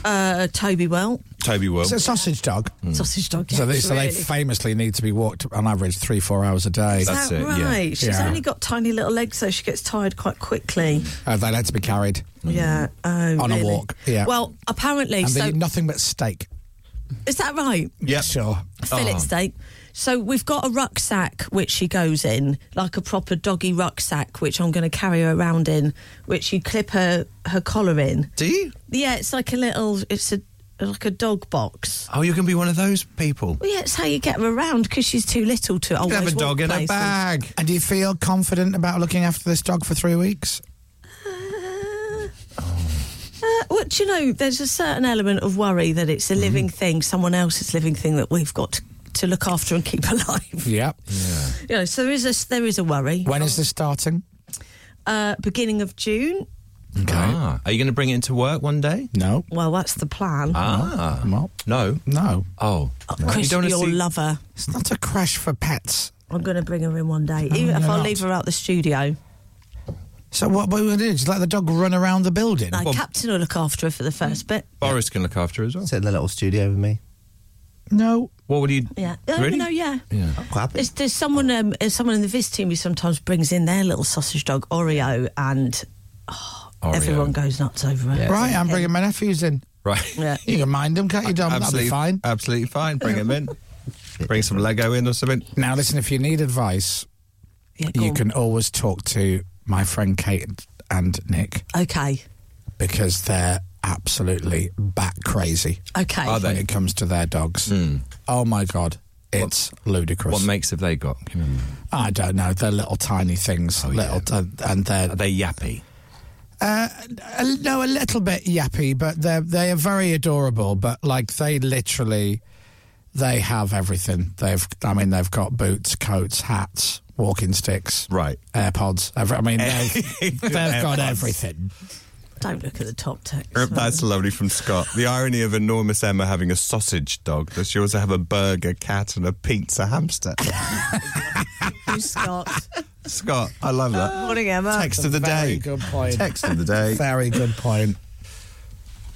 C: uh, Toby well? Mm.
G: Toby will.
E: It's a sausage dog.
C: Sausage dog.
E: So, they,
C: yes,
E: so they
C: really.
E: famously need to be walked on average three, four hours a day.
C: Is
G: That's
C: that
G: it, yeah.
C: right? She's
E: Yeah.
C: only got tiny little legs, so she gets tired quite quickly.
E: Uh, they like to be carried.
G: Mm.
C: Yeah. Oh,
E: On a
C: really?
E: walk, yeah.
C: Well, apparently,
E: and they
C: so
E: eat nothing but steak.
C: is that right?
E: Yeah, sure.
C: fillet
E: Oh.
C: steak. So we've got a rucksack which she goes in, like a proper doggy rucksack, which I'm going to carry her around in, which you clip her her collar in.
G: Do you?
C: Yeah, it's like a little, it's a like a dog box.
G: Oh, you're going to be one of those people.
C: Well, yeah, it's how you get her around because she's too little to.
E: You
C: always
E: could have a
C: walk
E: dog in a
C: places.
E: bag. And do you feel confident about looking after this dog for three weeks?
C: Uh, well, do you know, there's a certain element of worry that it's a living
E: Mm-hmm.
C: thing, someone else's living thing that we've got to, to look after and keep [LAUGHS] alive.
E: Yep.
C: You know, so there is a there is a worry.
E: When is this starting?
C: Uh, beginning of June.
G: Okay. Ah, are you going to bring it into work one day?
E: No.
C: Well, that's the plan.
G: Ah.
E: Well,
G: no.
E: No.
G: Oh.
C: Chris,
G: wanna
C: your lover.
E: It's not a crash for pets.
C: I'm going to bring her in one day,
E: No,
C: even if
E: you're
C: I
E: not.
C: leave her out the studio.
E: So what, what are we going to do? Just let the dog run around the building?
C: No, Captain will look after her for the first bit.
G: Boris can look after her as well.
L: Sit in the little studio with me.
E: No.
G: What would you?
C: Yeah. Oh,
G: Really?
C: No, yeah.
G: Yeah.
L: I'm quite happy.
C: There's, there's someone um, there's someone in the Viz team who sometimes brings in their little sausage dog, Oreo, and oh,
G: Oreo.
C: everyone goes nuts over it.
E: Right, I'm bringing my nephews in. [LAUGHS]
G: Right.
C: Yeah.
E: You can mind them, can't you, Dom? That'll be
G: absolutely
E: fine.
G: Absolutely fine. Bring him in. Bring some Lego in or something.
E: Now, listen, if you need advice,
C: Yeah, go
E: you
C: on.
E: can always talk to my friend Kate and Nick
C: Okay.
E: because they're absolutely bat crazy
C: Okay.
G: Are
E: when
G: they? Hmm.
E: it comes to their dogs. Oh my God, it's ludicrous.
G: What makes have they got? Give me- Oh,
E: I don't know. They're little tiny things, little, t- and they're
G: Are they yappy?
E: Uh, a- no, a little bit yappy, but they're they are very adorable. But like they literally, they have everything. They've, I mean, they've got boots, coats, hats, walking sticks,
G: Right.
E: AirPods. Every, I
G: [LAUGHS]
E: mean, [LAUGHS] they've, they've got
G: AirPods.
E: everything.
C: Don't look at the top text.
G: That's lovely from Scott. The irony of enormous Emma having a sausage dog does she also have a burger cat and a pizza hamster?
P: [LAUGHS]
C: You, Scott.
G: Scott, I love that.
C: Morning, Emma.
G: Text of the
E: Very
G: day.
E: good point.
G: Text of the day.
E: [LAUGHS] Very good point.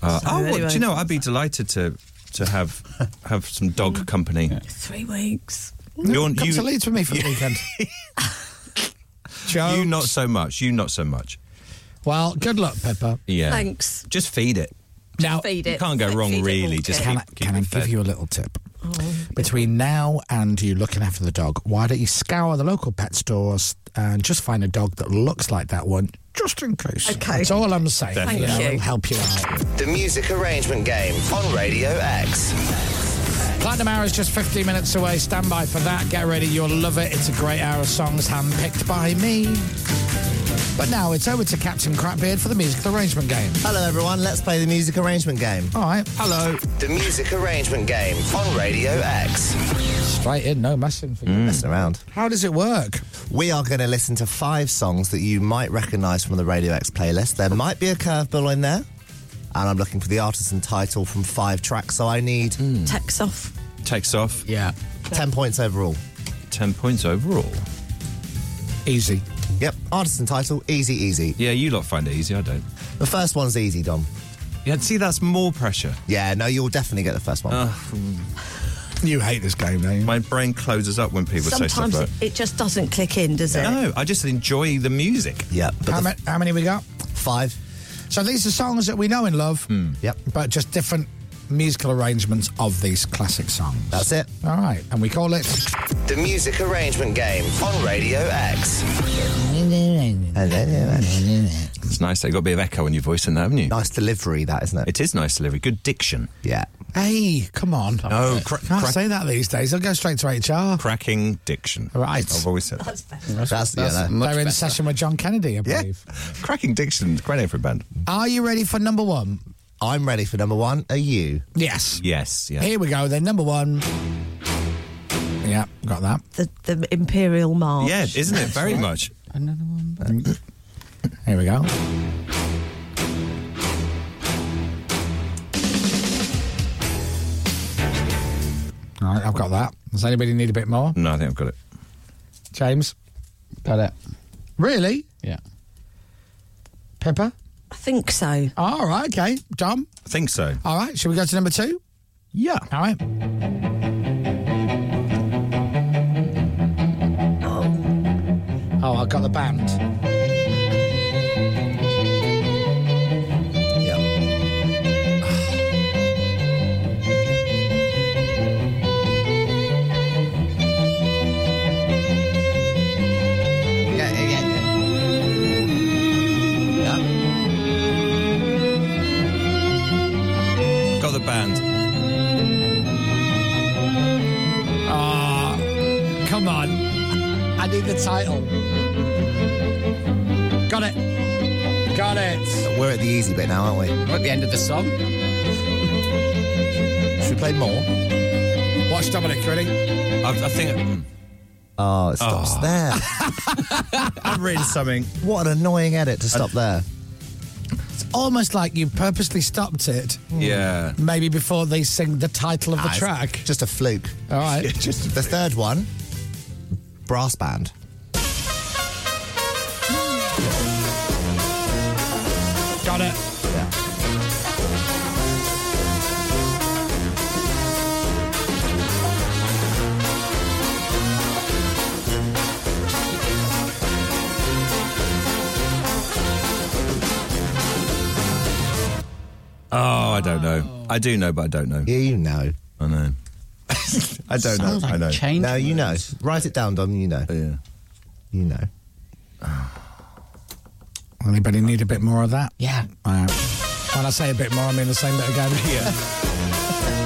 G: Uh, oh, well,
C: anyway.
G: do you know? I'd be delighted to to have have some dog company.
C: Three weeks.
G: You're,
E: Come
G: you,
E: to Leeds with me for
G: [LAUGHS]
E: the weekend. Joe.
G: you not so much. You not so much.
E: well, good luck, Pepper.
G: Yeah.
C: Thanks.
G: Just feed it.
E: Now,
C: Feed
G: You
C: it.
G: can't go
C: Feed
G: wrong,
C: it,
G: really.
C: walk
G: Just
C: it.
E: can I,
G: keep- keep
E: can I
G: it
E: give
G: fed.
E: you a little tip?
C: Mm-hmm.
E: Between now and you looking after the dog, why don't you scour the local pet stores and just find a dog that looks like that one, just in case.
C: Okay.
E: That's all I'm saying.
G: Definitely.
C: Thank you.
E: It'll help you out.
Q: The music arrangement game on Radio X.
E: Platinum Hour is just 15 minutes away. Stand by for that. Get ready. You'll love it. It's a great hour of songs handpicked by me. But now it's over to Captain Crapbeard for the musical arrangement game.
Q: Hello, everyone. Let's play the music arrangement game.
E: All right. Hello.
Q: The music arrangement game on Radio X.
E: Straight in. No messing for you.
Q: Mm. Messing around.
E: How does it work?
Q: We are going to listen to five songs that you might recognise from the Radio X playlist. There might be a curveball in there, and I'm looking for the artist and title from five tracks. So I need
E: Hmm.
C: Text off.
G: Takes off.
Q: yeah ten points overall.
G: Ten points overall.
E: Easy.
Q: Yep, artist and title, easy, easy.
G: Yeah, you lot find it easy. I don't.
Q: The first one's easy, Dom.
G: Yeah, see, that's more pressure. Ah.
Q: Yeah, no, you'll definitely get the first one.
E: You hate this game, don't you?
G: My brain closes up when people say stuff
C: Sometimes
G: like
C: it, it just doesn't click in, does it?
E: Oh,
G: No, I just enjoy the music.
Q: yeah, but
E: How,
Q: the
E: ma- how many we got?
Q: five. Hmm.
E: So these are songs that we know and love,
Q: Yep,
E: but just different musical arrangements of these classic songs.
Q: that's it.
E: All right, and we call it.
Q: The music arrangement game on Radio X.
G: It's nice. You've got a bit of echo in your voice in that, haven't you?
Q: Nice delivery, that isn't it?
G: It is nice delivery. Good diction.
Q: yeah.
E: Hey, come on!
G: No, cra-
E: can't
G: cra-
E: say that these days. They'll go straight to HR.
G: Cracking diction.
E: Right.
G: I've always said that.
Q: That's, yeah, that-
E: They're in session with John Kennedy, I
G: Yeah.
E: believe.
G: Cracking diction. Great name for a band.
E: Are you ready for number one?
Q: I'm ready for number one. Are you?
E: Yes.
G: Yes. Yeah.
E: Here we go. Then number one. Yeah, got that.
C: The, the Imperial March.
G: Yeah, isn't it? Very much.
H: Another one.
E: Here we go. All right, I've got that. Does anybody need a bit more?
G: No, I think I've got it.
E: James?
H: Got it.
E: Really?
H: Yeah.
E: Pepper?
C: I think so.
E: All right, okay. Dom?
G: I think so.
E: All right, shall we go to number two?
G: Yeah.
E: All right. Oh, I've got the band. Come on. I need the title. Got it. Got it.
Q: We're at the easy bit now, aren't we? We're
R: at the end of the song.
Q: Should we play more?
E: Watch Dominic, ready?
G: I, I think. mm.
Q: Oh, it stops
G: Oh.
Q: there.
G: [LAUGHS] I'm reading something.
Q: What an annoying edit to stop there.
E: It's almost like you purposely stopped it.
G: Yeah.
E: Maybe before they sing the title of the
Q: Ah, it's
E: track.
Q: Just a fluke.
G: [LAUGHS]
E: All right.
Q: Just the third one. Brass band.
E: Got it.
G: Oh, I don't know. I do know, but I don't know. Yeah,
Q: you know.
G: I know. [LAUGHS] I don't know.
Q: Sounds
G: I know. Oh,
Q: No, you know. Write it down, Dom. You know.
G: Yeah.
Q: You know.
E: Anybody need a bit more of that?
R: Yeah.
E: When I say a bit more, I mean the same bit again. Yeah.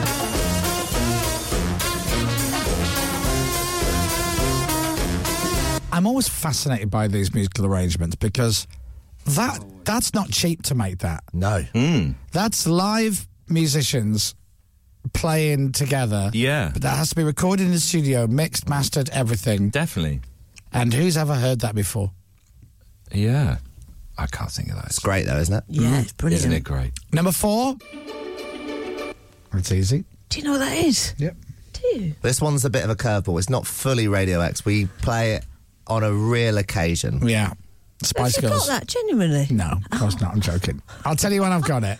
E: I'm always fascinated by these musical arrangements because that that's not cheap to make that.
Q: No.
G: Hmm.
E: That's live musicians playing together.
G: Yeah.
E: But that has to be recorded in the studio, mixed, mastered, everything.
G: Definitely.
E: And who's ever heard that before?
G: Yeah. I can't think of that. It's
Q: great though, isn't it?
C: Yeah, it's brilliant.
G: Isn't it great?
E: Number four. It's easy.
C: Do you know what that is?
E: Yep.
C: Do you?
Q: This one's a bit of a curveball. It's not fully Radio X. We play it on a real occasion.
E: Yeah. Spice
C: Have you got
E: Girls.
C: that genuinely?
E: No, of course not. I'm joking. I'll tell you when I've got it.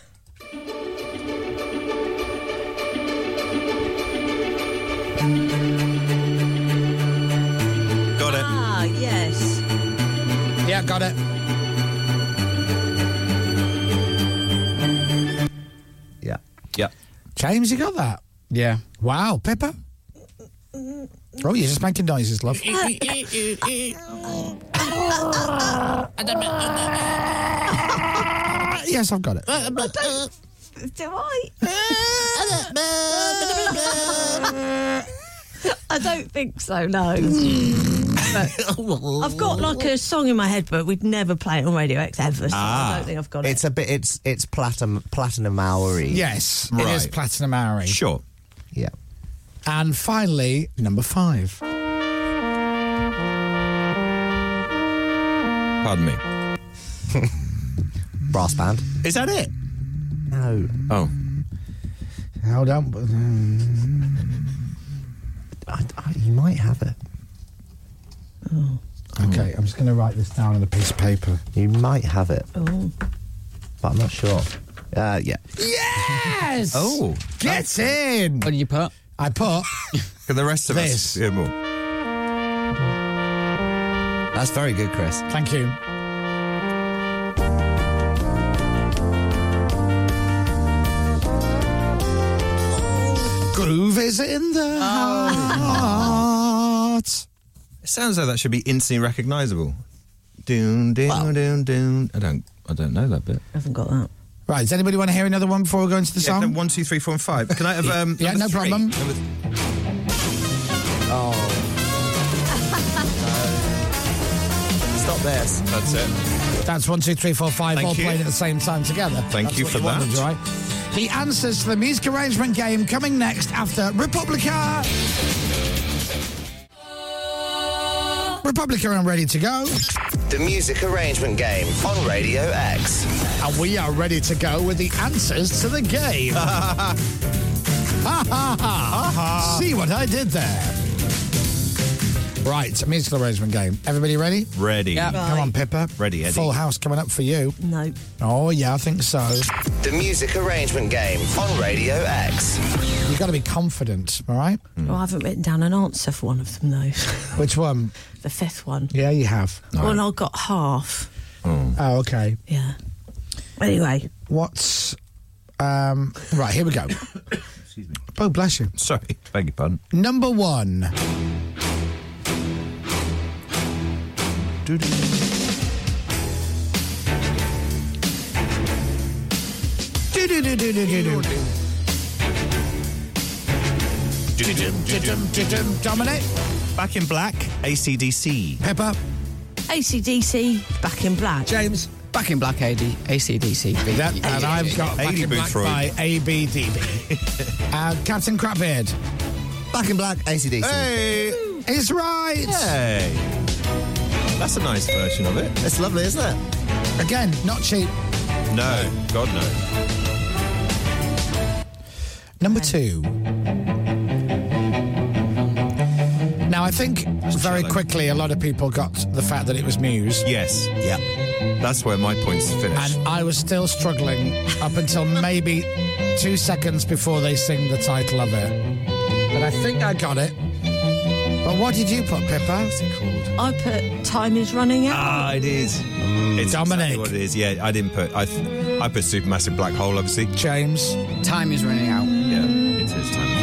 G: Got it.
C: Ah, yes.
E: Yeah, got it.
Q: Yeah.
G: Yeah.
E: James, you got that?
R: Yeah.
E: Wow, Pippa. Oh, you're just making noises, love. yes, I've got it.
C: Do I? [LAUGHS] I don't think so,
G: [LAUGHS]
C: no. But I've got like a song in my head, but we'd never play it on Radio X ever, so
G: Ah.
C: I don't think I've got it.
Q: It's a bit. It's it's platinum platinum hour-y.
E: Yes, it is
Q: Right.
E: Platinum Hour.
G: Sure.
Q: Yeah. [LAUGHS]
E: And finally, number five.
G: Pardon me.
Q: Brass band.
G: Is that it?
Q: No.
G: Oh.
E: Hold on.
Q: I, I, you might have it.
E: Okay, I'm just going to write this down on a piece of paper.
Q: You might have it,
C: Oh.
Q: but I'm not sure. Uh, yeah.
E: Yes!
G: [LAUGHS] Oh.
E: Get in!
R: What did you put?
E: I put.
G: Can the rest of us?
E: This.
G: Yeah, more.
Q: That's very good, Chris.
E: Thank you. Groove is in the
C: Oh.
E: heart.
G: It sounds like that should be instantly recognisable. Doon, doon, doon, doon. I don't. I don't know that bit.
C: I haven't got that.
E: Right, does anybody want to hear another one before we go into the
G: Yeah,
E: song?
G: one, two, three, four, and five. Can I have um?
E: Yeah,
G: number
E: no
G: three?
E: problem.
G: Number th-
Q: Oh.
G: [LAUGHS]
Q: Stop this.
G: That's it.
E: That's one, two, three, four, five,
G: Thank
E: all
G: you.
E: played at the same time together.
G: Thank
E: That's
G: you
E: what
G: for
E: wanted,
G: that.
E: right? The answers to the music arrangement game coming next after Republica. Republica, I'm ready to go.
Q: The music arrangement game on Radio X.
E: And we are ready to go with the answers to
G: [LAUGHS]
E: the game. ha ha ha. See what I did there. Right, musical arrangement game. Everybody ready?
G: Ready.
R: Yeah.
E: Come on, Pippa.
G: Ready, Eddie.
E: Full house coming up for you.
C: No.
E: Oh, yeah, I think so.
Q: The music arrangement game on Radio X.
E: You've got to be confident, all right?
C: Well, I haven't written down an answer for one of them, though.
E: Which one?
C: [LAUGHS] the fifth one.
E: Yeah, you have.
C: Well, I got half.
Q: Hmm.
E: Oh, okay.
C: Yeah. Anyway,
E: What's. Um, right, here we go. Excuse me. Oh, bless you.
G: Sorry. Beg your pardon.
E: Number one. Do-do-do-do-do-do-do. Dominic.
G: Back in Black, ACDC.
E: Pepper.
C: ACDC, Back in Black.
E: James.
S: Back in Black, AD, ACDC.
Q: [LAUGHS]
E: That, and I've got Back in Black by ABDB. uh, Captain Crapbeard.
Q: Back in Black, ACDC.
E: Hey!
Q: Hmm.
E: It's right!
G: Hey! That's a nice version of it.
Q: It's lovely, isn't it?
E: Again, not cheap.
G: No, God no.
E: Number two. Now, I think very quickly a lot of people got the fact that it was Muse.
G: Yes. Yeah. That's where my points finish.
E: And I was still struggling up until maybe two seconds before they sing the title of it. But I think I got it. But what did you put, Pippa? What's it called?
C: I put Time is Running Out.
G: Ah, it is. It's Dominic. what it is. Yeah, I didn't put. I th- I put supermassive black hole. Obviously,
E: James.
S: Time is running out.
G: Yeah, it is time.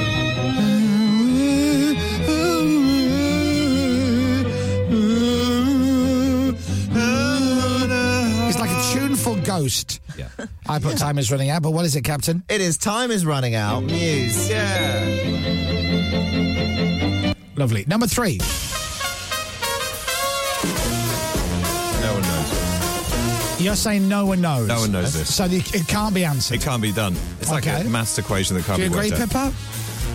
E: It's like a tuneful ghost.
G: Yeah.
E: I put Time is Running Out, but what is it, Captain?
Q: It is Time is Running Out. Muse.
G: Yeah.
E: Lovely. Number three.
G: No one knows.
E: You're saying no one knows.
G: No one knows this.
E: So the, it can't be answered.
G: It can't be done. It's like
E: Okay.
G: a maths equation that can't
E: Do you
G: be
E: agree,
G: worked out.
E: Pippa?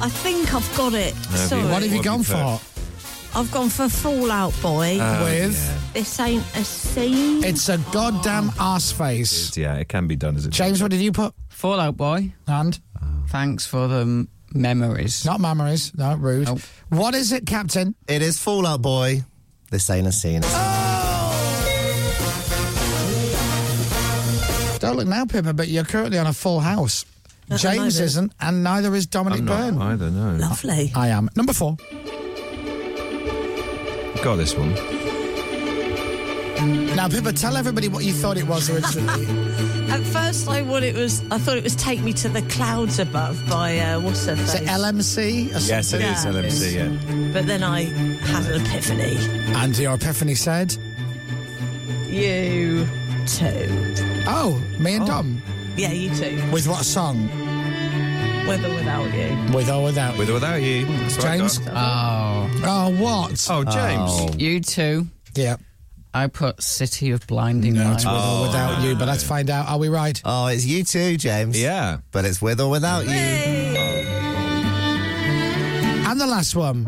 C: I think I've got it.
G: No,
C: Sorry.
G: but
E: What have you gone for?
C: I've gone for Fallout Boy.
G: Uh,
E: With?
C: this ain't a scene.
E: It's a goddamn arse face.
G: Yeah, it can be done as it.
E: James, what did you put?
S: Fallout Boy.
E: And?
S: Thanks for the m- memories.
E: Not memories. No, rude.
S: Nope.
E: What is it, Captain?
Q: It is Fallout Boy. This ain't a scene.
E: Don't look now, Pippa, but you're currently on a full house.
C: Nothing
E: James
C: either.
E: isn't, and neither is Dominic
G: I'm not
E: Byrne.
G: either. No.
C: Lovely.
E: I am. Number four.
G: Got this one.
E: Now, Pippa, tell everybody what you thought it was
C: [LAUGHS]
E: originally.
C: At first, I what it was. I thought it was "Take Me to the Clouds Above" by uh, what's her
E: is
C: face.
E: it LMC? or
G: Yes, it is
C: Yeah.
G: LMC. Yeah.
C: But then I had an epiphany.
E: And your epiphany said,
C: You too.
E: Oh, me and Dom.
C: Yeah, you too.
E: With what song?
C: With or without you.
E: With or without.
G: With or without you. That's what I
E: James?
G: got.
S: Oh.
E: Oh, what?
G: Oh, James.
S: You two.
E: Yeah.
S: I put City of Blinding
E: No,
S: Lights.
E: it's with or without you, but let's find out. Are we right?
Q: Oh, it's you too, James.
G: Yeah.
Q: But it's with or without you.
E: And the last one.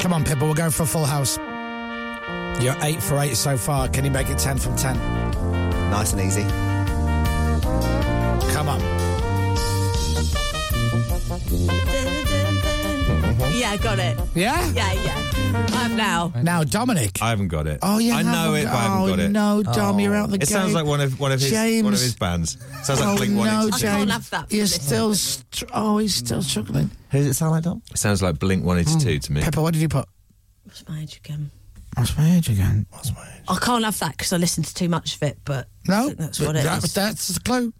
E: Come on, Pippa, we're going for a full house. You're eight for eight so far. Can you make it ten from ten?
Q: Nice and easy.
E: Come on.
C: Yeah, got it.
E: Yeah?
C: Yeah, yeah. I'm now.
E: Now, Dominic.
G: I haven't got it.
E: oh, yeah.
G: I know it, but I haven't got it.
E: Oh, No, Dom, you're out the game.
G: It sounds like one of one of his one
E: James.
G: of his bands. Sounds like
E: Oh,
G: Blink
E: no,
G: 182.
C: I
E: James.
C: can't have that for
E: You're
C: this.
E: still. Str- oh, he's still struggling.
Q: Who does it sound like, Dom?
G: It sounds like Blink 182 to me.
E: Pippa, what did you put?
C: What's my age again?
E: What's my age again?
C: I can't have that because I listened to too much of it. But I
E: No,
C: think that's
E: but
C: what it is.
E: that- That's the
C: [LAUGHS]
E: clue.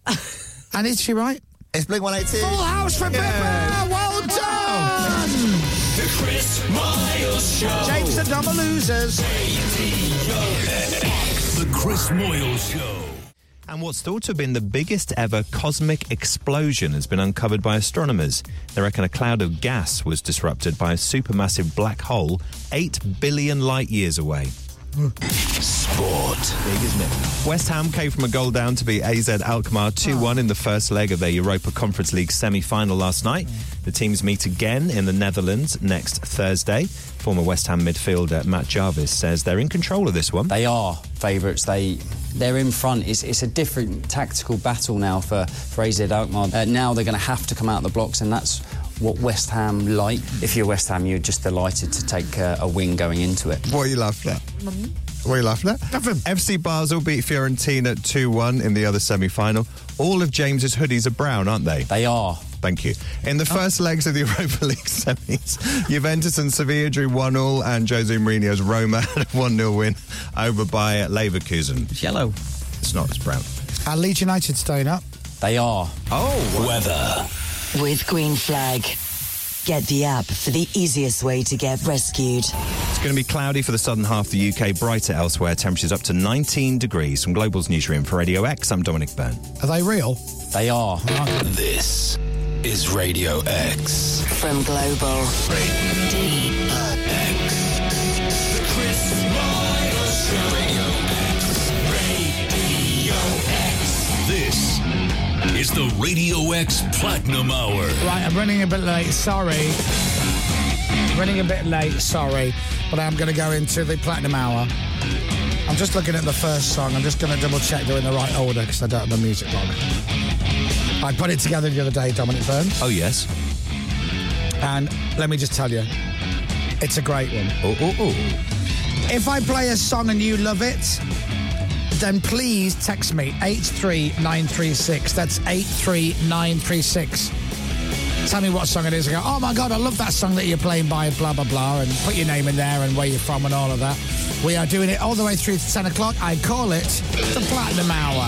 E: and is she right?
Q: It's Blink 182.
E: Full house for Pippa. Well done.
O: The Chris Miles Show.
E: James and Dom are losers.
O: The Chris Moyles Show.
G: And what's thought to have been the biggest ever cosmic explosion has been uncovered by astronomers. They reckon a cloud of gas was disrupted by a supermassive black hole 8 billion light years away.
O: Sport.
G: Big, isn't it? West Ham came from a goal down to beat AZ Alkmaar 2 1 in the first leg of their Europa Conference League semi final last night. The teams meet again in the Netherlands next Thursday. Former West Ham midfielder Matt Jarvis says they're in control of this one.
H: They are favourites. They they're in front. It's, it's a different tactical battle now for for AZ Alkmaar. Uh, now they're going to have to come out of the blocks, and that's what West Ham like. If you're West Ham, you're just delighted to take uh, a win going into it.
G: What are you laughing at? What are you laughing at? FC Basel beat Fiorentina 2 1 in the other semi final. All of James's hoodies are brown, aren't they?
H: They are.
G: Thank you. In the first legs of the [LAUGHS] Europa League semis, Juventus and Sevilla drew 1 all, and Jose Mourinho's Roma [LAUGHS] had a 1 0 win over by Leverkusen.
S: It's yellow.
G: It's not, it's brown.
E: Our Leeds United staying up.
H: They are.
G: Oh,
O: Weather.
B: With Green Flag. Get the app for the easiest way to get rescued.
G: It's going to be cloudy for the southern half of the UK, brighter elsewhere. Temperatures up to 19 degrees. From Global's newsroom for Radio X, I'm Dominic Byrne.
E: Are they real?
H: They are.
O: This
C: is Radio X.
T: From Global.
C: The Chris Moyle Show. Radio X. Radio X.
A: This is the Radio X Platinum Hour.
E: Right, I'm running a bit late. Sorry. Running a bit late. Sorry. But I'm going to go into the platinum hour. I'm just looking at the first song. I'm just going to double check they're in the right order because I don't have the music log. I put it together the other day, Dominic Burns.
G: Oh, yes.
E: And let me just tell you, it's a great one.
G: Oh, oh, oh.
E: If I play a song and you love it, then please text me 83936. That's 83936. Tell me what song it is. I go, oh my God, I love that song that you're playing by blah, blah, blah, and put your name in there and where you're from and all of that. We are doing it all the way through to 10 o'clock. I call it the Platinum Hour.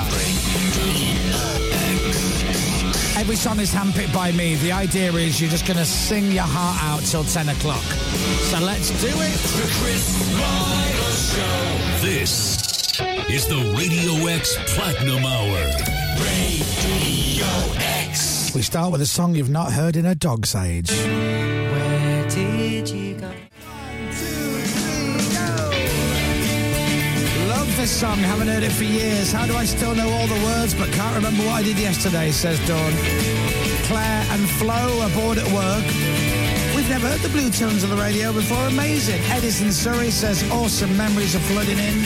E: Every song is handpicked by me. The idea is you're just going to sing your heart out till 10 o'clock. So let's do it.
C: The Chris Moyle Show.
A: This is the Radio X Platinum Hour.
C: Radio X.
E: We start with a song you've not heard in a dog's age.
C: Where did you go?
E: Love this song, haven't heard it for years. How do I still know all the words but can't remember what I did yesterday, says Dawn. Claire and Flo are bored at work. We've never heard the blue tones on the radio before. Amazing. Edison Surrey says awesome memories are flooding in.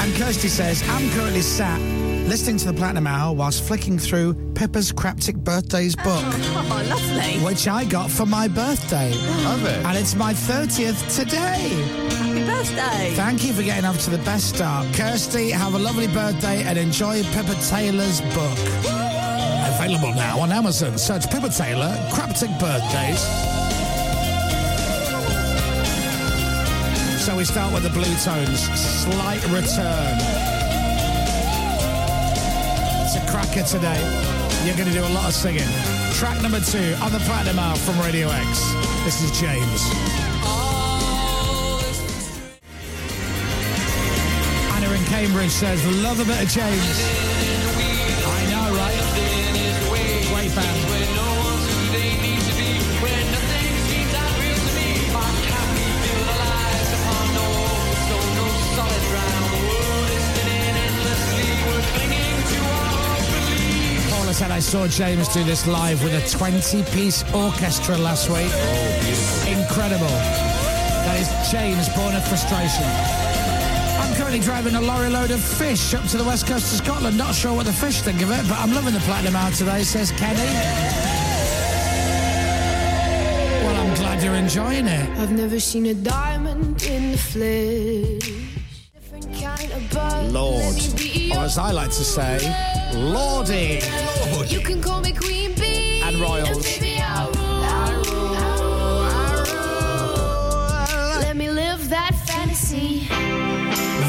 E: And Kirsty says, I'm currently sat listening to the Platinum Hour whilst flicking through Pippa's Craptic Birthdays book.
C: [LAUGHS] Oh, lovely.
E: Which I got for my birthday. Love it. And it's my 30th today.
C: Happy birthday.
E: Thank you for getting off to the best start. Kirsty, have a lovely birthday and enjoy Pippa Taylor's book. Available now on Amazon. Search Pippa Taylor, Craptic Birthdays. So we start with the Blue Tones. Slight return. It's a cracker today. You're going to do a lot of singing. Track number two on the Platinum Hour from Radio X. This is James. Anna in Cambridge says, love a bit of James. I know, right? Great band. Paula said, I saw James do this live with a 20-piece orchestra last week. Incredible. That is James, born of frustration. I'm currently driving a lorry load of fish up to the west coast of Scotland. Not sure what the fish think of it, but I'm loving the platinum hour today, says Kenny. Well, I'm glad you're enjoying it.
O: I've never seen a diamond in the flesh. Different kind of bug.
E: Lord.
O: Let me be
E: Or
O: your-
E: as I like to say, Lordy.
O: You can call me Queen Bee.
E: And Royals.
O: Baby, I rule, I rule, I rule. Let me live that fantasy.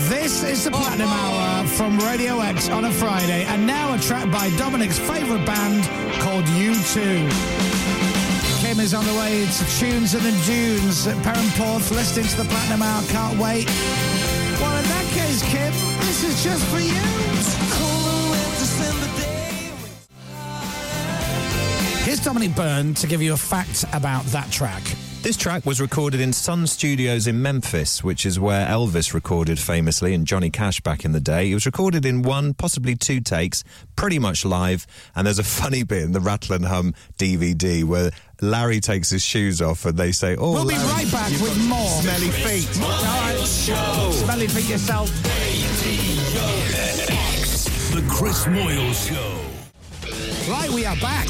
E: This is the Platinum Hour from Radio X on a Friday, and now a track by Dominic's favourite band called U2. Kim is on the way to Tunes and the Dunes at Perranporth, listening to the Platinum Hour. Can't wait. Well, in that case, Kim, this is just for you. Here's Dominic Byrne to give you a fact about that track.
G: This track was recorded in Sun Studios in Memphis, which is where Elvis recorded famously and Johnny Cash back in the day. It was recorded in one, possibly two takes, pretty much live. And there's a funny bit in the Rattle and Hum DVD where Larry takes his shoes off and they say, Oh,
E: we'll be
G: Larry,
E: right back
G: you've
E: with
G: got
E: more.
G: Smelly feet.
E: Smelly feet yourself.
A: The Chris Moyle Show.
E: Right, we are back.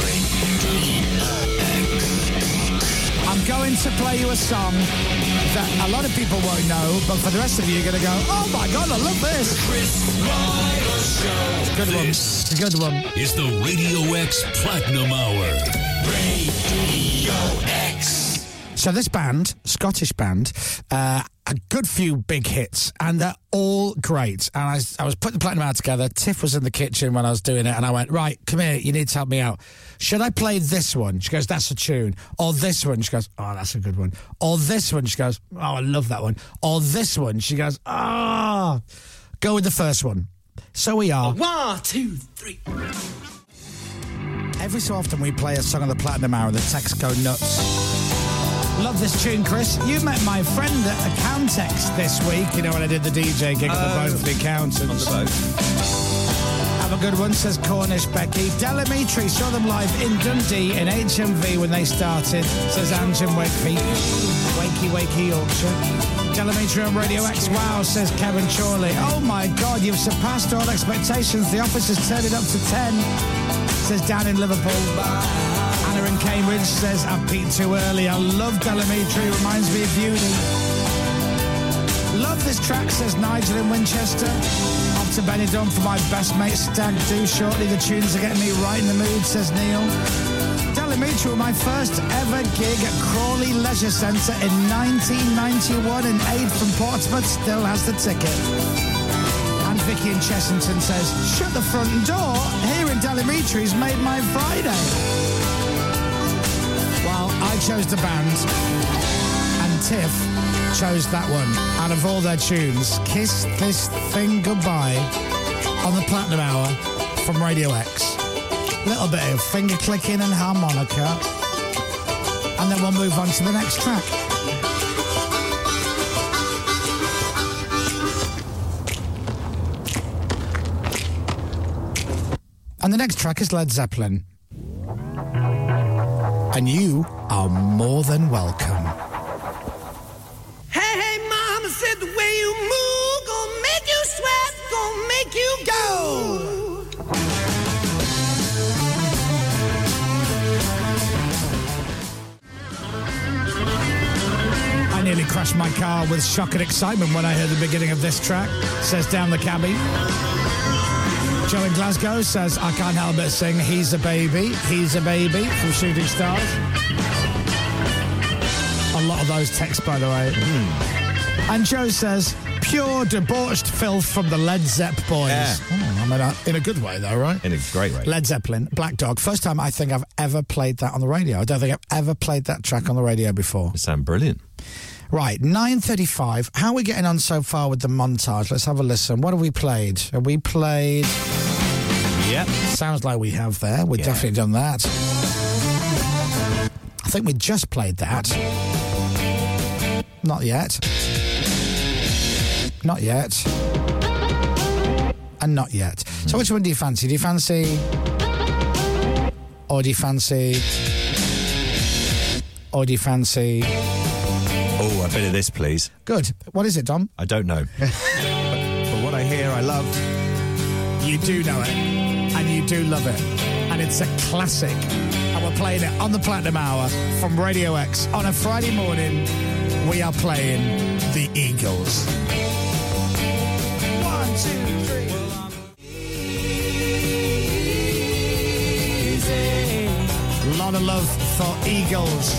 E: I'm going to play you a song that a lot of people won't know, but for the rest of you, you're going to go, oh my God, I love this. Good one.
A: This
E: Good one.
A: is the Radio X Platinum Hour. Radio X.
E: So this band, Scottish band, uh, a good few big hits, and they're all great. And I, I was putting the platinum out together. Tiff was in the kitchen when I was doing it, and I went, "Right, come here. You need to help me out. Should I play this one?" She goes, "That's a tune." Or this one, she goes, "Oh, that's a good one." Or this one, she goes, "Oh, I love that one." Or this one, she goes, "Ah, go with the first one." So we are.
C: One, two, three.
E: Every so often we play a song of the Platinum Hour and the texts go nuts. Love this tune, Chris. You met my friend at Accountex this week. You know when I did the DJ gig on the boat with the accountants.
G: On the
E: Have a good one, says Cornish Becky. Delamitri saw them live in Dundee in HMV when they started, says Ange in Wakefeet. Wakey, wakey, Yorkshire. Delamitri on Radio X. Wow, says Kevin Chorley. Oh my God, you've surpassed all expectations. The office has turned it up to 10, says Dan in Liverpool. Anna in Cambridge says, I peaked too early. I love Delamitri. Reminds me of uni. Love this track, says Nigel in Winchester. Off to Benidorm for my best mate Stag Do shortly. The tunes are getting me right in the mood, says Neil. Delamitri were my first ever gig at Crawley Leisure Centre in 1991 and Aid from Portsmouth still has the ticket. And Vicky in Chessington says, Shut the front door, here in Delamitri's made my Friday. Well, I chose the band, and Tiff chose that one. Out of all their tunes, Kiss This Thing Goodbye on the Platinum Hour from Radio X. Little bit of finger clicking and harmonica, and then we'll move on to the next track. And the next track is Led Zeppelin. And you are more than welcome.
O: Hey, hey, mama said the way you move gonna make you sweat, gonna make you go.
E: I nearly crashed my car with shock and excitement when I heard the beginning of this track, says Down the Cabbie. Joe in Glasgow says, I can't help but sing He's a Baby, He's a Baby from Shooting Stars. A lot of those texts, by the way.
G: Hmm.
E: And Joe says, pure debauched filth from the Led Zepp boys.
G: Yeah.
E: Oh, I mean, uh, in a good way, though, right?
G: In a great way.
E: Led Zeppelin, Black Dog. First time I think I've ever played that on the radio. I don't think I've ever played that track on the radio before.
G: It sounds brilliant.
E: Right, 9.35. How are we getting on so far with the montage? Let's have a listen. What have we played? Have we played...
G: Yep.
E: Sounds like we have there. We've definitely done that. I think we just played that. Not yet. Not yet. And not yet. So which one do you fancy? Do you fancy... Or do you fancy... Or do you fancy...
G: Oh, a bit of this, please.
E: Good. What is it, Dom?
G: I don't know. but, but what I hear, I love.
E: You do know it, and you do love it, and it's a classic. And we're playing it on the Platinum Hour from Radio X on a Friday morning. We are playing the Eagles. One, two, three. lot of love for Eagles.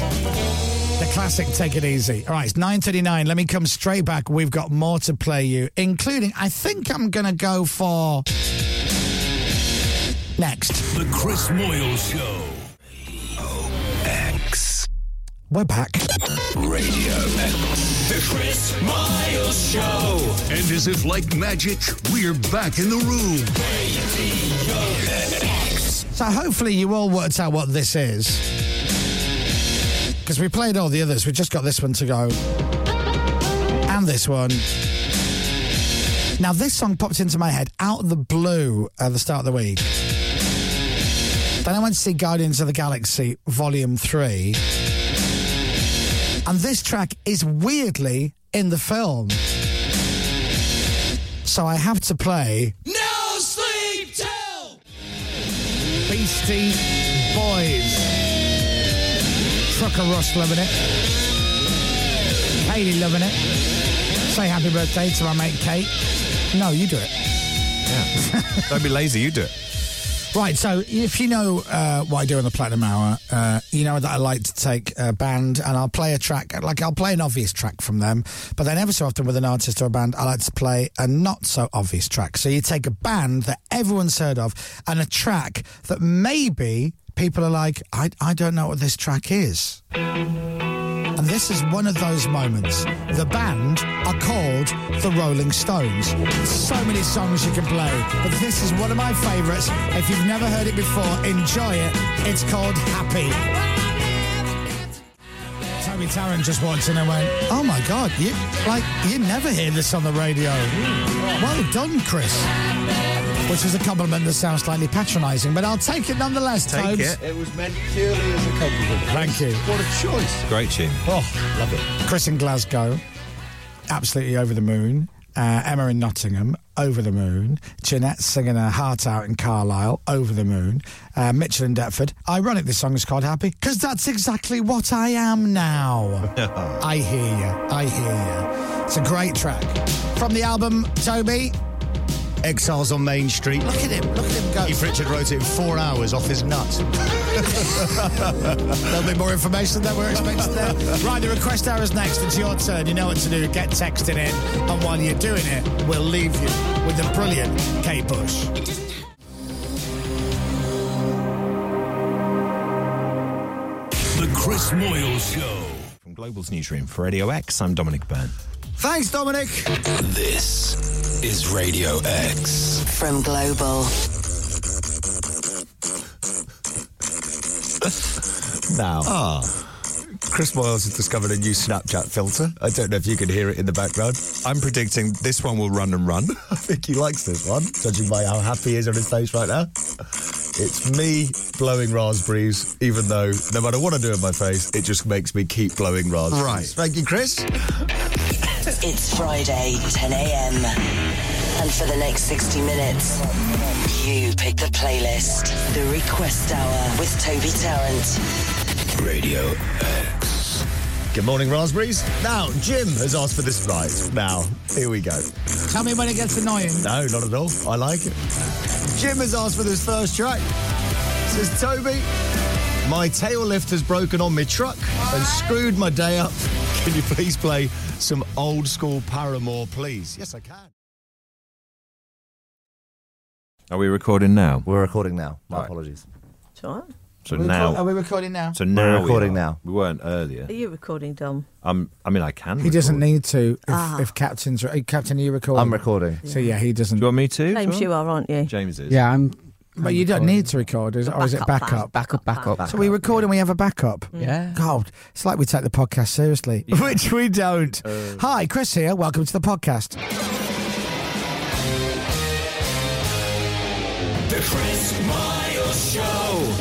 E: The classic Take It Easy. All right, it's 9.39. Let me come straight back. We've got more to play you, including, I think I'm going to go for... Next.
U: The Chris Moyle Show.
A: X.
E: We're back.
A: Radio X. The Chris Miles Show.
U: And as if like magic, we're back in the room.
E: So hopefully you all worked out what this is. Because we played all the others, we just got this one to go. And this one. Now, this song popped into my head out of the blue at the start of the week. Then I went to see Guardians of the Galaxy Volume 3. And this track is weirdly in the film. So I have to play
O: No sleep till.
E: Beastie Boys. Trucker Ross loving it. Hayley loving it. Say happy birthday to my mate Kate. No, you do it.
G: Yeah. don't be lazy, you do it.
E: Right, so if you know uh, what I do on the Platinum Hour, uh, you know that I like to take a band and I'll play a track, like I'll play an obvious track from them, but then ever so often with an artist or a band, I like to play a not so obvious track. So you take a band that everyone's heard of and a track that maybe people are like, I, I don't know what this track is. And this is one of those moments. The band are called the Rolling Stones. So many songs you can play, but this is one of my favourites. If you've never heard it before, enjoy it. It's called Happy. Toby Tarrant just walked in and went, "Oh my God, you like you never hear this on the radio." Well done, Chris. Which is a compliment that sounds slightly patronising, but I'll take it nonetheless. Tobes.
O: It was meant purely as a compliment.
E: Thank you.
O: What a choice.
G: Great tune.
E: Oh, love it. Chris in Glasgow, absolutely over the moon. Uh, Emma in Nottingham, over the moon. Jeanette singing her heart out in Carlisle, over the moon. Uh, Mitchell in Deptford. Ironic this song is called Happy, because that's exactly what I am [LAUGHS] now. I hear you. I hear you. It's a great track. From the album, Toby.
O: Exiles on Main Street. Look at him. Look at him go. Keith Richard wrote it in four hours off his [LAUGHS] nut.
E: There'll be more information than we're expecting there. Right, the request hour is next. It's your turn. You know what to do. Get texting in. And while you're doing it, we'll leave you with the brilliant Kate Bush.
A: The Chris Moyle Show.
G: From Global's newsroom for Radio X, I'm Dominic Byrne.
E: Thanks, Dominic.
V: This is Radio X.
B: From Global.
O: now. Ah. Chris Moyles has discovered a new Snapchat filter. I don't know if you can hear it in the background.
G: I'm predicting this one will run and run.
O: [LAUGHS] I think he likes this one, judging by how happy he is on his face right now. It's me blowing raspberries, even though no matter what I do in my face, it just makes me keep blowing raspberries.
B: Right.
O: Thank you, Chris.
B: It's Friday, 10 a.m. And for the next 60 minutes, you pick the playlist. The Request Hour with Toby Tarrant.
O: Radio X. Good morning, raspberries. Now, Jim has asked for this right now. Here we go.
E: Tell me when it gets annoying.
O: No, not at all. I like it. Jim has asked for this first track. Says Toby, my tail lift has broken on my truck and screwed my day up. Can you please play some old school Paramore, please? Yes, I can.
G: Are we recording now?
Q: We're recording now. My apologies.
G: So
E: Are we
G: now.
E: record- are we recording now?
G: So
E: We're
G: now
Q: recording
G: we are.
Q: now.
G: We weren't earlier.
C: Are you recording, Dom?
G: Um, I mean, I can.
E: He doesn't need to if,
C: Ah.
E: if Captain's. Re- Captain, are you recording?
Q: I'm recording.
E: So, yeah, he doesn't. Do
G: you want me to?
C: James, you are, aren't you?
G: James is.
E: Yeah, I'm. But you don't need to record, is, or is it
C: backup
E: backup?
H: Backup, backup.
E: So we record and we have a backup.
H: Yeah.
E: God, it's like we take the podcast seriously, [LAUGHS] which we don't.
G: Uh.
E: Hi, Chris here. Welcome to the podcast.
V: The Chris Miles Show.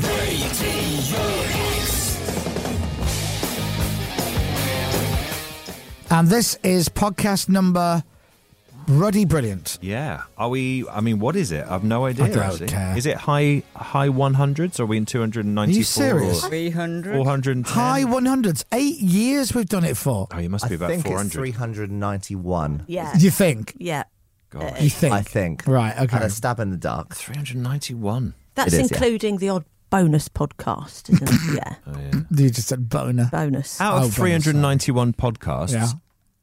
V: Radio X.
E: And this is podcast number Ruddy Brilliant.
G: Yeah. Are we? I mean, what is it? I've no idea.
E: I don't
G: actually.
E: care.
G: Is it high high 100s? Are we in 294?
E: Are you serious?
H: 300?
G: 410?
E: High 100s. Eight years we've done it for.
G: Oh, you must be
Q: I
G: about
Q: think
G: 400.
Q: it's 391.
C: Yeah.
E: You think?
C: Yeah. Uh,
E: You think?
Q: I think.
E: Right, okay.
Q: Had a stab in the dark.
G: 391.
C: That's
Q: It is, yeah.
C: including the odd bonus podcast, isn't
G: [LAUGHS]
C: it? Yeah.
E: Oh, You just said boner.
C: Bonus.
G: Oh, Out of
E: Oh, bonus,
G: 391 podcasts,
E: Yeah.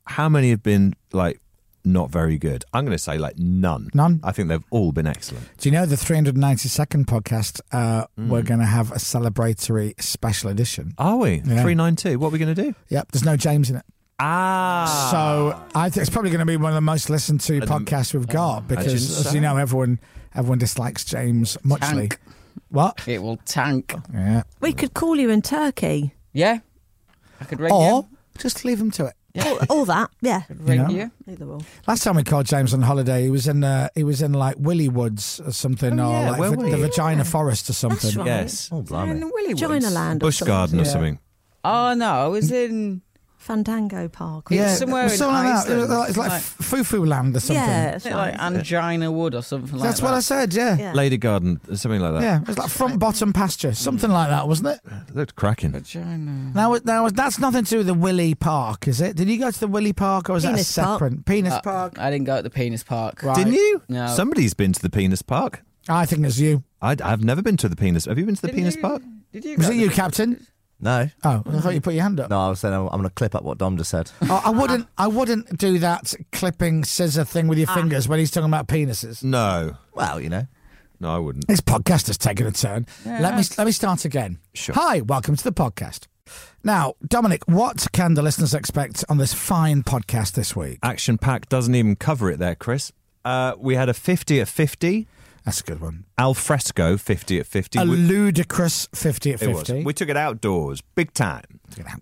G: how many have been like not very good? I'm going to say like none.
E: None?
G: I think they've all been excellent.
E: Do you know the 392nd podcast? Uh,
G: Mm.
E: We're going to have a celebratory special edition.
G: Are we?
E: Yeah.
G: 392. Oh, What are we going to do?
E: Yep, there's no James in it.
G: Ah.
E: So I think it's probably going to be one of the most listened to podcasts we've got because,
H: just
E: as you know, everyone everyone dislikes James muchly.
H: Tank.
E: What?
H: It will tank.
E: Yeah.
C: We could call you in Turkey.
H: Yeah. I could ring
E: Or
H: you.
E: just leave him to it.
C: All, all that. Yeah.
H: Ring
E: know?
H: you.
C: Either or.
E: Last time we called James on holiday, he was in uh, he was in like Willy Woods or something,
G: Oh,
E: or
G: yeah,
E: like
G: where
E: the,
G: were
E: the
G: you?
E: Vagina Forest or something.
C: right.
G: Yes.
Q: Oh,
H: In
Q: blimey.
H: the Willy Woods.
C: China land.
G: Bush
C: or
G: garden or
E: Yeah.
G: something.
H: Oh, no. I was in.
C: Fandango Park. or
E: Yeah,
H: somewhere in
E: something like that.
H: Iceland,
E: It's like,
H: like-
E: Fufu Land or something.
C: Yeah, it's
H: I think like
C: nice.
H: Angina Wood or something like
E: That's
H: that.
E: what I said. Yeah. yeah,
C: Yeah.
G: Lady Garden, something like that.
E: It was like front bottom pasture, something like that, wasn't it?
G: It looked cracking.
H: Vagina.
E: Now, now that's nothing to do with the Willy Park, is it? Did you go to the Willy Park or was that a
C: Penis Park.
E: separate penis
H: Uh,
E: park?
H: I didn't go to the penis park.
E: Right.
G: Didn't you?
H: No.
G: Somebody's been to the penis park.
E: I think it's you.
G: i I've never been to the penis. Have you been to the penis park?
H: Did you?
E: Was
H: go
E: it
H: to
E: you,
H: the-
E: Captain?
Q: No.
E: Oh, I thought you put your hand up.
Q: No, I was saying I'm, I'm going to clip up what Dom just said.
E: Oh,
Q: [LAUGHS]
E: I wouldn't. I wouldn't do that clipping scissor thing with your fingers when he's talking about penises.
G: No.
Q: Ah. Well, you know.
G: No, I wouldn't.
E: This podcast has taken a turn. let me let me start again.
G: Sure.
E: Hi, welcome to the podcast. Now, Dominic, what can the listeners expect on this fine podcast this week?
G: Action Pack doesn't even cover it there, Chris. Uh, we had a 50 at 50.
E: That's a good one.
G: Alfresco 50 at 50.
E: A
G: We-
E: ludicrous 50 at
G: It was.
E: 50.
G: We took it outdoors, big time.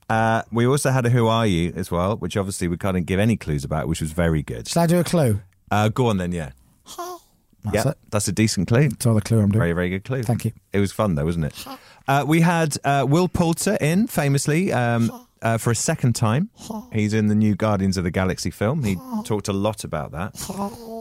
G: Uh, we also had a Who Are You as well, which obviously we couldn't give any clues about, which was very good.
E: Shall I do a clue?
G: Uh, go on then, yeah.
E: That's
G: yeah,
E: it.
G: that's a decent clue. That's
E: all the clue I'm doing.
G: Very, very good clue.
E: Thank you.
G: It was fun though, wasn't it? Uh, we had uh, Will Poulter in famously um, uh, for a second time. He's in the new Guardians of the Galaxy film. He talked a lot about that,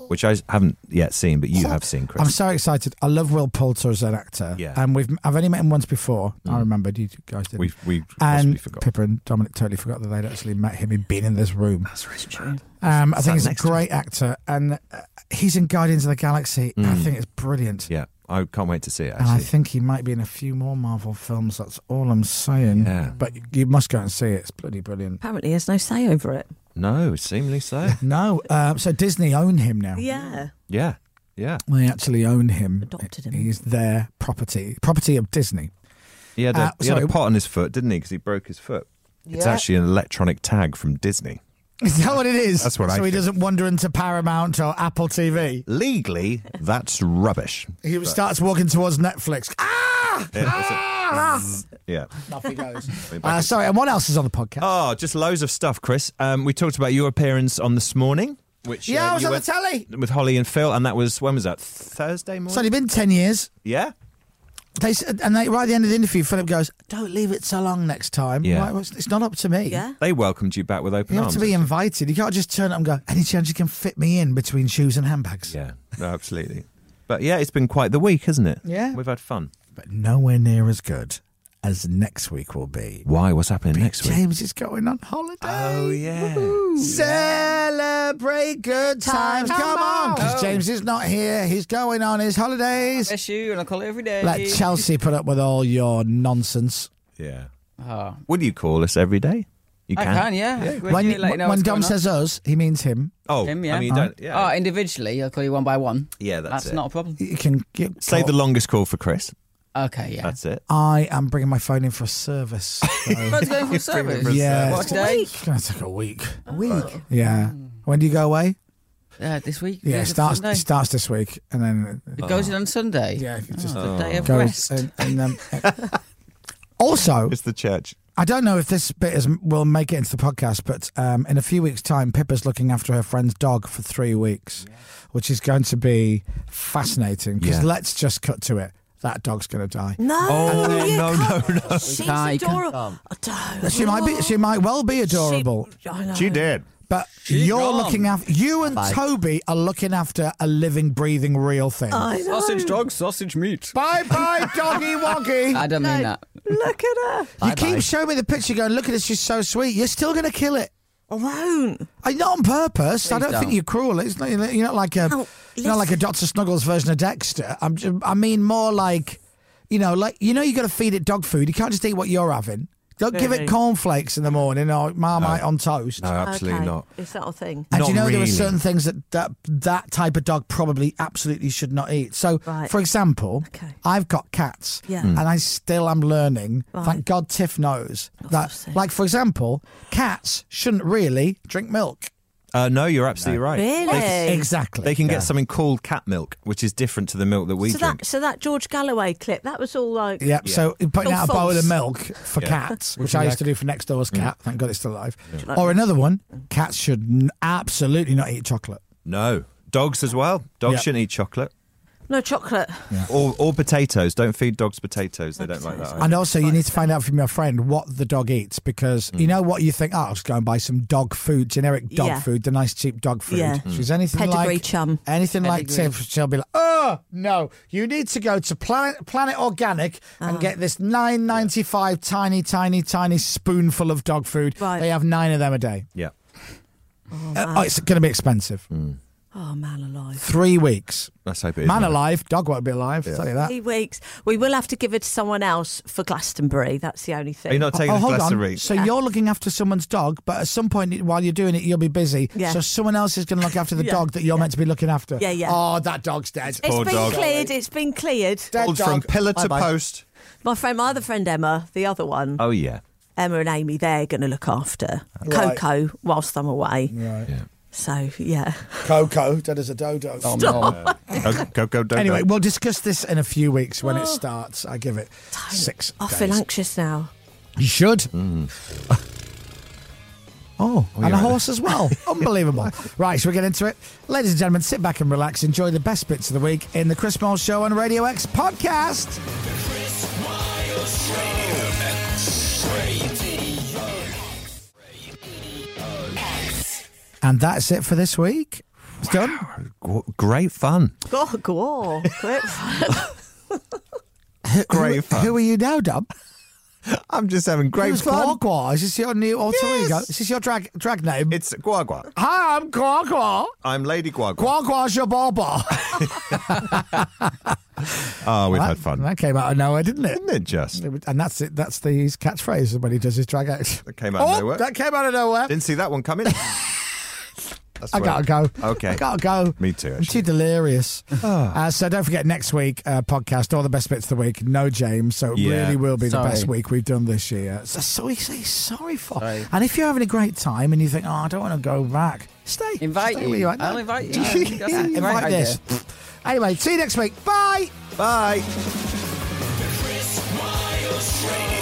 G: which I haven't yet seen, but you have seen, Chris.
E: I'm so excited. I love Will Poulter as an actor.
G: Yeah.
E: And we've I've only met him once before. I
G: Mm.
E: remembered you guys did.
G: We- we possibly
E: and
G: forgot.
E: Pippa and Dominic totally forgot that they'd actually met him. He'd been in this room. That's
G: really true.
E: Um, I
G: Is that
E: think he's a
G: next
E: great actor, and uh, he's in Guardians of the Galaxy. and I
G: Mm.
E: think it's brilliant.
G: Yeah, I can't wait to see it.
E: And I
G: Actually,
E: think he might be in a few more Marvel films. That's all I'm saying.
G: Yeah.
E: But you- you must go out and see it. It's bloody brilliant.
C: Apparently, there's no say over it.
G: no, seemingly so.
E: [LAUGHS] No. Uh, so Disney own him now.
C: Yeah.
G: yeah, yeah,
E: They actually own him. Adopted him. He's their property, property of Disney.
G: he had a,
E: Uh,
G: he had
E: so-
G: a pot on his foot, didn't he? Because he broke his foot. It's
E: Yeah.
G: actually an electronic tag from Disney.
E: Is that what it is?
G: That's what I
E: So he
G: think.
E: doesn't wander into Paramount or Apple TV.
G: Legally, that's rubbish.
E: He
G: But-
E: starts walking towards Netflix. Ah!
G: Yeah, that's it.
E: Ah!
G: Yeah.
E: Off he goes.
G: We're back
E: Uh, sorry, and what else is on the podcast?
G: Oh, just loads of stuff, Chris. Um, we talked about your appearance on This Morning, which
E: Yeah,
G: uh,
E: I was
G: you
E: on the
G: went
E: telly.
G: with Holly and Phil, and that was when was that? Thursday morning.
E: It's only been 10 years.
G: Yeah,
E: They, s- and they, right at the end of the interview, Philip goes, Don't leave it so long next time.
G: Yeah.
E: Why- it's it's not up to me. Yeah.
G: they welcomed you back with open
E: You have
G: arms.
E: to be invited. You can't just turn up and go, Any chance you can fit me in between shoes and handbags?
G: yeah, no, absolutely. But yeah, it's been quite the week, hasn't it?
E: Yeah.
G: we've had fun.
E: But nowhere near as good as next week will be.
G: Why? What's happening next week?
E: James is going on holiday.
G: Oh yeah.
E: Celebrate good times. Come, on. Because James is not here. He's going on his holidays.
H: Miss you, and I call it every day.
E: Let Chelsea put up with all your nonsense.
G: Yeah. Ah. Would you call us every day? You
H: I
G: can.
H: can, yeah. When
E: When,
H: you
E: you-
H: let you know
E: when
H: what's
E: Dom
H: going on.
E: says us, he means him.
G: Oh,
H: Him, yeah.
G: I mean, you don't. Yeah.
H: Oh, individually, I'll call you one by one.
G: Yeah, that's
H: That's
G: it.
H: not a problem.
E: You can get Uh,
G: Save the longest call for Chris.
H: Okay, yeah.
G: That's it.
E: I am bringing my phone in for
H: [LAUGHS]
E: a service. so-
H: Everyone's
E: [LAUGHS]
H: going for service.
E: yeah.
H: What today?
E: It's going to take a week. A week? Yeah. When do you go away?
H: Uh, this week.
E: Yeah, it
H: Is it
E: starts,
H: Sunday?
E: it starts this week. And then
H: It
G: Oh.
H: goes in on Sunday.
E: Yeah, it's
H: just a day of
E: goes-
H: rest.
E: and- and, um,
G: [LAUGHS]
E: also,
G: It's the church.
E: I don't know if this bit is, will make it into the podcast, but um, in a few weeks' time, Pippa's looking after her friend's dog for three weeks, which is going to be fascinating. Because
G: Yeah.
E: let's just cut to it. That dog's going to die.
C: No.
G: Oh
C: you
G: no, no,
C: can't.
G: no.
C: She's
E: can't, you can't.
C: adorable. I don't.
E: She might be. She might well be adorable.
C: I know.
G: did.
E: But
C: She's
E: you're
C: gone.
E: looking after. You and
C: Bye.
E: Toby are looking after a living, breathing, real thing.
C: [LAUGHS] I know. Sausage
H: dog, sausage meat.
E: Bye bye, doggy woggy.
H: I don't mean that.
C: Look at her.
E: you keep showing me the picture, going, "Look at this. She's so sweet." You're still going to kill it.
C: I won't.
E: I not on purpose. I
H: Please
E: don't, think
H: don't.
E: you're cruel. It's not, you're not like a you're not like a Doctor Snuggles version of Dexter. I'm ju- I mean more like you know, like you know, you got to feed it dog food. You can't just eat what you're having. Don't give
C: Really?
E: it cornflakes in the morning or marmite on toast.
G: No, absolutely
C: Okay,
G: not.
C: It's that a thing.
E: And do you know
G: Not
E: there are
G: really.
E: certain things that, that that type of dog probably absolutely should not eat. So,
C: Right.
E: for example, I've got cats,
C: Yeah.
G: Hmm.
E: and I still am learning.
C: Right.
E: Thank God, Tiff knows that. Like for example, cats shouldn't really drink milk.
G: Uh, no, you're absolutely right.
C: Really?
E: Exactly.
G: They can
E: Yeah.
G: get something called cat milk, which is different to the milk that we
C: so
G: drink.
C: that so that George Galloway clip that was all like
E: Yep. So putting
C: All
E: out a bowl
C: Oh, false.
E: of milk for
G: Yeah.
E: cats,
G: Would
E: which
G: you
E: I used
G: like-
E: to do for next door's cat. Thank God it's still alive.
G: Yeah.
E: Or another one: cats should n- absolutely not eat chocolate.
G: No, dogs as well. Dogs
E: Yeah.
G: shouldn't eat chocolate
C: no chocolate.
G: or or potatoes. Don't feed dogs potatoes. They don't like that.
E: And also, you need to find out from your friend what the dog eats because
G: Mm.
E: you know what you think. Oh, I'll just go and buy some dog food, generic dog
C: Yeah.
E: food, the nice cheap dog food.
C: Yeah.
G: Mm.
E: If she's anything
C: Pedigree
E: like
C: chum.
E: anything like
C: Pedigree.
E: Tiff, she'll be like, "Oh no, you need to go to Planet Planet Organic
C: Ah.
E: and get this nine ninety five tiny, tiny, tiny spoonful of dog food. They have nine of them a day.
G: Yeah. Mm.
C: Oh,
E: Uh,
C: man.
E: oh, it's going to be expensive.
C: Oh, man alive.
E: Three weeks.
G: Let's hope it is.
E: Man
G: nice.
E: alive, dog won't be alive. I'll tell you that.
C: Three weeks. We will have to give it to someone else for Glastonbury. That's the only
G: Are
C: thing.
G: you not taking
E: oh,
G: the
E: hold
G: Glastonbury?
E: on. So you're looking after someone's dog, but at some point while you're doing it, you'll be busy.
C: Yeah.
E: So someone else is going to look after the
C: [LAUGHS] Yeah,
E: dog that you're meant to be looking after.
C: Yeah, yeah.
E: Oh, that dog's dead.
C: It's been cleared. It's been cleared.
E: Dead
G: Pulled from
E: dog.
G: pillar to
E: Bye-bye.
G: post.
C: My friend, my other friend Emma, the other one.
G: Oh yeah.
C: Emma and Amy, they're going to look after
E: Right.
C: Coco whilst I'm away.
E: Right.
C: So, yeah.
E: Coco, dead as a dodo.
C: Oh, no. Stop.
G: go, go, go.
E: Anyway, we'll discuss this in a few weeks when
C: Oh.
E: it starts. I give it six.
C: I
E: days.
C: feel anxious now.
E: You should. Oh, and a
O: right.
E: horse
G: [LAUGHS]
E: as well. Unbelievable. Right, so we get into it. Ladies and gentlemen, sit back and relax. Enjoy the best bits of the week in the Chris Moyle Show on Radio X podcast. And that's it for this week. It's done.
G: G- Great fun.
C: Oh, go on.
E: [LAUGHS]
C: Quick.
G: Great fun.
E: Who are you now, Dub?
G: [LAUGHS] I'm just having great
E: Who's
G: fun.
E: Quagqua? Is this your new oh, alter ego?
G: Yes.
E: Is this your drag drag name?
G: It's Guagua.
E: Hi, I'm Quagqua.
G: I'm Lady Guagua.
E: Quagqua's your barber.
G: Oh, we've
E: [LAUGHS] That-
G: had fun.
E: That came out of nowhere, didn't it?
G: Didn't it just?
E: And that's it. That's the his catchphrase when he does his drag acts.
G: That came out of
E: Oh,
G: nowhere.
E: That came out of nowhere.
G: Didn't see that one
E: [LAUGHS]
G: coming. That's
E: I
G: where-
E: gotta go.
G: Okay.
E: I gotta go.
G: Me too, Ah.
E: I'm too delirious. uh, so don't forget next week uh, podcast, all the best bits of the week. No James, so it
G: Yeah.
E: really will be
G: Sorry.
E: the best week we've done this year. So, so he says sorry for. And if you're having a great time and you think, oh, I don't want to go back, stay.
H: Invite
E: Stay
H: you.
E: where are.
H: I'll
E: No.
H: invite you.
E: [LAUGHS] Yeah,
H: I think that's a great
E: invite
H: idea.
E: this. Anyway, see you next week. Bye.
G: Bye.
A: Chris Miles Radio.